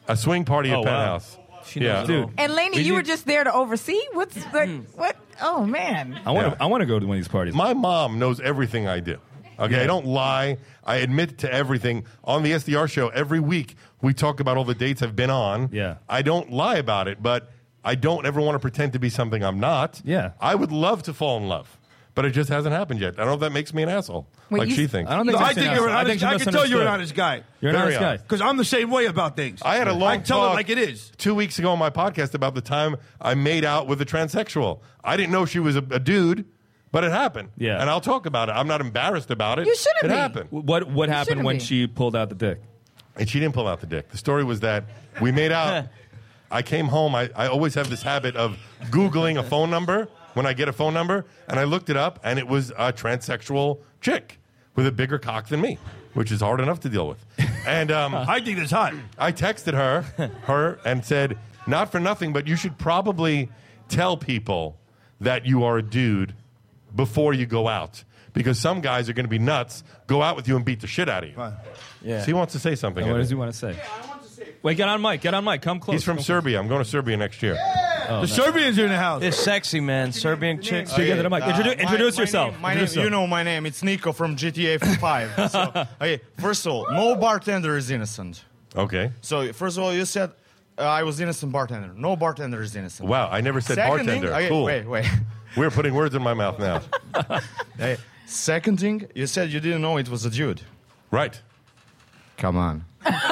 Speaker 10: a swing party at
Speaker 1: Oh, wow.
Speaker 10: penthouse.
Speaker 2: She knows
Speaker 10: Yeah.
Speaker 2: it
Speaker 10: Dude.
Speaker 2: all.
Speaker 3: And Lainey,
Speaker 1: We
Speaker 3: you were
Speaker 1: need-
Speaker 3: just there to oversee. What's like what? Oh man,
Speaker 1: I want to
Speaker 10: Yeah.
Speaker 1: I want to go to one of these parties.
Speaker 10: My mom knows everything I do. Okay, I don't lie. I admit to everything. On the SDR show, every week we talk about all the dates I've been on.
Speaker 1: Yeah.
Speaker 10: I don't lie about it, but I don't ever want to pretend to be something I'm not.
Speaker 1: Yeah.
Speaker 10: I would love to fall in love, but it just hasn't happened yet. I don't know if that makes me an asshole,
Speaker 3: Wait,
Speaker 10: like
Speaker 3: you-
Speaker 10: she thinks.
Speaker 1: I don't think.
Speaker 4: No,
Speaker 1: that's
Speaker 4: I think
Speaker 1: an
Speaker 4: you're an
Speaker 1: asshole. I think
Speaker 4: honest. I,
Speaker 1: she
Speaker 4: can tell you're an
Speaker 1: misunderstood.
Speaker 4: honest guy.
Speaker 1: You're an
Speaker 10: Very
Speaker 1: honest guy.
Speaker 10: honest.
Speaker 4: Because I'm the same way about things.
Speaker 10: I had a long
Speaker 4: I tell
Speaker 10: talk
Speaker 4: it like it is.
Speaker 10: Two weeks ago on my podcast about the time I made out with a transsexual. I didn't know she was a, a dude, but it happened.
Speaker 1: Yeah.
Speaker 10: And I'll talk about it. I'm not embarrassed about it.
Speaker 3: You shouldn't
Speaker 10: It
Speaker 3: be.
Speaker 10: happened.
Speaker 1: What what happened
Speaker 3: shouldn't
Speaker 1: when
Speaker 3: be.
Speaker 1: she pulled out the dick?
Speaker 10: And she didn't pull out the dick. The story was that we made out. I came home. I, I always have this habit of Googling a phone number when I get a phone number. And I looked it up, and it was a transsexual chick with a bigger cock than me, which is hard enough to deal with. And um,
Speaker 4: I think that's hot.
Speaker 10: I texted her, her, and said, "Not for nothing, but you should probably tell people that you are a dude before you go out." because some guys are going to be nuts, go out with you and beat the shit out of you.
Speaker 1: Yeah.
Speaker 10: So he wants to say something.
Speaker 1: And what
Speaker 10: I
Speaker 1: does he
Speaker 10: think.
Speaker 1: want to say? Wait, get on mic. Get on mic. Come close.
Speaker 10: He's from
Speaker 1: Come
Speaker 10: Serbia. I'm going to Serbia next year.
Speaker 1: Oh,
Speaker 10: the
Speaker 1: nice.
Speaker 10: Serbians are in the house.
Speaker 2: They're sexy, man. Serbian chicks.
Speaker 1: Speak into the mic. Introdu- introduce yourself.
Speaker 12: Uh, My name,
Speaker 1: Introduce
Speaker 12: you
Speaker 1: yourself.
Speaker 12: know my name. It's Nico from GTA 5. so, okay, first of all, no bartender is innocent.
Speaker 10: Okay.
Speaker 12: So first of all, you said uh, I was innocent bartender. No bartender is innocent.
Speaker 10: Wow, I never said
Speaker 12: Second thing-
Speaker 10: bartender.
Speaker 12: okay,
Speaker 10: cool.
Speaker 12: Wait, wait.
Speaker 10: We're putting words in my mouth now.
Speaker 12: Hey, second thing, you said you didn't know it was a dude.
Speaker 10: Right.
Speaker 12: Come on.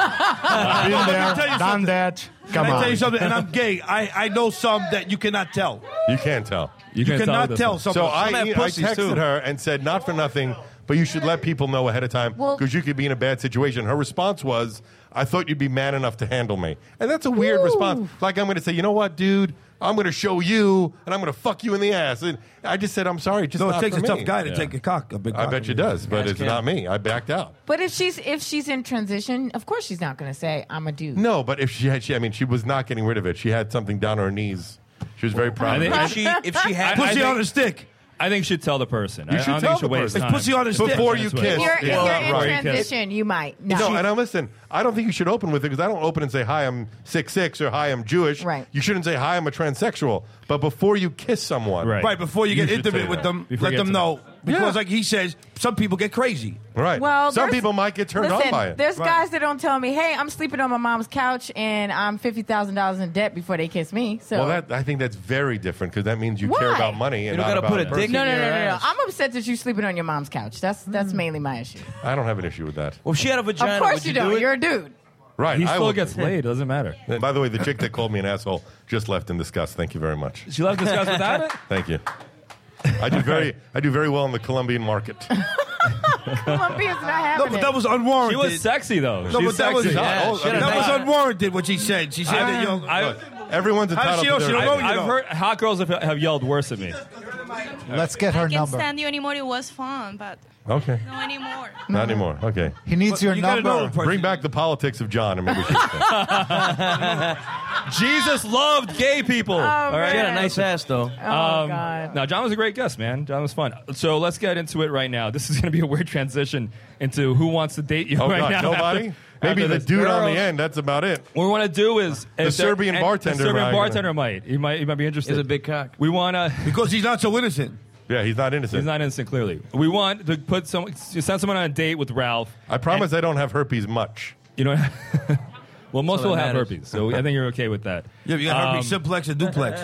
Speaker 4: Been
Speaker 12: there, done
Speaker 4: that.
Speaker 12: Come
Speaker 4: Can I
Speaker 12: on.
Speaker 4: tell you something? And I'm gay. I, I know some that you cannot tell.
Speaker 10: You can tell.
Speaker 4: You You can tell cannot this tell one. someone.
Speaker 10: So
Speaker 4: Some
Speaker 10: I,
Speaker 4: have
Speaker 10: I
Speaker 4: pussies,
Speaker 10: texted
Speaker 4: too.
Speaker 10: her and said, not for nothing, but you should let people know ahead of time because you could be in a bad situation. Her response was, I thought you'd be man enough to handle me. And that's a weird response. Like, I'm going to say, you know what, dude? I'm going to show you and I'm going to fuck you in the ass. And I just said, I'm sorry. Just
Speaker 4: No, it
Speaker 10: not
Speaker 4: takes
Speaker 10: for
Speaker 4: a tough
Speaker 10: me."
Speaker 4: guy to take a cock, a big
Speaker 10: I
Speaker 4: cock.
Speaker 10: bet you does, but
Speaker 4: Guys
Speaker 10: it's
Speaker 4: can.
Speaker 10: not me. I backed out.
Speaker 3: But if she's if she's in transition, of course she's not going to say I'm a dude.
Speaker 10: No, but if she had, she, I mean, she was not getting rid of it. She had something down her knees. She was very proud of it.
Speaker 1: I think- I- I
Speaker 10: Pussy
Speaker 1: think-
Speaker 10: on a
Speaker 4: stick.
Speaker 1: I think you should tell the person.
Speaker 10: You
Speaker 1: I-
Speaker 10: should
Speaker 1: I don't
Speaker 10: tell
Speaker 1: think you should
Speaker 10: the
Speaker 1: waste
Speaker 10: person.
Speaker 1: time.
Speaker 10: It's pussy on a stick. Before you
Speaker 1: That's what-
Speaker 10: kiss,
Speaker 3: If you're, if
Speaker 10: Yeah,
Speaker 3: you're
Speaker 10: right.
Speaker 3: in
Speaker 10: Right.
Speaker 3: transition, you might not.
Speaker 10: No, and I'm listen. I don't think you should open with it because I don't open and say hi, I'm six six or hi, I'm Jewish. Right. You shouldn't say hi, I'm a transsexual. But before you kiss someone,
Speaker 4: Right. before you, get
Speaker 10: should say
Speaker 4: intimate with
Speaker 10: that.
Speaker 4: them, let them know. Because,
Speaker 10: Yeah.
Speaker 4: like he says, some people get crazy.
Speaker 10: Right.
Speaker 3: Well,
Speaker 10: some
Speaker 3: there's-
Speaker 10: people might get turned
Speaker 3: Listen,
Speaker 10: on by it.
Speaker 3: there's guys that don't tell me, "Hey, I'm sleeping on my mom's couch and I'm fifty thousand dollars in debt before they kiss me." So
Speaker 10: Well, that I think that's very different because that means you care
Speaker 3: Why?
Speaker 10: about money and
Speaker 2: You don't
Speaker 10: not
Speaker 2: gotta put
Speaker 10: about
Speaker 2: a dick
Speaker 10: person.
Speaker 3: no, no, no, no, no. I'm upset that you sleeping on your mom's couch. That's that's
Speaker 10: Hmm.
Speaker 3: mainly my issue.
Speaker 10: I don't have an issue with that.
Speaker 2: Well, if she had a vagina.
Speaker 3: of course
Speaker 2: would
Speaker 3: you,
Speaker 2: you
Speaker 3: don't.
Speaker 2: Do it?
Speaker 3: You're a dude.
Speaker 10: Right.
Speaker 1: He
Speaker 10: I
Speaker 1: still
Speaker 10: will-
Speaker 1: gets laid. Doesn't matter.
Speaker 10: By the way, the chick that called me an asshole just left in disgust. Thank you very much.
Speaker 1: She left this guy without it.
Speaker 10: Thank you. I do very, I do very well in the Colombian market.
Speaker 3: Columbia's not having
Speaker 4: No, but that
Speaker 3: it.
Speaker 4: was unwarranted.
Speaker 1: She was sexy though.
Speaker 4: No,
Speaker 1: She's
Speaker 4: but that was,
Speaker 1: sexy.
Speaker 10: oh,
Speaker 4: that was unwarranted what she said. She said that, you know, look,
Speaker 10: everyone's
Speaker 4: How
Speaker 10: entitled
Speaker 4: does she
Speaker 10: to
Speaker 4: know
Speaker 10: their
Speaker 4: she don't know
Speaker 10: opinion.
Speaker 4: you,
Speaker 1: I've
Speaker 4: though?
Speaker 1: heard hot girls have, have yelled worse at me.
Speaker 8: Let's get her
Speaker 11: Can't
Speaker 8: number.
Speaker 11: stand you anymore. It was fun, but
Speaker 10: Oh, Okay.
Speaker 11: no anymore.
Speaker 10: Not anymore. Okay.
Speaker 8: He needs your number.
Speaker 10: Bring back the politics of John. And maybe we should
Speaker 1: Jesus loved gay people. All right.
Speaker 2: She had a nice ass though.
Speaker 1: Um, Now, John was a great guest, man. John was fun. So let's get into it right now. This is going to be a weird transition into who wants to date you
Speaker 10: Oh,
Speaker 1: right
Speaker 10: God,
Speaker 1: now.
Speaker 10: nobody? Maybe the
Speaker 1: this.
Speaker 10: dude on the
Speaker 1: Girls.
Speaker 10: end. That's about it.
Speaker 1: What we want to do is
Speaker 10: The
Speaker 1: if there-
Speaker 10: Serbian
Speaker 1: and
Speaker 10: bartender
Speaker 1: The Serbian
Speaker 10: might-
Speaker 1: bartender might. He might. He might be interested.
Speaker 2: Is a big cock.
Speaker 1: We want to.
Speaker 4: because he's not so innocent.
Speaker 10: Yeah, he's not innocent.
Speaker 1: He's not innocent. Clearly, we want to put some. to Send someone on a date with Ralph.
Speaker 10: I promise I don't have herpes much.
Speaker 1: You know. well, most
Speaker 2: that
Speaker 1: will have
Speaker 2: matters.
Speaker 1: herpes, so I think you're okay with that.
Speaker 4: Yeah, you got herpes
Speaker 1: Um,
Speaker 4: simplex and duplex.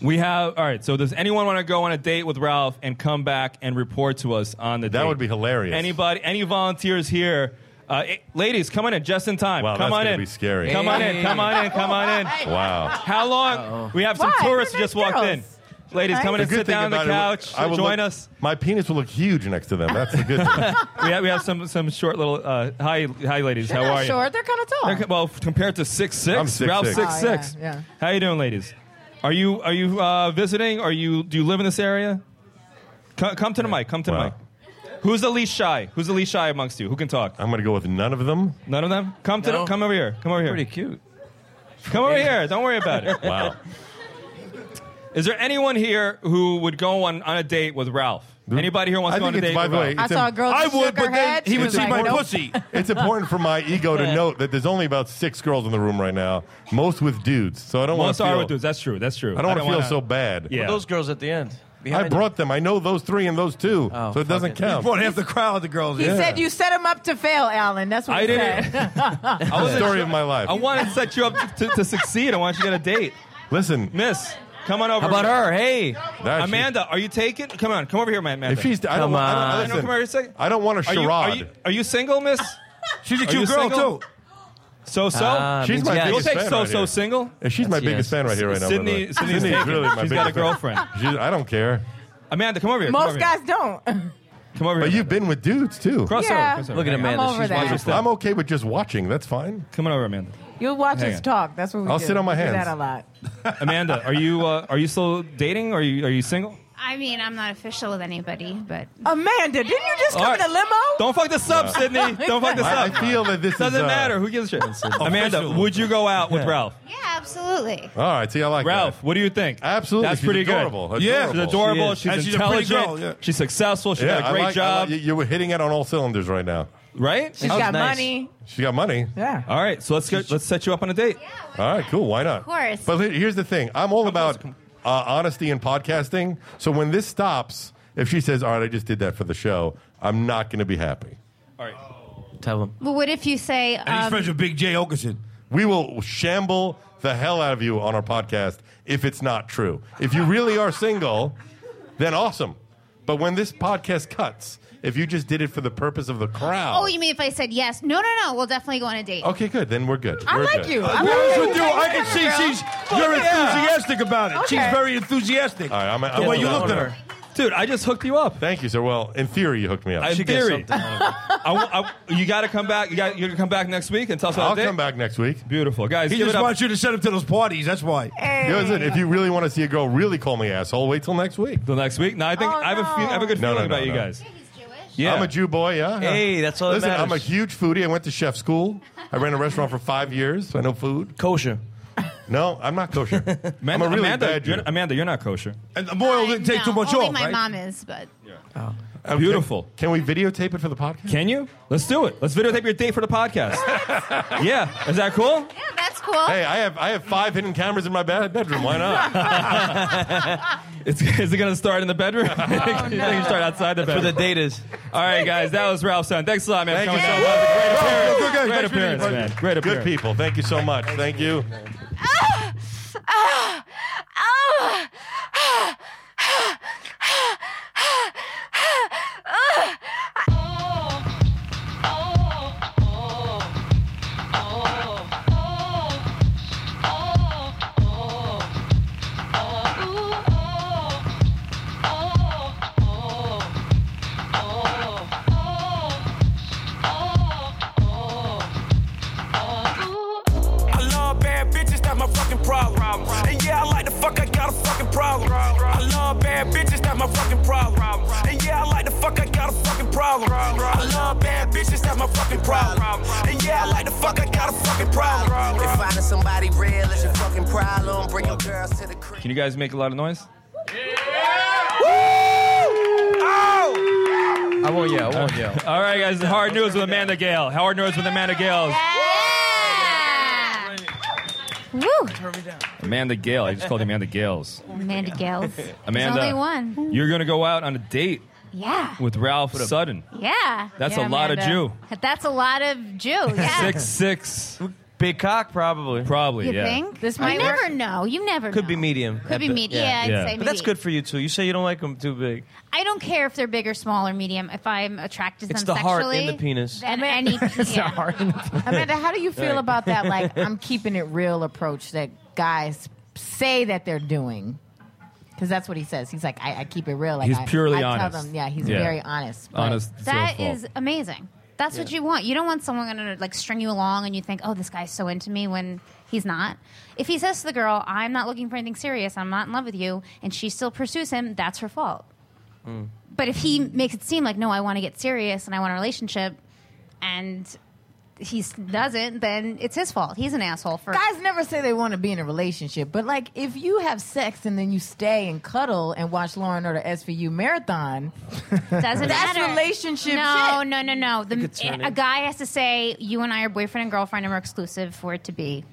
Speaker 1: We have all right. So does anyone want to go on a date with Ralph and come back and report to us on the date?
Speaker 10: That would be hilarious.
Speaker 1: Anybody? Any volunteers here? Uh, eh, ladies, come on in just in time.
Speaker 10: Wow,
Speaker 1: come
Speaker 10: that's
Speaker 1: on
Speaker 10: gonna
Speaker 1: in.
Speaker 10: be scary.
Speaker 1: Come on in.
Speaker 2: Hey.
Speaker 1: Come on in. Come on in.
Speaker 10: Wow.
Speaker 1: How long? We have some
Speaker 3: Oh. Why? They're
Speaker 1: tourists who just
Speaker 3: nice
Speaker 1: walked in.
Speaker 3: girls.
Speaker 1: Ladies, come in
Speaker 10: The
Speaker 1: and sit
Speaker 10: thing
Speaker 1: down on the
Speaker 10: about it,
Speaker 1: couch.
Speaker 10: I will
Speaker 1: join
Speaker 10: look-
Speaker 1: us.
Speaker 10: My penis will look huge next to them. That's the good thing.
Speaker 1: We have, we have some some short little. Uh, hi, hi, ladies.
Speaker 3: They're
Speaker 1: How
Speaker 3: not
Speaker 1: are
Speaker 3: short. They're kind of
Speaker 1: you?
Speaker 3: tall.
Speaker 1: They're co- Well, f- compared to six six,
Speaker 10: I'm 6'6".
Speaker 1: Ralph
Speaker 10: Oh,
Speaker 1: six six.
Speaker 3: yeah, yeah.
Speaker 1: How you doing, ladies? Are you are you uh, visiting? Are you do you live in this area? Come, come to the mic. Come to the
Speaker 10: Wow.
Speaker 1: mic. Who's the least shy? Who's the least shy amongst you? Who can talk?
Speaker 10: I'm going to go with none of them.
Speaker 1: None of them. Come to the,
Speaker 2: No.
Speaker 1: come over here. Come over here.
Speaker 2: Pretty cute.
Speaker 1: Come over here. Don't worry about it.
Speaker 10: Wow.
Speaker 1: Is there anyone here who would go on, on a date with Ralph? Anybody here wants
Speaker 10: I
Speaker 1: to go on
Speaker 10: think
Speaker 1: a date
Speaker 10: it's, by
Speaker 1: with
Speaker 10: the
Speaker 1: Ralph?
Speaker 10: way,
Speaker 3: I
Speaker 10: it's
Speaker 3: saw a
Speaker 10: im-
Speaker 3: girl
Speaker 4: I
Speaker 3: shook
Speaker 4: would,
Speaker 3: her
Speaker 4: but then
Speaker 3: head.
Speaker 4: he
Speaker 3: She
Speaker 4: would
Speaker 3: was
Speaker 4: see
Speaker 3: like,
Speaker 4: my
Speaker 3: nope.
Speaker 4: pussy.
Speaker 10: It's important for my ego to note that there's only about six girls in the room right now, most with dudes. So I don't
Speaker 1: Well,
Speaker 10: want to
Speaker 1: sorry with
Speaker 10: feel.
Speaker 1: dudes. That's true. That's true.
Speaker 10: I don't want to feel
Speaker 1: wanna-
Speaker 10: so bad.
Speaker 1: Yeah.
Speaker 2: Those girls at the end.
Speaker 10: I
Speaker 2: Behind you.
Speaker 10: brought them. I know those three and those two,
Speaker 2: Oh,
Speaker 10: so it doesn't
Speaker 2: fuck it.
Speaker 10: count.
Speaker 4: Brought half the crowd, the girls.
Speaker 3: He
Speaker 4: yeah.
Speaker 3: said you set him up to fail, Alan. That's what
Speaker 1: I
Speaker 3: he
Speaker 1: didn't-
Speaker 3: said.
Speaker 1: I wasn't
Speaker 10: Story
Speaker 1: sure-
Speaker 10: of my life.
Speaker 1: I wanted to set you up to, to succeed. I want you to get a date.
Speaker 10: Listen,
Speaker 1: Miss, come on over.
Speaker 2: How about her? Hey.
Speaker 10: that shit-
Speaker 1: Amanda, are you taken? Come on, come over here, Ma- Amanda.
Speaker 10: If she's, I
Speaker 2: Come
Speaker 10: don't, I don't-
Speaker 2: on.
Speaker 10: listen,
Speaker 1: No, come here a second.
Speaker 10: I don't want a
Speaker 1: are
Speaker 10: charade.
Speaker 1: you, are, you, are you single, Miss?
Speaker 4: She's a
Speaker 1: Are you
Speaker 4: cute girl,
Speaker 1: single?
Speaker 4: too.
Speaker 1: So so.
Speaker 2: Ah,
Speaker 10: She's
Speaker 2: means
Speaker 10: my
Speaker 2: yes.
Speaker 1: You'll
Speaker 10: biggest
Speaker 1: take
Speaker 10: fan
Speaker 1: so
Speaker 10: right
Speaker 1: so
Speaker 10: here.
Speaker 1: single.
Speaker 10: And she's my
Speaker 2: That's
Speaker 10: biggest
Speaker 2: yes.
Speaker 10: fan right here, right now. by the
Speaker 1: Sydney-
Speaker 10: way.
Speaker 1: Sydney's taken.
Speaker 10: really my
Speaker 1: She's
Speaker 10: biggest
Speaker 1: got a
Speaker 10: fan.
Speaker 1: girlfriend.
Speaker 10: She's- I don't care.
Speaker 1: Amanda, come over here.
Speaker 3: Most
Speaker 1: come over
Speaker 3: guys don't.
Speaker 1: Here. Come over
Speaker 10: But
Speaker 1: here.
Speaker 10: you've been with dudes too.
Speaker 1: Cross
Speaker 3: Yeah.
Speaker 1: over. Cross over.
Speaker 2: Look at
Speaker 1: Hang on.
Speaker 2: Amanda.
Speaker 3: I'm over
Speaker 2: She's
Speaker 3: that.
Speaker 2: wonderful.
Speaker 10: I'm okay with just watching. That's fine.
Speaker 1: Come on over, Amanda.
Speaker 3: You'll watch
Speaker 1: Hang
Speaker 3: us
Speaker 1: on.
Speaker 3: talk. That's what we
Speaker 10: I'll
Speaker 3: do.
Speaker 10: sit on my
Speaker 3: We do
Speaker 10: hands.
Speaker 3: that a lot.
Speaker 1: Amanda, are you uh, are you still dating? Are you are you single?
Speaker 13: I mean, I'm not official with anybody, but
Speaker 3: Amanda, didn't you just
Speaker 1: All
Speaker 3: come
Speaker 1: right.
Speaker 3: in a limo?
Speaker 1: Don't fuck this up, Sydney. Don't fuck this
Speaker 10: Uh. I-
Speaker 1: up.
Speaker 10: I feel that this is,
Speaker 1: doesn't
Speaker 10: uh,
Speaker 1: matter. Who gives a shit? Amanda,
Speaker 10: official.
Speaker 1: would you go out with Ralph?
Speaker 13: yeah, absolutely.
Speaker 10: All right, see, I like
Speaker 1: Ralph, what do you think?
Speaker 10: Absolutely,
Speaker 1: that's
Speaker 10: she's
Speaker 1: pretty
Speaker 10: adorable.
Speaker 1: good.
Speaker 10: Adorable.
Speaker 1: she's adorable.
Speaker 10: She is.
Speaker 1: she's
Speaker 10: And she's a pretty
Speaker 1: intelligent.
Speaker 10: girl, yeah.
Speaker 1: She's successful. She's got a
Speaker 10: I
Speaker 1: great
Speaker 10: like- I
Speaker 1: job,
Speaker 10: like- you were hitting it on all cylinders right now.
Speaker 1: right?
Speaker 3: She's got money.
Speaker 10: She got money.
Speaker 3: Yeah.
Speaker 1: All right, so let's get, let's set you up on a date.
Speaker 10: All right, cool. Why not? Of
Speaker 13: course.
Speaker 10: But here- here's the thing: I'm all about uh, honesty and podcasting. So when this stops, if she says, "All right, I just did that for the show," I'm not going to be happy.
Speaker 1: All right.
Speaker 10: Oh. Tell him.
Speaker 13: Well, what if you say?
Speaker 10: And he's
Speaker 13: Um,
Speaker 10: friends with Big J Okerson. We will shamble the hell out of you on our podcast if it's not true. If you really are single, then awesome. But when this podcast cuts, if you just did it for the purpose of the crowd,
Speaker 13: oh, you mean if I said yes? No, no, no. We'll definitely go on a date.
Speaker 1: Oh,
Speaker 10: okay, good. Then we're good.
Speaker 13: I
Speaker 10: We're
Speaker 13: like
Speaker 10: good.
Speaker 13: you.
Speaker 10: All
Speaker 13: I like you.
Speaker 4: Dude, I can see she's you're enthusiastic about it. She's
Speaker 13: Okay.
Speaker 4: very enthusiastic.
Speaker 10: right, I'm, I'm
Speaker 4: the way you looked at her.
Speaker 1: Dude, I just hooked you up.
Speaker 10: Thank you, sir. Well, in theory, you hooked me up.
Speaker 1: In theory, I, want- I- you got to come back. You got you to come back next week and tell us. about
Speaker 10: I'll
Speaker 1: the date.
Speaker 10: come back next week.
Speaker 1: Beautiful, guys.
Speaker 10: He
Speaker 1: give
Speaker 10: just
Speaker 1: it up.
Speaker 10: wants
Speaker 4: you to send him to those parties. That's why.
Speaker 10: Listen, if you really want to see a girl really call me asshole, wait till next week.
Speaker 1: Till next week? No, I think I have a fe- I have a good feeling about you guys. Yeah.
Speaker 10: I'm a Jew boy, yeah.
Speaker 1: Hey, that's all that
Speaker 10: Listen, I'm a
Speaker 1: matters.
Speaker 10: huge foodie. I went to chef school. I ran a restaurant for five years. I know food.
Speaker 1: Kosher.
Speaker 10: No, I'm not kosher. I'm
Speaker 1: Amanda,
Speaker 10: a really
Speaker 1: Amanda,
Speaker 10: bad Jew.
Speaker 1: you're, Amanda, you're not kosher.
Speaker 4: And the oil didn't take
Speaker 13: No,
Speaker 4: too much
Speaker 13: only
Speaker 4: off,
Speaker 13: my
Speaker 4: right?
Speaker 13: mom is, but
Speaker 10: Uh,
Speaker 1: Beautiful.
Speaker 10: Can, can we videotape it for the podcast?
Speaker 1: Can you? Let's do it. Let's videotape your date for the podcast. yeah, is that cool?
Speaker 13: yeah, that's cool.
Speaker 10: Hey, I have I have five hidden cameras in my bed- bedroom. Why not?
Speaker 1: It's, is it going to start in the bedroom? Oh, no. you think you start outside the bedroom.
Speaker 2: where the date is.
Speaker 1: All right, guys, that was Ralph Son. Thanks a lot, man.
Speaker 10: Thank
Speaker 1: for
Speaker 10: you so
Speaker 1: coming
Speaker 10: much.
Speaker 1: so much.
Speaker 10: Great
Speaker 1: Great
Speaker 10: appearance. Good, guys. Thanks for the
Speaker 1: appearance,
Speaker 10: invite.
Speaker 1: man. Great
Speaker 10: Good
Speaker 1: appearance.
Speaker 10: people. Thank you so much. Thank you.
Speaker 5: I love bad bitches, that's my fucking problem. And yeah, I like the fuck, I got a fucking problem. I love bad bitches, that's my fucking problem. And yeah, I like the fuck, I got a fucking problem. I love bad bitches, that's my fucking problem. And yeah, I like the fuck, I got a fucking problem.
Speaker 14: If finding somebody real is your fucking problem, bring your girls to the crib.
Speaker 1: Can you guys make a lot of noise?
Speaker 5: Oh!
Speaker 2: I won't yell. I won't yell.
Speaker 1: All right, guys, hard news with Amanda Gale. Hard news with Amanda Gale.
Speaker 13: Woo!
Speaker 1: Amanda Gale. I just called you Amanda Gales.
Speaker 13: Amanda Gales. There's
Speaker 1: Amanda,
Speaker 13: only one.
Speaker 1: you're going to go out on a date
Speaker 13: Yeah.
Speaker 1: with Ralph Sutton.
Speaker 13: Yeah.
Speaker 1: That's
Speaker 13: yeah,
Speaker 1: a lot of
Speaker 13: Amanda. That's a lot of Jew. Yeah.
Speaker 1: Six six. Big cock, probably. Probably,
Speaker 13: You
Speaker 1: yeah.
Speaker 13: think?
Speaker 3: This
Speaker 13: you
Speaker 3: might
Speaker 13: never know. You never
Speaker 2: Could
Speaker 13: know.
Speaker 2: be medium.
Speaker 13: Could
Speaker 2: at
Speaker 13: be
Speaker 2: the-
Speaker 13: medium. Yeah, I'd say
Speaker 2: But that's
Speaker 13: medium.
Speaker 2: good for you too. You say you don't like them too big.
Speaker 13: I don't care if they're big or small or medium. If I'm attracted to
Speaker 2: It's
Speaker 13: them
Speaker 2: the heart in
Speaker 13: sexually,
Speaker 2: the penis.
Speaker 13: Then any, yeah.
Speaker 3: Amanda, how do you feel
Speaker 2: Right.
Speaker 3: about that? Like, I'm keeping it real approach that guys say that they're doing. Because that's what he says. He's like, I, I keep it real. Like
Speaker 1: He's
Speaker 3: I-
Speaker 1: purely
Speaker 3: I tell
Speaker 1: honest.
Speaker 3: them- yeah, he's
Speaker 1: Yeah.
Speaker 3: very honest. but-
Speaker 1: Honest. It's
Speaker 13: That
Speaker 1: your fault.
Speaker 13: is amazing. That's what you want. You don't want someone going to like string you along and you think, oh, this guy's so into me when he's not. If he says to the girl, I'm not looking for anything serious, I'm not in love with you, and she still pursues him, that's her fault.
Speaker 15: Mm.
Speaker 13: But if he makes it seem like, no, I want to get serious and I want a relationship, and he s- doesn't, then it's his fault. He's an asshole for
Speaker 3: Guys never say they want to be in a relationship, but like if you have sex and then you stay and cuddle and watch Law and Order SVU marathon,
Speaker 13: doesn't
Speaker 3: that's
Speaker 13: matter.
Speaker 3: relationship
Speaker 13: No,
Speaker 3: shit.
Speaker 13: no, no, no. The,
Speaker 3: could turn
Speaker 13: a
Speaker 3: in.
Speaker 13: guy has to say, "You and I are boyfriend and girlfriend, and we're exclusive," for it to be.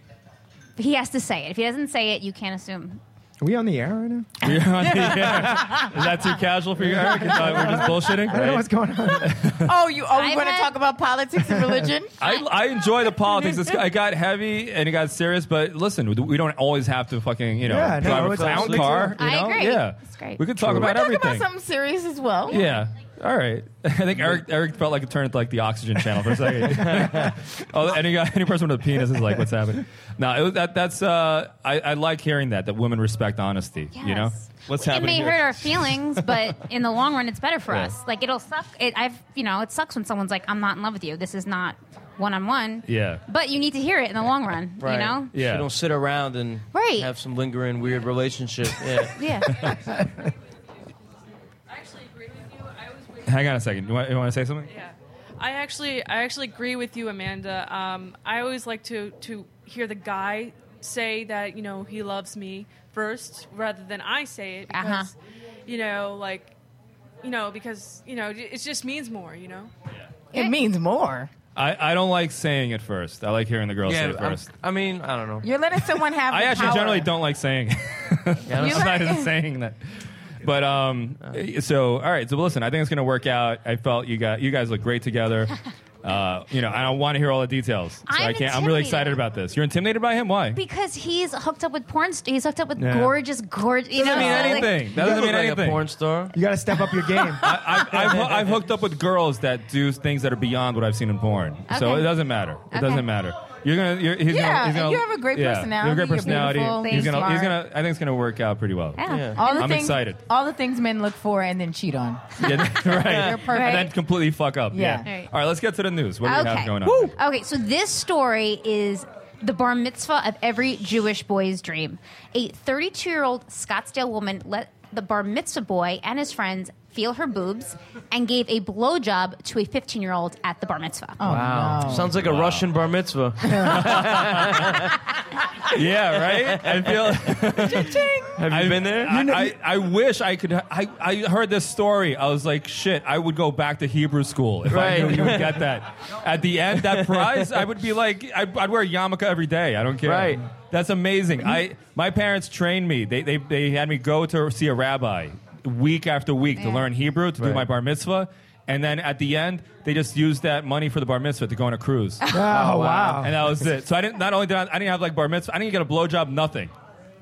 Speaker 13: He has to say it. If he doesn't say it, you can't assume.
Speaker 15: Are we on the air right now?
Speaker 1: We're on the air. Is that too casual for you, Eric? You thought we're just bullshitting?
Speaker 15: I don't know what's going on.
Speaker 3: Oh, you are we going to talk about politics and religion?
Speaker 1: I, I enjoy the politics. It's, it got heavy and it got serious, but listen, we don't always have to fucking you know
Speaker 15: Yeah, no,
Speaker 1: drive a
Speaker 15: it's-
Speaker 1: clown
Speaker 15: it's-
Speaker 1: car. You
Speaker 15: I
Speaker 1: know?
Speaker 15: agree.
Speaker 1: Yeah,
Speaker 15: It's great.
Speaker 1: We could talk
Speaker 15: True.
Speaker 1: about
Speaker 3: Talk
Speaker 1: everything.
Speaker 3: about something serious as well.
Speaker 1: yeah. All right. I think Eric Eric felt like it turned to like the oxygen channel for a second. oh, any guy, any person with a penis is like, what's happening? No, it was, that that's uh, I, I like hearing that that women respect honesty. You know what's
Speaker 13: It may
Speaker 1: happening.
Speaker 13: hurt
Speaker 1: here?
Speaker 13: our feelings, but in the long run, it's better for
Speaker 1: Yeah.
Speaker 13: us. Like it'll suck. It, I've you know it sucks when someone's like, "I'm not in love with you. This is not one on one."
Speaker 2: Yeah.
Speaker 13: But you need to hear it in the long run. You know.
Speaker 2: Yeah. You don't sit around and
Speaker 13: Right.
Speaker 2: have some lingering weird relationship. Yeah.
Speaker 13: Yeah.
Speaker 1: Hang on a second. You want, you want to say something?
Speaker 16: Yeah, I actually I actually agree with you, Amanda. Um, I always like to to hear the guy say that you know he loves me first, rather than I say it
Speaker 3: Uh-huh.
Speaker 16: because you know like you know because you know it just means more. You know.
Speaker 3: It means more.
Speaker 1: I, I don't like saying it first. I like hearing the girls say it
Speaker 2: I'm-
Speaker 1: first.
Speaker 2: I mean, I don't know.
Speaker 3: You're letting someone have.
Speaker 1: I
Speaker 3: the
Speaker 1: actually
Speaker 3: power.
Speaker 1: generally don't like saying it. I'm
Speaker 3: You
Speaker 1: not
Speaker 3: like-
Speaker 1: even saying that. But um, so all right. So listen, I think it's gonna work out. I felt you got you guys look great together. Uh, you know, I don't want to hear all the details. So
Speaker 13: I'm
Speaker 1: I can't. I'm really
Speaker 13: intimidated.
Speaker 1: excited about this. You're intimidated by him? Why?
Speaker 13: Because he's hooked up with porn. St- he's hooked up with
Speaker 1: Yeah.
Speaker 13: gorgeous, gorgeous. You know,
Speaker 1: Doesn't mean
Speaker 13: so, like-
Speaker 1: anything. That
Speaker 2: You
Speaker 1: doesn't
Speaker 2: look
Speaker 1: mean
Speaker 2: like a
Speaker 1: anything.
Speaker 2: porn star.
Speaker 15: You got to step up your game.
Speaker 1: I, I've, I've, I've hooked up with girls that do things that are beyond what I've seen in porn. So
Speaker 3: Okay.
Speaker 1: it doesn't matter. It
Speaker 3: Okay.
Speaker 1: doesn't matter. You're gonna. You're, he's
Speaker 3: Yeah,
Speaker 1: gonna, he's
Speaker 3: and
Speaker 1: gonna,
Speaker 3: you have a great
Speaker 1: yeah, You have a
Speaker 3: personality.
Speaker 1: great
Speaker 3: You're
Speaker 1: personality.
Speaker 3: beautiful,
Speaker 1: he's gonna. He's
Speaker 3: smart.
Speaker 1: gonna. I think it's gonna work out pretty well.
Speaker 3: Yeah. All the
Speaker 1: I'm
Speaker 3: things,
Speaker 1: excited.
Speaker 3: All the things men look for and then cheat on.
Speaker 1: Yeah, right.
Speaker 13: You're perfect.
Speaker 1: And then completely fuck up.
Speaker 13: Yeah.
Speaker 1: Yeah.
Speaker 13: Right.
Speaker 1: All right. Let's get to the news. What do we have going on?
Speaker 13: Okay, so this story is the bar mitzvah of every Jewish boy's dream. A 32 year old Scottsdale woman let the bar mitzvah boy and his friends feel her boobs and gave a blowjob to a 15 year old at the bar mitzvah.
Speaker 2: Oh, wow. Sounds like a Russian bar mitzvah.
Speaker 1: yeah, right? I feel.
Speaker 2: Have you been there?
Speaker 1: I, I, I wish I could. I, I heard this story. I was like, shit, I would go back to Hebrew school if I
Speaker 2: Right.
Speaker 1: knew you would get that. At the end, that prize, I would be like, I'd, I'd wear a yarmulke every day. I don't care.
Speaker 2: Right.
Speaker 1: That's amazing. I My parents trained me, they, they, they had me go to see a rabbi week after week to
Speaker 13: Yeah.
Speaker 1: learn Hebrew, to do
Speaker 2: Right.
Speaker 1: my bar mitzvah. And then at the end, they just used that money for the bar mitzvah to go on a cruise.
Speaker 13: Oh, wow.
Speaker 15: wow.
Speaker 1: And that was it. So I didn't. Not only did I, I didn't have like bar mitzvah. I didn't get a blowjob. Nothing.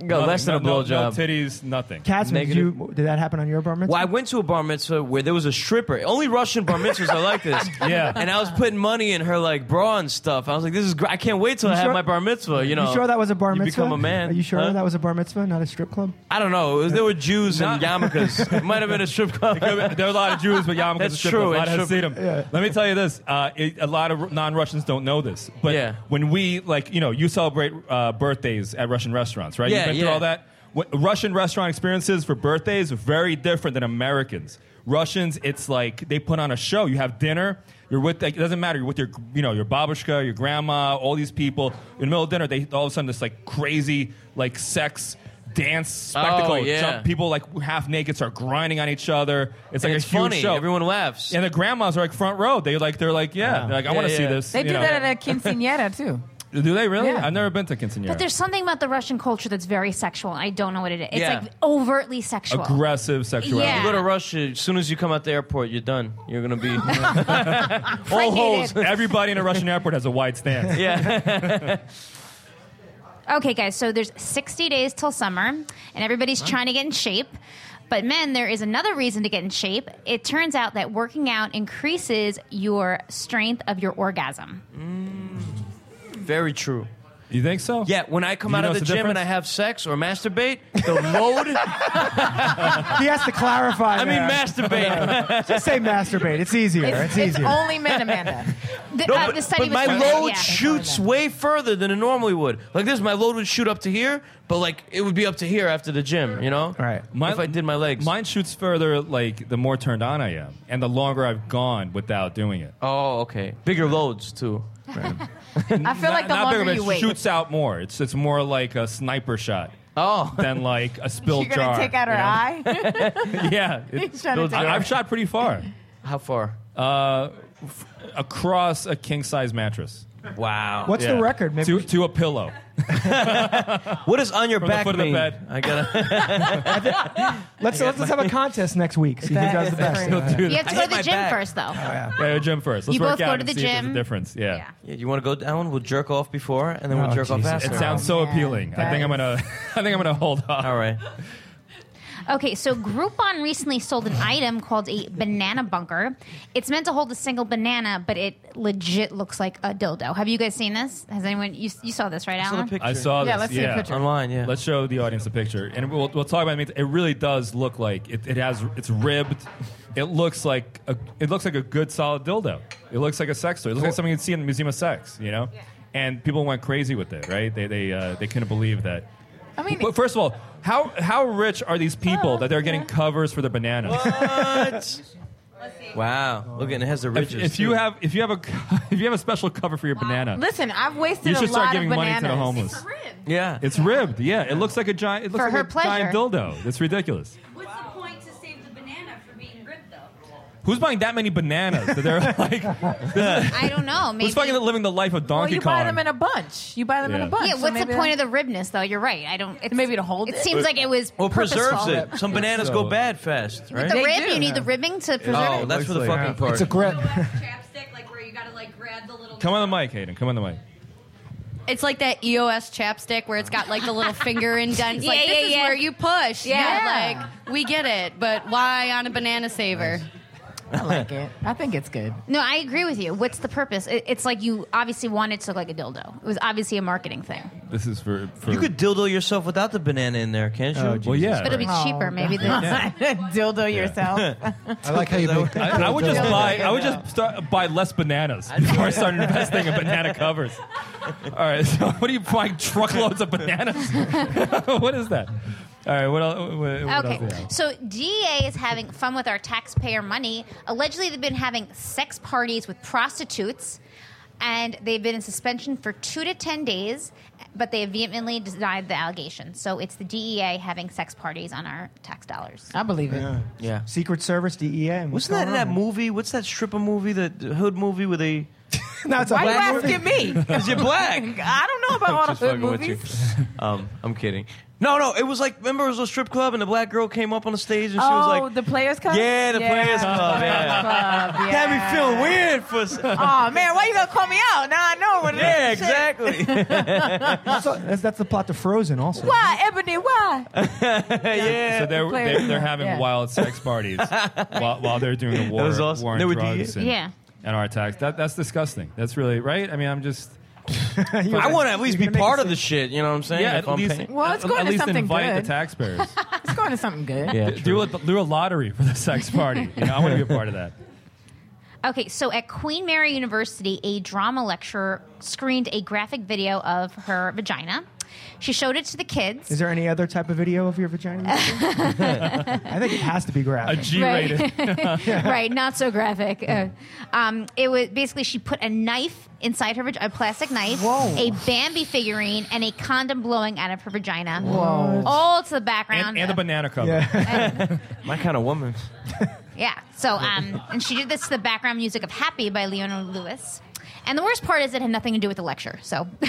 Speaker 2: got less than
Speaker 1: no, no-
Speaker 2: a blowjob.
Speaker 1: No titties. Nothing.
Speaker 15: Cats, did,
Speaker 2: Negative.
Speaker 15: you, did that happen on your bar mitzvah?
Speaker 2: Well, I went to a bar mitzvah where there was a stripper. Only Russian bar mitzvahs are like this.
Speaker 1: Yeah.
Speaker 2: And I was putting money in her like bra and stuff. I was like, this is great. I can't wait till
Speaker 15: You
Speaker 2: I
Speaker 15: sure-
Speaker 2: have my bar mitzvah. You know.
Speaker 15: you sure that was a bar
Speaker 2: you
Speaker 15: mitzvah?
Speaker 2: become a man.
Speaker 15: Are you sure
Speaker 2: Huh?
Speaker 15: that was a bar mitzvah, not a strip club?
Speaker 2: I don't know. It was- there were Jews and yarmulkes. It might have been a strip club.
Speaker 1: There were a lot of Jews with yarmulkes.
Speaker 2: That's
Speaker 1: and shit, but
Speaker 2: true,
Speaker 1: A lot
Speaker 2: it's
Speaker 1: of
Speaker 2: true.
Speaker 1: Hasidim. Let me tell you this: uh, it, a lot of non-Russians don't know this, but when we like, you know, you celebrate uh, birthdays at Russian restaurants, right? You've
Speaker 2: Yeah,
Speaker 1: been through
Speaker 2: yeah.
Speaker 1: all that. What, Russian restaurant experiences for birthdays are very different than Americans. Russians, it's like they put on a show. You have dinner. You're with. Like, it doesn't matter. You're with your, you know, your babushka, your grandma, all these people. In the middle of dinner, they all of a sudden this like crazy, like sex dance spectacle.
Speaker 2: Oh, yeah.
Speaker 1: jump- people like half naked start grinding on each other. It's
Speaker 2: And
Speaker 1: like
Speaker 2: it's
Speaker 1: a huge
Speaker 2: funny.
Speaker 1: show.
Speaker 2: Everyone laughs.
Speaker 1: And the grandmas are like front row. They like they're like yeah. They're like I
Speaker 2: Yeah,
Speaker 1: want to see
Speaker 2: yeah.
Speaker 1: this.
Speaker 3: They
Speaker 1: you
Speaker 3: do
Speaker 1: know.
Speaker 3: that at a quinceanera too.
Speaker 1: Do they really?
Speaker 3: Yeah.
Speaker 1: I've never been to quinceanera.
Speaker 13: But there's something about the Russian culture that's very sexual. I don't know what it is. It's
Speaker 2: Yeah.
Speaker 13: like overtly sexual.
Speaker 1: aggressive sexuality.
Speaker 13: Yeah.
Speaker 2: You go to Russia, as soon as you come out the airport, you're done. You're going to be.
Speaker 1: All holes. Everybody in a Russian airport has a wide stance.
Speaker 2: yeah.
Speaker 13: Okay, guys, so there's 60 days till summer, and everybody's trying to get in shape. But men, there is another reason to get in shape. It turns out that working out increases your strength of your orgasm.
Speaker 2: Very true.
Speaker 1: You think so?
Speaker 2: Yeah, when I come
Speaker 1: You
Speaker 2: out of the
Speaker 1: notice
Speaker 2: gym
Speaker 1: the
Speaker 2: and I
Speaker 1: difference?
Speaker 2: have sex or masturbate, the load.
Speaker 15: he has to clarify.
Speaker 2: I mean,
Speaker 15: that.
Speaker 2: masturbate.
Speaker 15: Just say masturbate. It's easier. It's,
Speaker 3: It's
Speaker 15: easier.
Speaker 3: only men, Amanda.
Speaker 13: The,
Speaker 2: No,
Speaker 13: uh,
Speaker 2: but,
Speaker 13: the study
Speaker 2: but
Speaker 13: was
Speaker 2: my
Speaker 13: done-
Speaker 2: load
Speaker 13: yeah.
Speaker 2: shoots way further than it normally would. Like this, my load would shoot up to here, but like it would be up to here after the gym. You know, right?
Speaker 1: My-
Speaker 2: if I did my legs,
Speaker 1: Mine shoots further like the more turned on I am, and the longer I've gone without doing it.
Speaker 2: Oh, okay. Bigger loads too.
Speaker 3: I feel like the
Speaker 1: Not bigger,
Speaker 3: longer
Speaker 1: but
Speaker 3: you
Speaker 1: it
Speaker 3: wait,
Speaker 1: shoots out more. It's it's more like a sniper shot.
Speaker 2: Oh,
Speaker 1: than like a
Speaker 3: you're
Speaker 1: spilled
Speaker 3: gonna
Speaker 1: jar.
Speaker 3: take out her eye.
Speaker 1: yeah,
Speaker 3: He's trying to take
Speaker 1: I,
Speaker 3: it
Speaker 1: have
Speaker 3: out.
Speaker 1: shot pretty far.
Speaker 2: How far?
Speaker 1: Uh, f- across a king size mattress.
Speaker 2: Wow.
Speaker 15: What's the record? Maybe
Speaker 1: To, to a pillow.
Speaker 2: What is on your
Speaker 1: From the
Speaker 2: back
Speaker 1: foot of the
Speaker 2: mean?
Speaker 1: bed.
Speaker 2: I gotta.
Speaker 15: Let's let's just have a contest next week. See who does the best.
Speaker 13: You have to go to the gym first,
Speaker 2: Oh,
Speaker 13: though.
Speaker 1: Yeah, gym first. Let's
Speaker 13: You
Speaker 1: work
Speaker 13: both
Speaker 1: out
Speaker 13: go to
Speaker 1: and
Speaker 13: the
Speaker 1: see if
Speaker 13: gym.
Speaker 1: there's a difference. Yeah.
Speaker 2: Yeah, you want to go down? We'll jerk off before, and then
Speaker 1: Oh,
Speaker 2: we'll jerk
Speaker 1: Jesus.
Speaker 2: off after.
Speaker 1: It sounds
Speaker 13: Oh,
Speaker 1: so appealing. I think I'm gonna. I think I'm gonna hold off.
Speaker 2: All right.
Speaker 13: Okay, so Groupon recently sold an item called a banana bunker. It's meant to hold a single banana, but it legit looks like a dildo. Have you guys seen this? Has anyone you, you saw this right,
Speaker 2: saw the
Speaker 13: Alan?
Speaker 2: picture.
Speaker 1: I saw this.
Speaker 13: Yeah, let's see a picture.
Speaker 2: Online, yeah.
Speaker 1: Let's show the audience a picture, and we'll, we'll talk about it. It really does look like it, it has. It's ribbed. It looks like a. It looks like a good solid dildo. It looks like a sex toy. It looks like something you'd see in the Museum of Sex. You know, and people went crazy with it. Right? They they uh, they couldn't believe that.
Speaker 3: I mean,
Speaker 1: But first of all,
Speaker 13: Uh,
Speaker 1: how how rich are these people that they're getting covers for their bananas?
Speaker 2: What? Wow. Look, and it has the
Speaker 1: If,
Speaker 2: ridges.
Speaker 1: if you have if you have a if you have a special cover for your banana,
Speaker 3: Listen, I've wasted
Speaker 1: you
Speaker 3: a
Speaker 1: should start
Speaker 3: lot of
Speaker 1: giving money to
Speaker 3: bananas.
Speaker 1: the homeless.
Speaker 2: yeah,
Speaker 1: it's ribbed. Yeah, it looks like a giant. It looks
Speaker 3: For
Speaker 1: like
Speaker 3: her
Speaker 1: a giant
Speaker 3: pleasure.
Speaker 1: dildo. It's ridiculous.
Speaker 17: What's the point to save the banana for being ripped though?
Speaker 1: Who's buying that many bananas? That they're like,
Speaker 13: I don't know. Maybe.
Speaker 1: who's fucking living the life of
Speaker 13: Well,
Speaker 1: Donkey
Speaker 13: you
Speaker 1: Kong?
Speaker 13: buy them
Speaker 3: in a bunch. You buy them in
Speaker 1: Yeah.
Speaker 3: a bunch.
Speaker 13: Yeah,
Speaker 3: so
Speaker 13: what's the
Speaker 3: maybe
Speaker 13: point of the ribness, though? You're right. I don't. It's, maybe to hold it. seems like it was.
Speaker 2: Well, preserves
Speaker 13: purposeful.
Speaker 2: it. Some bananas go bad
Speaker 13: With
Speaker 2: fast, right?
Speaker 13: the rib, you need the ribbing to preserve
Speaker 2: Oh,
Speaker 13: it.
Speaker 2: that's for the fucking part.
Speaker 13: It's a
Speaker 2: grip.
Speaker 1: Come on the mic, Hayden. Come on the mic.
Speaker 18: It's like that EOS chapstick where it's got like the little finger indents. like
Speaker 13: Yeah,
Speaker 18: this
Speaker 13: yeah,
Speaker 18: is
Speaker 13: yeah.
Speaker 18: where you push. you know,
Speaker 13: Yeah.
Speaker 18: like we get it, but why on a banana saver?
Speaker 3: I like it. I think it's good.
Speaker 13: No, I agree with you. What's the purpose? It, it's like you obviously wanted to look like a dildo. It was obviously a marketing thing.
Speaker 1: This is for,
Speaker 2: You could dildo yourself without the banana in there, can't you?
Speaker 13: Oh,
Speaker 2: well,
Speaker 13: Jesus But it'll be Christ. cheaper, maybe, than-
Speaker 3: dildo yourself.
Speaker 8: I like how you make
Speaker 1: I, I would just buy. I would just start buy less bananas before I start investing in banana covers. All right. So what are you buying truckloads of bananas? what is that? All right. What else? What, what Else
Speaker 13: Okay,
Speaker 1: do we have?
Speaker 13: so DEA is having fun with our taxpayer money. Allegedly, they've been having sex parties with prostitutes, and they've been in suspension for two to ten days. But they have vehemently denied the allegation. So it's the DEA having sex parties on our tax dollars.
Speaker 3: I believe it.
Speaker 2: Yeah.
Speaker 15: Secret Service, DEA. And what's
Speaker 2: Wasn't that in
Speaker 15: going
Speaker 2: that
Speaker 15: on?
Speaker 2: movie? What's that stripper movie? The the hood movie with a.
Speaker 15: No, it's a
Speaker 3: Why
Speaker 15: black
Speaker 3: you
Speaker 15: movie.
Speaker 3: asking me?
Speaker 2: Because you're black.
Speaker 3: I don't know about all the
Speaker 2: Just
Speaker 3: hood
Speaker 2: fucking with
Speaker 3: movies.
Speaker 2: you. Um, I'm kidding. No, no, it was like remember it was a strip club and the black girl came up on the stage and she was
Speaker 3: oh,
Speaker 2: like,
Speaker 3: the Players Club?
Speaker 2: "Yeah, the players club, yeah."
Speaker 3: Players Club,
Speaker 2: Had
Speaker 3: yeah.
Speaker 2: me feeling weird for. a se-
Speaker 3: Oh man, why you gonna call me out? Now I know what it is.
Speaker 2: Yeah, exactly.
Speaker 15: that's, that's, that's the plot to Frozen, also.
Speaker 3: Why, Ebony? Why?
Speaker 1: yeah. So they're they, they're having
Speaker 3: Yeah.
Speaker 1: wild sex parties while, while they're doing the war,
Speaker 2: was awesome.
Speaker 1: war on
Speaker 2: They were
Speaker 1: drugs and,
Speaker 13: Yeah.
Speaker 1: and our attacks. That that's disgusting. That's really right. I mean, I'm just.
Speaker 2: I want to at least be part of the shit. You know what I'm saying?
Speaker 1: Yeah,
Speaker 2: If
Speaker 1: at
Speaker 2: I'm
Speaker 1: least,
Speaker 2: paying-
Speaker 3: Well, it's
Speaker 1: at-
Speaker 3: going
Speaker 1: at
Speaker 3: to
Speaker 1: least
Speaker 3: something
Speaker 1: invite
Speaker 3: good.
Speaker 1: the taxpayers.
Speaker 3: It's going to something good.
Speaker 1: yeah, do a do a lottery for the sex party. You know, I want to be a part of that.
Speaker 13: Okay, so at Queen Mary University, a drama lecturer screened a graphic video of her vagina. She showed it to the kids.
Speaker 15: Is there any other type of video of your vagina? I think it has to be graphic.
Speaker 1: A G-rated.
Speaker 13: Right. right, not so graphic. Uh, um, it was basically she put a knife inside her vagina, a plastic knife, a Bambi figurine, and a condom blowing out of her vagina.
Speaker 1: Whoa.
Speaker 13: All to the background.
Speaker 1: And, and the banana cover.
Speaker 2: My kind of woman.
Speaker 13: yeah. So, um, and she did this to the background music of "Happy" by Leona Lewis. And the worst part is it had nothing to do with the lecture, so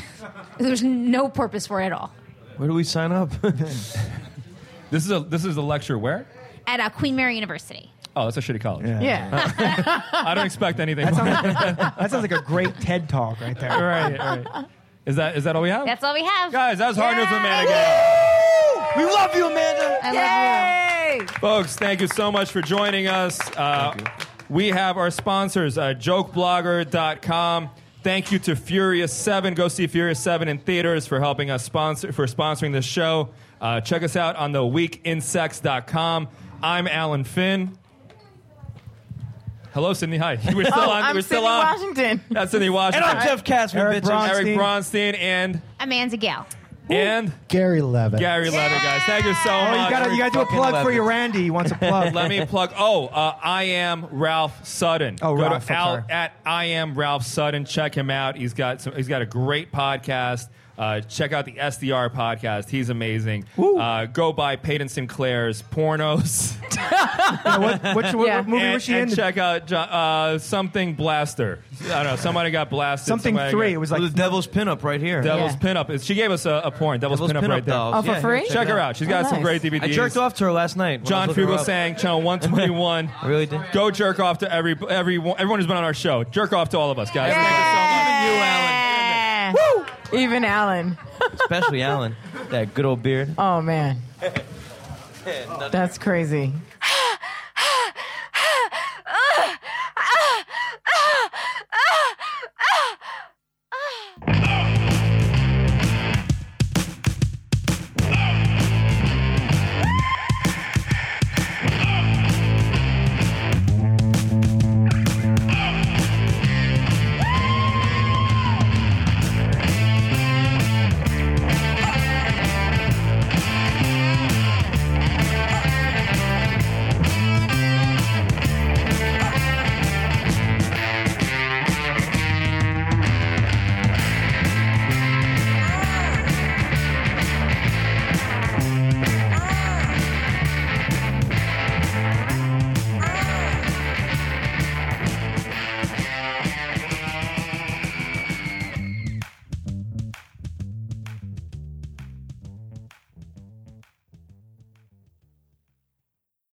Speaker 13: there's no purpose for it at all.
Speaker 2: Where do we sign up?
Speaker 1: This is a this is a lecture where?
Speaker 13: At uh, Queen Mary University.
Speaker 1: Oh, that's a shitty college.
Speaker 13: Yeah.
Speaker 1: I don't expect anything.
Speaker 15: That sounds, like, that sounds like a great TED talk right there.
Speaker 1: right, right. Is that is that all we have?
Speaker 13: That's all we have.
Speaker 1: Guys, that was hard news with Amanda
Speaker 2: Gale. We love you, Amanda.
Speaker 13: I love
Speaker 1: you. Folks, thank you so much for joining us. Uh, we have our sponsors, uh, jokeblogger.com. Thank you to Furious 7. Go see Furious 7 in theaters for helping us sponsor for sponsoring this show. Uh, check us out on the weekinsects.com. I'm Alan Finn. Hello, Sydney. Hi. You We're still
Speaker 3: Oh,
Speaker 1: on.
Speaker 3: I'm
Speaker 1: we're still
Speaker 3: Sidney
Speaker 1: on.
Speaker 3: Washington.
Speaker 1: That's Sydney Washington.
Speaker 2: And I'm Jeff Kasman,
Speaker 1: Eric
Speaker 2: bitches.
Speaker 1: Eric Bronstein and
Speaker 13: Amanda Gale.
Speaker 1: and
Speaker 15: Gary Levitt.
Speaker 1: Gary Levitt, guys. Thank you so
Speaker 15: Oh,
Speaker 1: much.
Speaker 15: you gotta, you gotta do a plug for your Randy. He wants a plug.
Speaker 1: Let me plug. Oh, uh, I am Ralph Sutton.
Speaker 15: Oh,
Speaker 1: Go
Speaker 15: Ralph,
Speaker 1: to
Speaker 15: I'm
Speaker 1: Al,
Speaker 15: sorry.
Speaker 1: at I am Ralph Sutton. Check him out. He's got some, he's got a great podcast. Uh, check out the SDR podcast. He's amazing. Uh, go buy Peyton Sinclair's pornos.
Speaker 15: what- which- what- what movie
Speaker 1: and,
Speaker 15: was she
Speaker 1: and
Speaker 15: in?
Speaker 1: Check out Jo- uh, something Blaster. I don't know. Somebody got blasted.
Speaker 2: Something
Speaker 1: somebody
Speaker 2: three.
Speaker 1: got-
Speaker 2: It was like- It was Devil's Pinup right here.
Speaker 1: Devil's
Speaker 2: Yeah.
Speaker 1: Pinup. She gave us a, a porn. Devil's,
Speaker 2: Devil's
Speaker 1: Pinup,
Speaker 2: Pinup
Speaker 1: right there.
Speaker 2: dolls. Oh, for
Speaker 1: Yeah,
Speaker 2: free?
Speaker 1: Check, her out. She's got
Speaker 2: Oh,
Speaker 1: some great
Speaker 2: nice.
Speaker 1: DVDs.
Speaker 2: I jerked off to her last night when I
Speaker 1: John
Speaker 2: was looking her
Speaker 1: Fugel
Speaker 2: up.
Speaker 1: sang channel 121. I really did. Go jerk off to every everyone. Everyone who's been on our show. Jerk off to all of us, guys.
Speaker 3: Yeah. Woo! Even Alan.
Speaker 2: Especially Alan. That good old beard.
Speaker 3: Oh man,
Speaker 2: That's
Speaker 3: that's crazy.